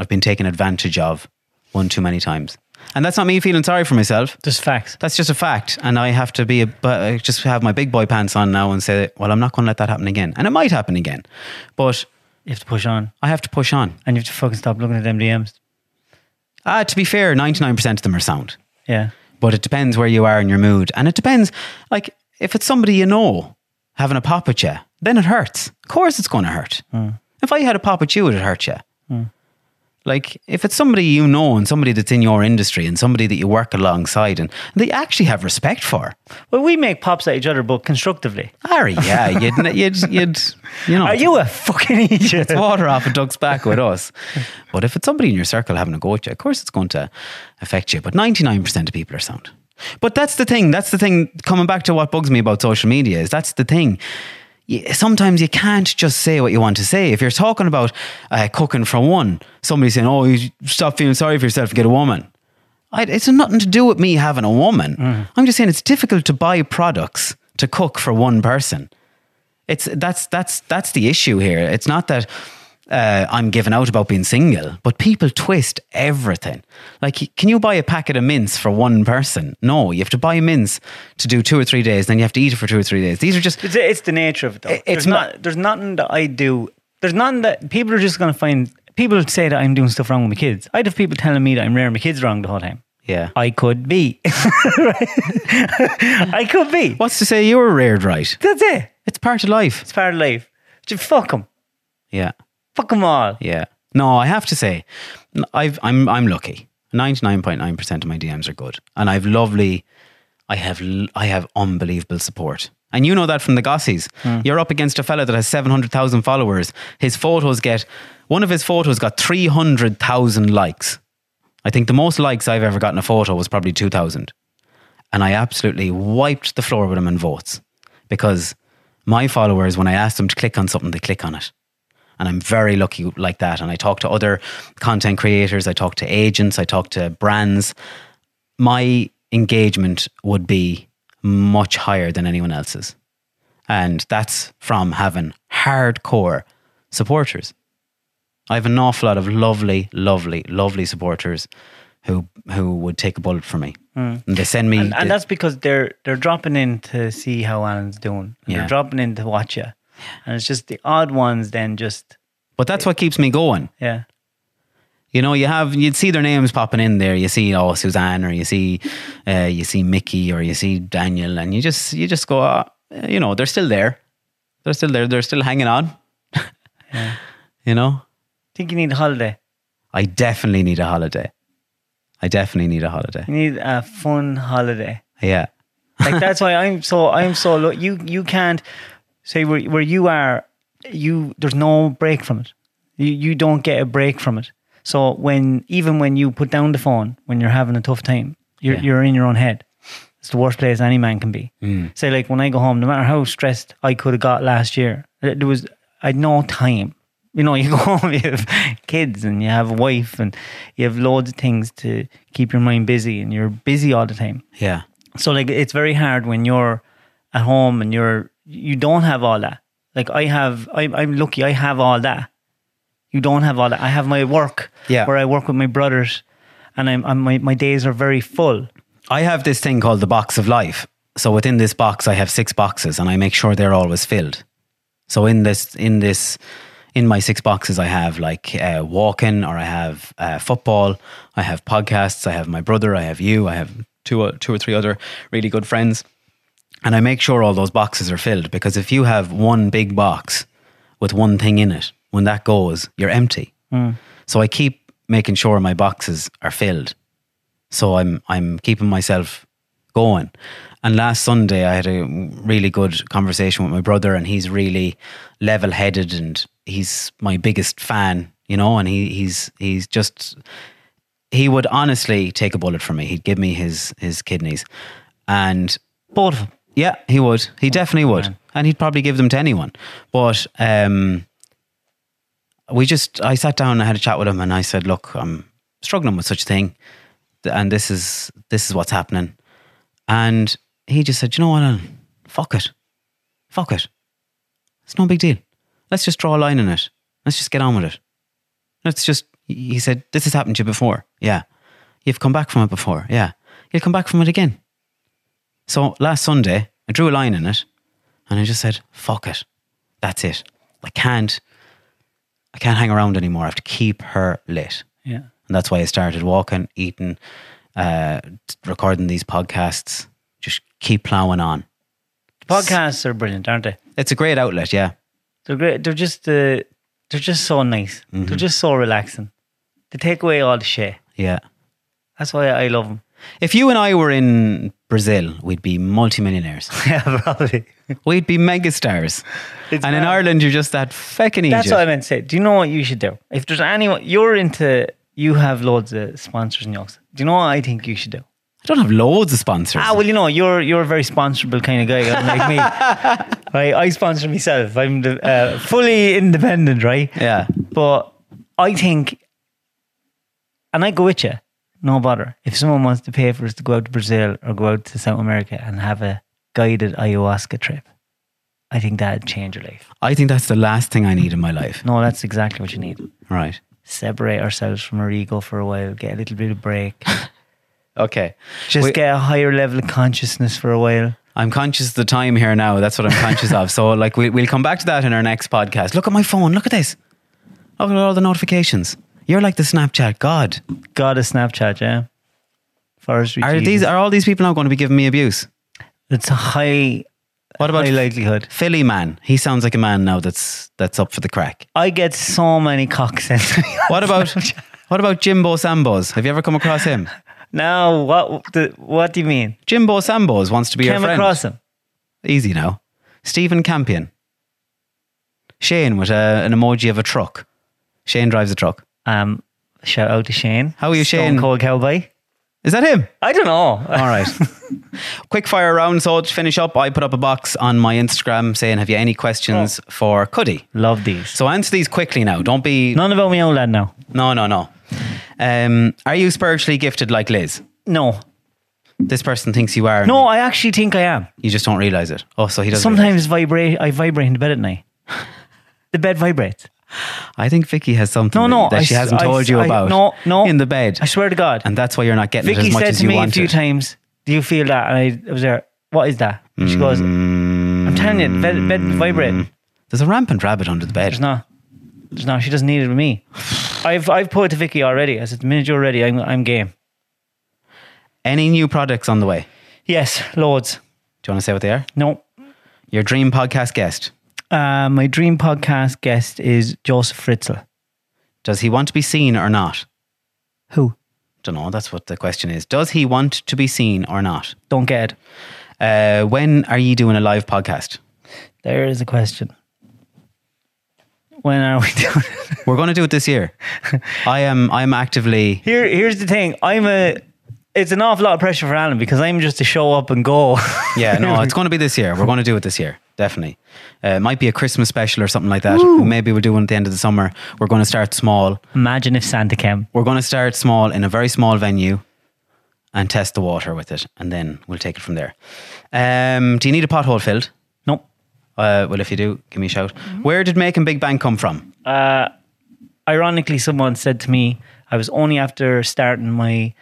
I've been taken advantage of one too many times. And that's not me feeling sorry for myself.
Just facts.
That's just a fact, and I have to be a but I just have my big boy pants on now and say, well, I'm not going to let that happen again. And it might happen again, but
You have to push on
I have to push on.
and you have to fucking stop looking at them DMs.
Ah, to be fair, 99% of them are sound.
Yeah.
but it depends where you are in your mood. And it depends, like, if it's somebody you know having a pop at you, then it hurts. Of course, it's going to hurt. If I had a pop at you, it'd hurt you. Like, if it's somebody you know and somebody that's in your industry and somebody that you work alongside and that you actually have respect for,
Well, we make pops at each other, but constructively.
Harry, yeah, you'd, you'd, you'd, you know,
Are you a fucking [LAUGHS] idiot?
it's water off a duck's back with us. But if it's somebody in your circle having a go at you, of course it's going to affect you. But 99% of people are sound. But that's the thing. That's the thing. Coming back to what bugs me about social media is that's the thing. You- Sometimes you can't just say what you want to say. If you're talking about uh, cooking for one, somebody's saying, "Oh, you stop feeling sorry for yourself and get a woman." I, it's nothing to do with me having a woman.
Mm.
I'm just saying it's difficult to buy products to cook for one person it's that's that's that's the issue here. It's not that uh, I'm giving out about being single, but people twist everything. Like, can you buy a packet of mints for one person? No, you have to buy mints to do two or three days, then you have to eat it for two or three days. These are just
It's, it's the nature of it. Though.
It- it's
there's
not-
not, There's nothing that I do. There's nothing that people are just going to find. People would say that I'm doing stuff wrong with my kids. I'd have people telling me that I'm rearing my kids wrong the whole time.
yeah.
I could be. [LAUGHS] I could be.
What's to say you were reared right?
That's it.
It's part of life.
It's part of life. Just fuck them.
Yeah,
Fuck them all.
yeah. No, I have to say, I've I'm I'm lucky. Ninety nine point nine percent of my DMs are good, and I've lovely. I have l- I have unbelievable support. And you know that from the gossies. You're up against a fella that has 700,000 followers. His photos get, one of his photos got 300,000 likes. I think the most likes I've ever gotten a photo was probably 2,000. And I absolutely wiped the floor with him in votes because my followers, when I ask them to click on something, they click on it. And I'm very lucky like that. And I talk to other content creators, I talk to agents, I talk to brands my engagement would be much higher than anyone else's. And that's from having hardcore supporters. I have an awful lot of lovely, lovely, lovely supporters who who would take a bullet for me. And they send me
Hmm. And,
the-
and that's because they're they're dropping in to see how Alan's doing. And
Yeah.
They're dropping in to watch you. And it's just the odd ones then just,
but that's what keeps me going.
yeah.
You know, you have you'd see their names popping in there. You see, oh Suzanne, or you see, uh, you see Mickey, or you see Daniel, and you just you just go, ah, you know, they're still there, they're still there, they're still hanging on. [LAUGHS] You know,
think you need a holiday.
I definitely need a holiday. I definitely need a holiday.
You need a fun holiday.
Yeah,
Like that's why I'm so I'm so low. You you can't say where where you are. You there's no break from it. You you don't get a break from it. So when even when you put down the phone when you're having a tough time, you're
Yeah.
you're in your own head. It's the worst place any man can be. Say like when I go home, no matter how stressed I could have got last year, th- there was I had no time. You know, [LAUGHS] you go home, you have kids and you have a wife and you have loads of things to keep your mind busy and you're busy all the time
yeah,
so like it's very hard when you're at home and you're you don't have all that like i have i'm, I'm lucky i have all that you don't have all that i have my work
Yeah.
where i work with my brothers and i'm, I'm my, my days are very full
I have this thing called the box of life. So within this box, I have six boxes, and I make sure they're always filled. So in this, in this, in my six boxes, I have like uh, walking, or I have uh, football, I have podcasts, I have my brother, I have you, I have two, o- two or three other really good friends, and I make sure all those boxes are filled because if you have one big box with one thing in it, when that goes, you're empty. So I keep making sure my boxes are filled so I'm I'm keeping myself going. And last Sunday, I had a really good conversation with my brother, and he's really level headed, and he's my biggest fan, you know. And he he's he's just he would honestly take a bullet for me. He'd give me his his kidneys, and
both of them
yeah, he would. He definitely would, and he'd probably give them to anyone. But um, we just, I sat down and I had a chat with him, and I said, "Look, I'm struggling with such a thing, th- and this is this is what's happening." And he just said, "You know what, Alan? Fuck it, fuck it. It's no big deal. Let's just draw a line in it. Let's just get on with it. Let's just." He said, "This has happened to you before. Yeah, you've come back from it before. Yeah, you'll come back from it again." So last Sunday, I drew a line in it and I just said, fuck it. That's it. I can't, I can't hang around anymore. I have to keep her lit.
yeah
And that's why I started walking, eating, uh, t- recording these podcasts. Just keep plowing on.
the podcasts are brilliant aren't they
It's a great outlet. Yeah.
they're great they're just uh, they're just so nice they're just so relaxing They take away all the shit.
Yeah.
That's why I love them.
If you and I were in Brazil, we'd be multimillionaires.
yeah, probably.
We'd be megastars.
[LAUGHS] It's
and in
mad.
Ireland, you're just that feckin' Egypt.
That's what I meant to say. Do you know what you should do? If there's anyone you're into, you have loads of sponsors and yokes. Do you know what I think you should do?
I don't have loads of sponsors.
Ah, well, you know, you're you're a very sponsorable kind of guy, unlike
[LAUGHS]
me. Right, I sponsor myself. I'm the, uh, fully independent, right?
Yeah.
But I think, and I go with you, no bother. If someone wants to pay for us to go out to Brazil or go out to South America and have a guided ayahuasca trip, I think that'd change your life.
I think that's the last thing I need in my life.
No, that's exactly what you need.
Right.
Separate ourselves from our ego for a while, get a little bit of
[LAUGHS]
break,
Okay.
just
Wait,
get a higher level of consciousness for a while.
I'm conscious of the time here now. That's what I'm conscious of. So, like, we, we'll come back to that in our next podcast. Look at my phone. Look at this. Look at all the notifications. You're like the Snapchat god.
Got a Snapchat, yeah. Forestry.
Are
Jesus.
these? Are all these people now going to be giving me abuse?
It's a high,
What about
high likelihood.
Philly man? He sounds like a man now that's that's up for the crack.
I get so many cocks in. [LAUGHS]
What about what about Jimbo Sambos? Have you ever come across him?
now? What? The, what do you mean?
Jimbo Sambos wants to be your
Came
friend.
across him.
Easy now. Stephen Campion. Shane with a, an emoji of a truck. Shane drives a truck.
Um, shout out to Shane.
How are you,
Stone
Shane?
Cold cowboy.
Is that him?
I don't know.
All right. [LAUGHS] Quick fire round. So to finish up, I put up a box on my Instagram saying, "Have you any questions
Oh.
for Cuddy?"
[LAUGHS] Love these.
So answer these quickly now. Don't be
None about me own lad now.
no, no, no. Um, are you spiritually gifted like Liz?
No,
This person thinks you are. and
no. I actually think I am.
you just don't realize it. Oh, so he doesn't. realise.
Sometimes vibrate. I vibrate in the bed at night. The bed vibrates.
I think Vicky has something.
No,
that-
no.
that
I
she
s-
hasn't
I
told
s-
you
I-
about.
No, no.
in the bed.
I swear to God.
And that's why you're not getting it
Vicky
as much
said
as
to
you
me a
want.
few
it.
times, "Do you feel that?" And I was there. What is that? And She goes, "I'm telling you, the bed,
Mm.
bed vibrate."
There's a rampant rabbit under the bed.
There's not. There's not. She doesn't need it with me. I've I've put it to Vicky already. I said, "The minute you're ready, I'm I'm game."
Any new products on the way?
Yes, loads.
Do you want to say what they are?
No.
Your dream podcast guest.
Uh, my dream podcast guest is Joseph Fritzl.
Does he want to be seen or not?
Who?
Don't know. That's what the question is. Does he want to be seen or not?
Don't get it.
Uh, when are you doing a live podcast?
There is a question. When are we [LAUGHS] doing it?
We're going to do it this year. [LAUGHS] I am. I'm actively.
Here, here's the thing. I'm a. It's an awful lot of pressure for Alan because I'm just to show up and go.
Yeah,
[LAUGHS]
no, it's going to be this year. We're going to do it this year, definitely. Uh, it might be a Christmas special or something like that. Maybe we'll do one at the end of the summer. We're going to start small.
Imagine if Santa came.
We're going to start small in a very small venue and test the water with it, and then we'll take it from there. Um, do you need a pothole filled?
No.
Uh, well, if you do, give me a shout. Where did Making Big Bang come from?
ironically, someone said to me, I was only after starting my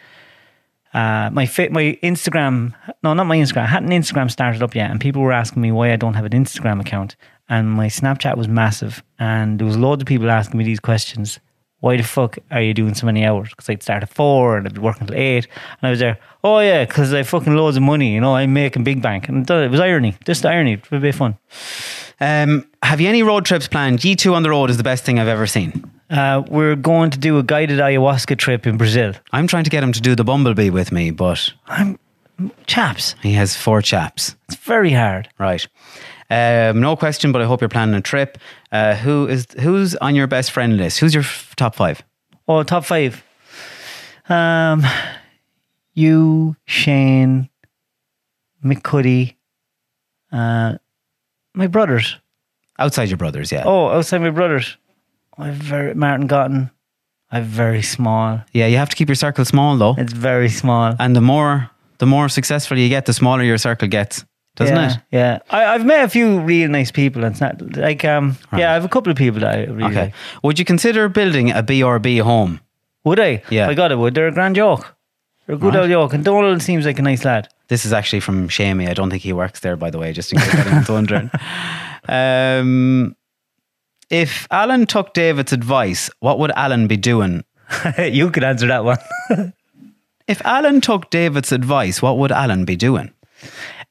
uh, my fa- my Instagram. No, not my Instagram. I hadn't Instagram started up yet, and people were asking me why I don't have an Instagram account. And my Snapchat was massive, and there was loads of people asking me these questions. Why the fuck are you doing so many hours? Because I'd start at four and I'd be working till eight. And I was there, oh yeah, because I fucking loads of money, you know, I'm making big bank. And it was irony, just irony, it would be fun.
Um, have you any road trips planned? Ye two on the road is the best thing I've ever seen.
Uh, we're going to do a guided ayahuasca trip in Brazil.
I'm trying to get him to do the bumblebee with me, but
Chaps,
he has four chaps.
it's very hard.
Right. Um, no question, but I hope you're planning a trip. Uh, who is who's on your best friend list? Who's your f- top five?
Oh, top five. Um, you, Shane, McCuddy, uh, my brothers.
Outside your brothers, yeah.
Oh, outside my brothers, I've very Martin Gotten. I'm very small.
Yeah, you have to keep your circle small though.
It's very small,
And the more the more successful you get, the smaller your circle gets, doesn't
yeah,
it?
Yeah, I, I've met a few real nice people, and it's not like um. Yeah, I have a couple of people that I really
Okay.
like.
Would you consider building a BRB home?
Would I?
Yeah.
I got it. Would they're a grand yoke? They're a good
Right.
old yoke, and Donald seems like a nice lad.
This is actually from Shamey. I don't think he works there, by the way, just in case [LAUGHS] anyone's wondering. Um, if Alan took David's advice, what would Alan be doing
you could answer that one.
If Alan took David's advice, what would Alan be doing?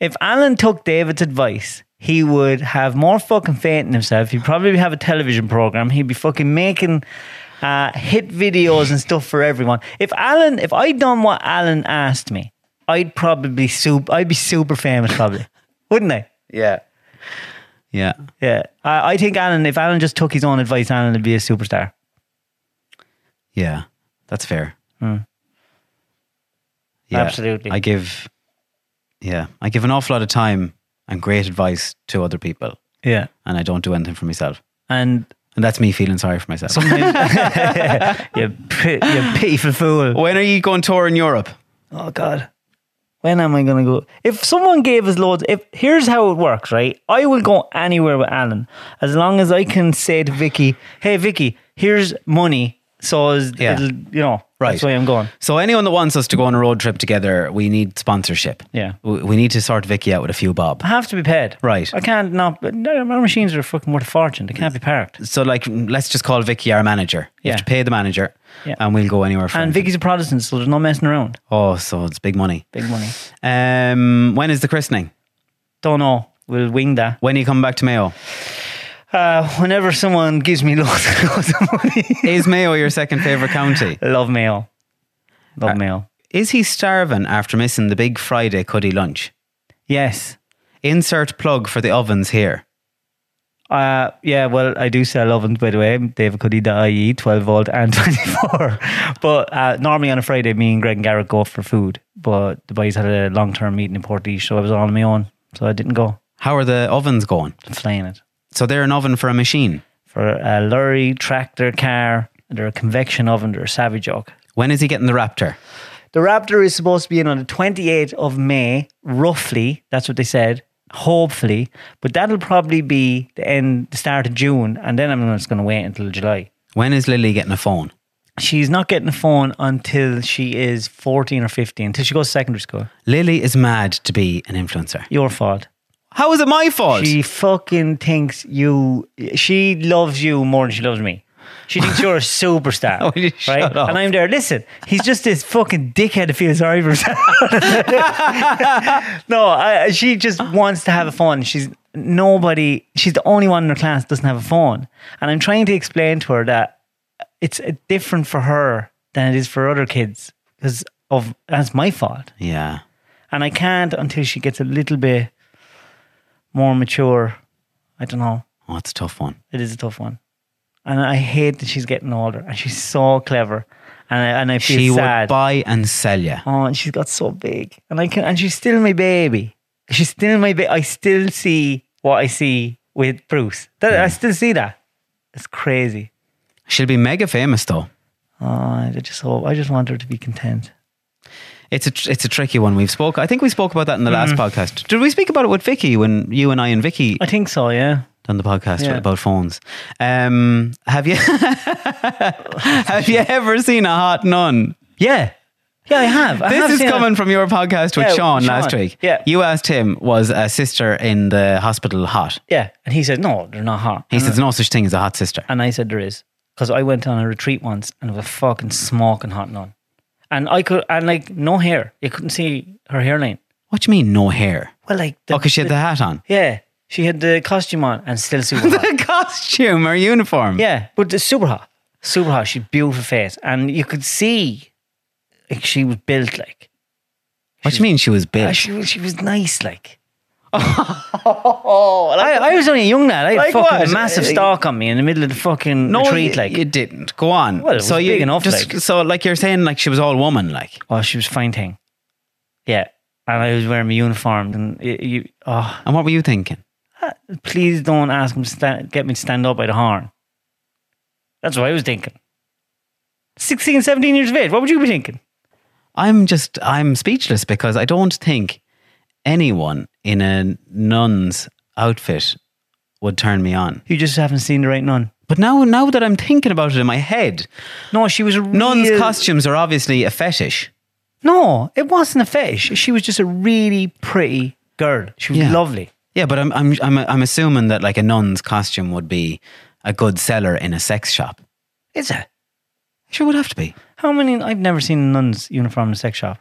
If Alan took David's advice, he would have more fucking faith in himself. He'd probably have a television program. He'd be fucking making uh, hit videos and stuff for everyone. If Alan, if I'd done what Alan asked me, I'd probably super, I'd be super famous probably, [LAUGHS] wouldn't I?
Yeah. Yeah.
Yeah, I, I think Alan. If Alan just took his own advice, Alan would be a superstar.
Yeah. That's fair.
Absolutely.
I give Yeah. I give an awful lot of time and great advice to other people
Yeah,
and I don't do anything for myself.
and
And that's me feeling sorry for myself.
[LAUGHS] you, p- you pitiful fool.
when are you going tour in Europe?
Oh God, when am I gonna go? If someone gave us loads, if here's how it works, right? I will go anywhere with Alan as long as I can say to Vicky, "Hey, Vicky, here's money." So as
Yeah.
it'll, you know,
Right.
that's why I'm going.
So anyone that wants us to go on a road trip together, we need sponsorship.
Yeah.
We, we need to sort Vicky out with a few bob.
I have to be paid,
Right.
I can't not. but no, Our machines are fucking worth a fortune. They can't be parked.
So like let's just call Vicky our manager. You
Yeah.
have to pay the manager
Yeah.
and we'll go anywhere for
And
anything.
Vicky's a Protestant, so there's no messing around.
Oh, so it's big money.
Big money.
Um when is the christening?
Don't know. We'll wing that.
When are you coming back to Mayo?
Uh, whenever someone gives me loads [LAUGHS] and loads of money,
[LAUGHS] Is Mayo your second favourite county?
I love mail. Love
Uh,
mail.
Is he starving after missing the big Friday cuddy lunch?
Yes.
Insert plug for the ovens here.
Uh, yeah, well, I do sell ovens, by the way, davidcuddy.ie, 12 volt and [LAUGHS] 24. but uh, normally on a Friday, me and Greg and Garrett go for food. But the boys had a long term meeting in Portage, so I was on my own. So I didn't go.
How are the ovens going?
Flaying it.
So they're an oven for a machine.
For a lorry, tractor, car, they're a convection oven, they're a savage oak.
When is he getting the Raptor?
The Raptor is supposed to be in on the 28th of May, roughly. That's what they said. Hopefully, but that'll probably be the end, the start of June, and then I'm just going to wait until July.
When is Lily getting a phone?
She's not getting a phone until she is 14 or 15, until she goes to secondary school.
Lily is mad to be an influencer.
Your fault.
How is it my fault?
She fucking thinks you. She loves you more than she loves me. She thinks
[LAUGHS]
you're a superstar,
Oh, you
right?
shut up.
And I'm there. Listen, he's just this fucking dickhead that feels sorry for himself. [LAUGHS] no, I, she just wants to have a phone. She's nobody. She's the only one in her class that doesn't have a phone, and I'm trying to explain to her that it's uh, different for her than it is for other kids because of that's my fault
yeah.
and I can't until she gets a little bit more mature. I don't know.
Oh, it's a tough one.
It is a tough one, and I hate that she's getting older. And she's so clever, and I, and I feel
She would
sad.
buy and sell you.
oh, and she's got so big, and I can, and she's still my baby. She's still my baby. I still see what I see with Bruce. That,
Hmm.
I still see that. It's crazy.
She'll be mega famous though.
Oh, I just hope. I just want her to be content.
It's a tr- it's a tricky one. We've spoke. I think we spoke about that in the last podcast. Did we speak about it with Vicky when you and I and Vicky
Mm. I think so. Yeah.
done the podcast
Yeah.
about phones? Um, have you [LAUGHS] have you ever seen a hot nun?
Yeah. Yeah, I have. I have
This is
seen it.
coming from your podcast with
Yeah,
Sean,
Sean.
last week.
Yeah.
you asked him was a sister in the hospital hot.
Yeah, and he said no, they're not hot.
He says no such thing as a hot sister.
And I said there is. Because I went on a retreat once and it was fucking smoking hot none. And I could and like no hair. You couldn't see her hairline.
What do you mean no hair?
Well like
Oh, because she had the hat on.
Yeah. She had the costume on and still
[LAUGHS]
super hot.
The costume or uniform.
yeah. But the super hot. Super hot. She had beautiful face. And you could see like she was built like.
What do you mean she was
Uh,
bitch?
She, was- she was
[LAUGHS]
nice like. oh, I, I was only a young lad. I had
Like
fucking
what?
massive stalk on me in the middle of the fucking retreat.
you-
Like,
you didn't. Go on.
Well, it was
you
big enough,
Just,
like.
So like you're saying, like she was all woman, like.
Oh, she was fine thing. Yeah. And I was wearing my uniform and y you, oh,
And what were you thinking?
please don't ask him to stand, get me to stand up by the horn. That's what I was thinking. 16, 17 years of age, what would you be thinking?
I'm just I'm speechless because I don't think anyone in a nun's outfit would turn me on.
You just haven't seen the right nun.
But now now that I'm thinking about it in my head,
No, she was a real...
nuns' costumes are obviously a fetish.
No, it wasn't a fetish. She was just a really pretty girl. She was
Yeah.
lovely.
Yeah, but I'm I'm I'm I'm assuming that like a nun's costume would be a good seller in a sex shop.
Is it?
Sure would have to be.
How many? I've never seen a nun's uniform in a sex shop.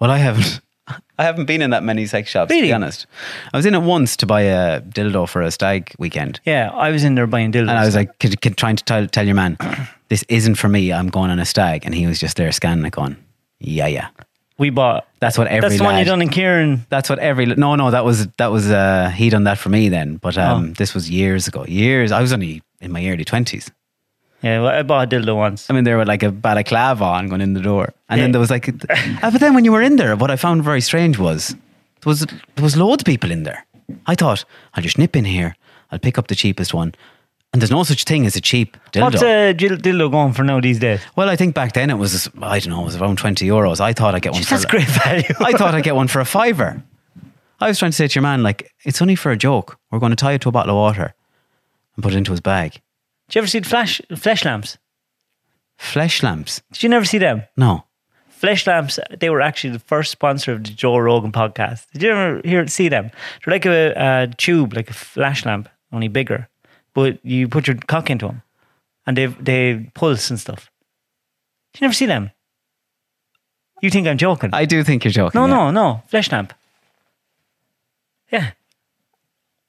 Well, I haven't. [LAUGHS] I haven't been in that many sex shops, to
Really?
be honest. I was in it once to buy a dildo for a stag weekend.
Yeah, I was in there buying dildos.
And I was like, could, could, trying to tell, tell your man, [CLEARS THROAT] this isn't for me. I'm going on a stag. And he was just there scanning it going, yeah, yeah.
we bought.
That's what every
That's the one you
lad-
done in Kieran.
That's what every no no that was that was uh he done that for me then but um this was years ago years I was only in my early twenties
Yeah, well, I bought a dildo once.
I mean there were like a balaclava on going in the door and
Yeah.
then there was like ah, but then when you were in there what I found very strange was there was there was loads of people in there I thought I'll just nip in here I'll pick up the cheapest one and there's no such thing as a cheap dildo
What's a dil- dildo going for now these days?
well I think back then it was I don't know it was around twenty euros I thought I would get one for
That's
like-
great value.
I thought I'd get one for a fiver. I was trying to say to your man, like, it's only for a joke. We're going to tie it to a bottle of water and put it into his bag.
[LAUGHS] Did you ever see the flash flesh lamps?
Flesh lamps?
Did you never see them?
No.
Flesh lamps. They were actually the first sponsor of the Joe Rogan podcast. Did you ever hear see them? They're like a, a tube, like a flash lamp, only bigger. But you put your cock into them, and they they pulse and stuff. Did you never see them? You think I'm joking?
I do think you're joking.
no,
yeah.
no, no. Flesh lamp. Yeah,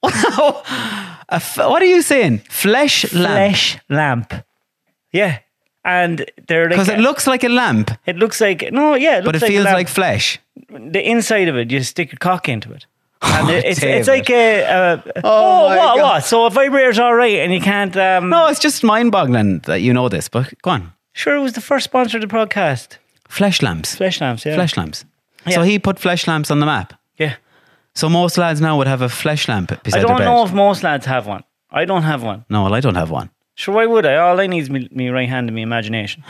A f- what are you saying? Flesh lamp.
flesh lamp. Yeah, and they're like
Because it looks like a lamp,
It looks like no, yeah, it
but
looks
it feels
a lamp.
like flesh.
the inside of it, you stick your cock into
[LAUGHS]
it.
Oh,
And it- it's, it's
David.
like a, a oh,
my
what
God.
what? So a vibrator's all right, and you can't. Um,
No, Oh, it's just mind boggling that you know this, but go on.
sure, it was the first sponsor of the podcast,
Flesh lamps.
Flesh Lamps. Yeah,
Flesh lamps. So
Yeah.
he put flesh lamps on the map.
Yeah,
So most lads now would have a flesh lamp beside
I don't
their bed.
know if most lads have one. I don't have one.
no, well, I don't have one.
Sure, why would I? All I need is me, me right hand and me [LAUGHS] imagination.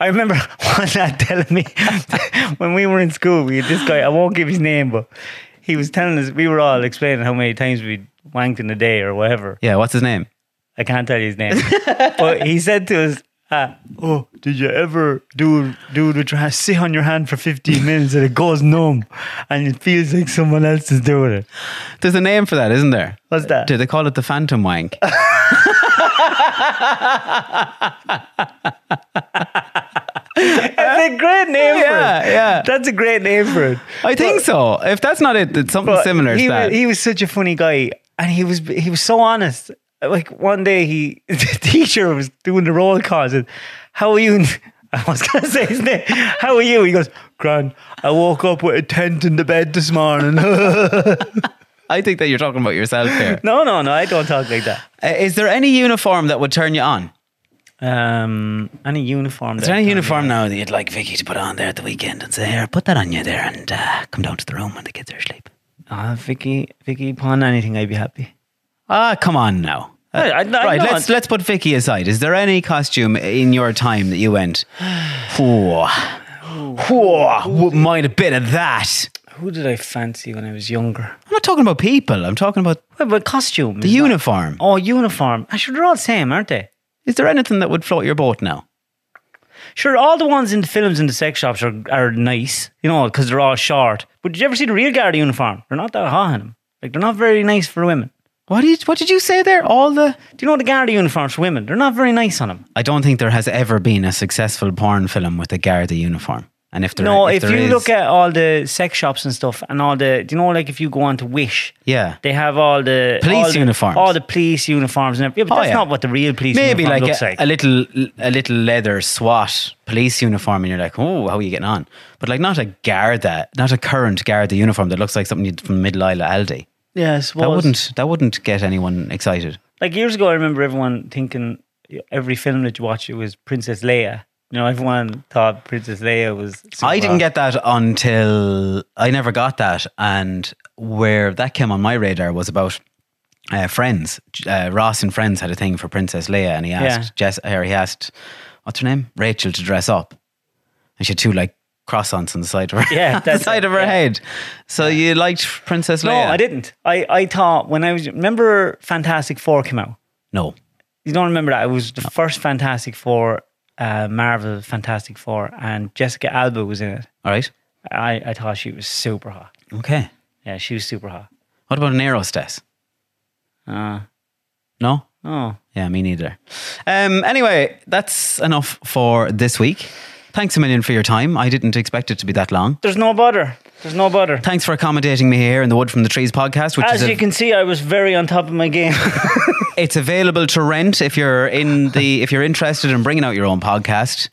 I remember [LAUGHS] one lad telling me [LAUGHS] when we were in school, we had this guy, I won't give his name, but he was telling us, we were all explaining how many times we'd wanked in a day or whatever.
Yeah, what's his name?
I can't tell you his [LAUGHS] name. but he said to us, uh, "Oh, did you ever do do it with your hand? Sit on your hand for fifteen minutes and it goes numb, and it feels like someone else is doing it."
There's a name for that, isn't there?
What's that?
Do they call it the phantom
[LAUGHS]
wank?
That's a great name for
yeah,
it.
yeah.
That's a great name for it.
I think
But-
so. If that's not it, it's something
but
similar
He
to
was,
that.
he was such a funny guy, and he was he was so honest. Like one day, he [LAUGHS] the teacher was doing the roll call. Said, "How are you?" [LAUGHS] I was gonna say his name. [LAUGHS] How are you? He goes, "Gran, I woke up with a tent in the bed this morning." [LAUGHS]
I think that you're talking about yourself here.
No, no, no. I don't talk like that.
Uh, Is there any uniform that would turn you on?
Um, any uniform?
Is there any uniform now that you'd like Vicky to put on there at the weekend and say, here, put that on you there and uh, come down to the room when the kids are asleep?
Ah, Vicky, Vicky, upon anything, I'd be happy.
Ah, come on now.
I- I- I
right,
know
let's
it.
let's put Vicky aside. Is there any costume in your time that you went, whoa, whoa, wouldn't mind a bit of that?
Who did I fancy when I was younger?
I'm not talking about people. I'm talking about
What about costume?
the
Is that-
uniform.
Oh, uniform. Ah, Sure, they're all the same, aren't they?
Is there anything that would float your boat now?
Sure, all the ones in the films in the sex shops are, are nice, you know, because they're all short. But did you ever see the real Garda uniform? They're not that hot on them. Like, they're not very nice for women.
What did what did you say there? All the
Do you know the Garda uniforms for women? They're not very nice on them.
I don't think there has ever been a successful porn film with a Garda uniform. And if there
no,
if,
if,
there
you
is-
look at all the sex shops and stuff, and all the, do you know, like if you go on to Wish,
yeah,
They have all the
Police
all the-
uniforms.
all the police uniforms, and everything. Yeah, but
Oh,
that's
yeah.
not what the real police
maybe
uniform
like
looks
a,
like.
a little a little leather SWAT police uniform, and you're like, oh, how are you getting on? But like not a Garda, not a current Garda uniform that looks like something you'd from Middle Isle Aldi.
yes,
That wouldn't that wouldn't get anyone excited.
like years ago. I remember everyone thinking every film that you watch it was Princess Leia. You know, everyone thought Princess Leia was.
I didn't get that until I never got that, and where that came on my radar was about uh, Friends. Uh, Ross and Friends had a thing for Princess Leia, and he asked Jess, or he asked what's her name, Rachel, to dress up, and she had two like croissants [LAUGHS] on the side of her,
Yeah,
the
that's
side
it,
of her
yeah.
head. So you liked Princess
No,
Leia?
I didn't. I I thought when I was remember Fantastic Four came out.
No,
You don't remember that? It was the first Fantastic Four, uh, Marvel Fantastic Four, and Jessica Alba was in it.
all right,
I I thought she was super hot.
okay.
Yeah, she was super hot.
What about an aerostess?
Uh,
No,
oh.
Yeah, me neither. Um, anyway, that's enough for this week. Thanks a million for your time. I didn't expect it to be that long.
There's no butter. There's no butter.
Thanks for accommodating me here in the Wood from the Trees podcast, which
As
is a-
you can see, I was very on top of my game.
it's available to rent if you're in
[LAUGHS]
the if you're interested in bringing out your own podcast.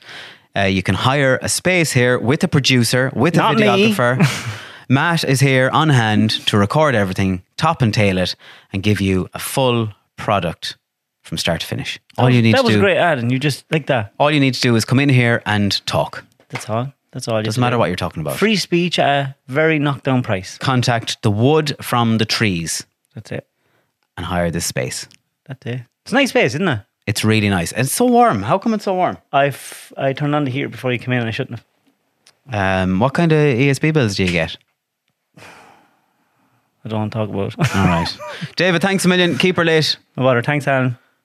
Uh, you can hire a space here with a producer, with a
Not me.
videographer.
[LAUGHS]
Matt is here on hand to record everything, top and tail it, and give you a full product from start to finish. All you need
[LAUGHS] that
to
was
do,
a great ad, and you just like that.
all you need to do is come in here and talk.
That's all. That's all.
Doesn't
you have to
matter
do.
what you're talking about.
Free speech at a very knockdown price.
Contact the wood from the trees
That's it.
and hire this space.
That's it. It's a nice space, isn't it?
It's really nice. It's so warm. How come it's so warm?
I, f- I turned on the heater before you came in, and I shouldn't have.
Um, what kind of ESB bills do you get?
I don't want to talk about it.
All right. David, thanks a million. Keep her late. [LAUGHS]
No Water. Thanks, Alan.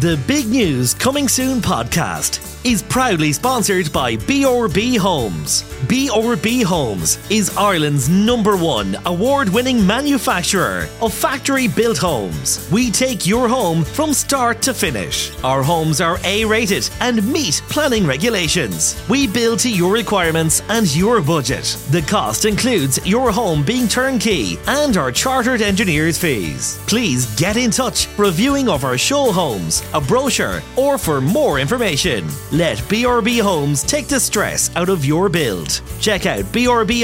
The Big News Coming Soon podcast is proudly sponsored by BRB Homes. BRB Homes is Ireland's number one award winning manufacturer of factory built homes. We take your home from start to finish. Our homes are A rated and meet planning regulations. We build to your requirements and your budget. The cost includes your home being turnkey and our chartered engineer's fees. Please get in touch for a viewing of our show homes, a brochure, or for more information. Let BRB Homes take the stress out of your build. Check out brbhomes.ie.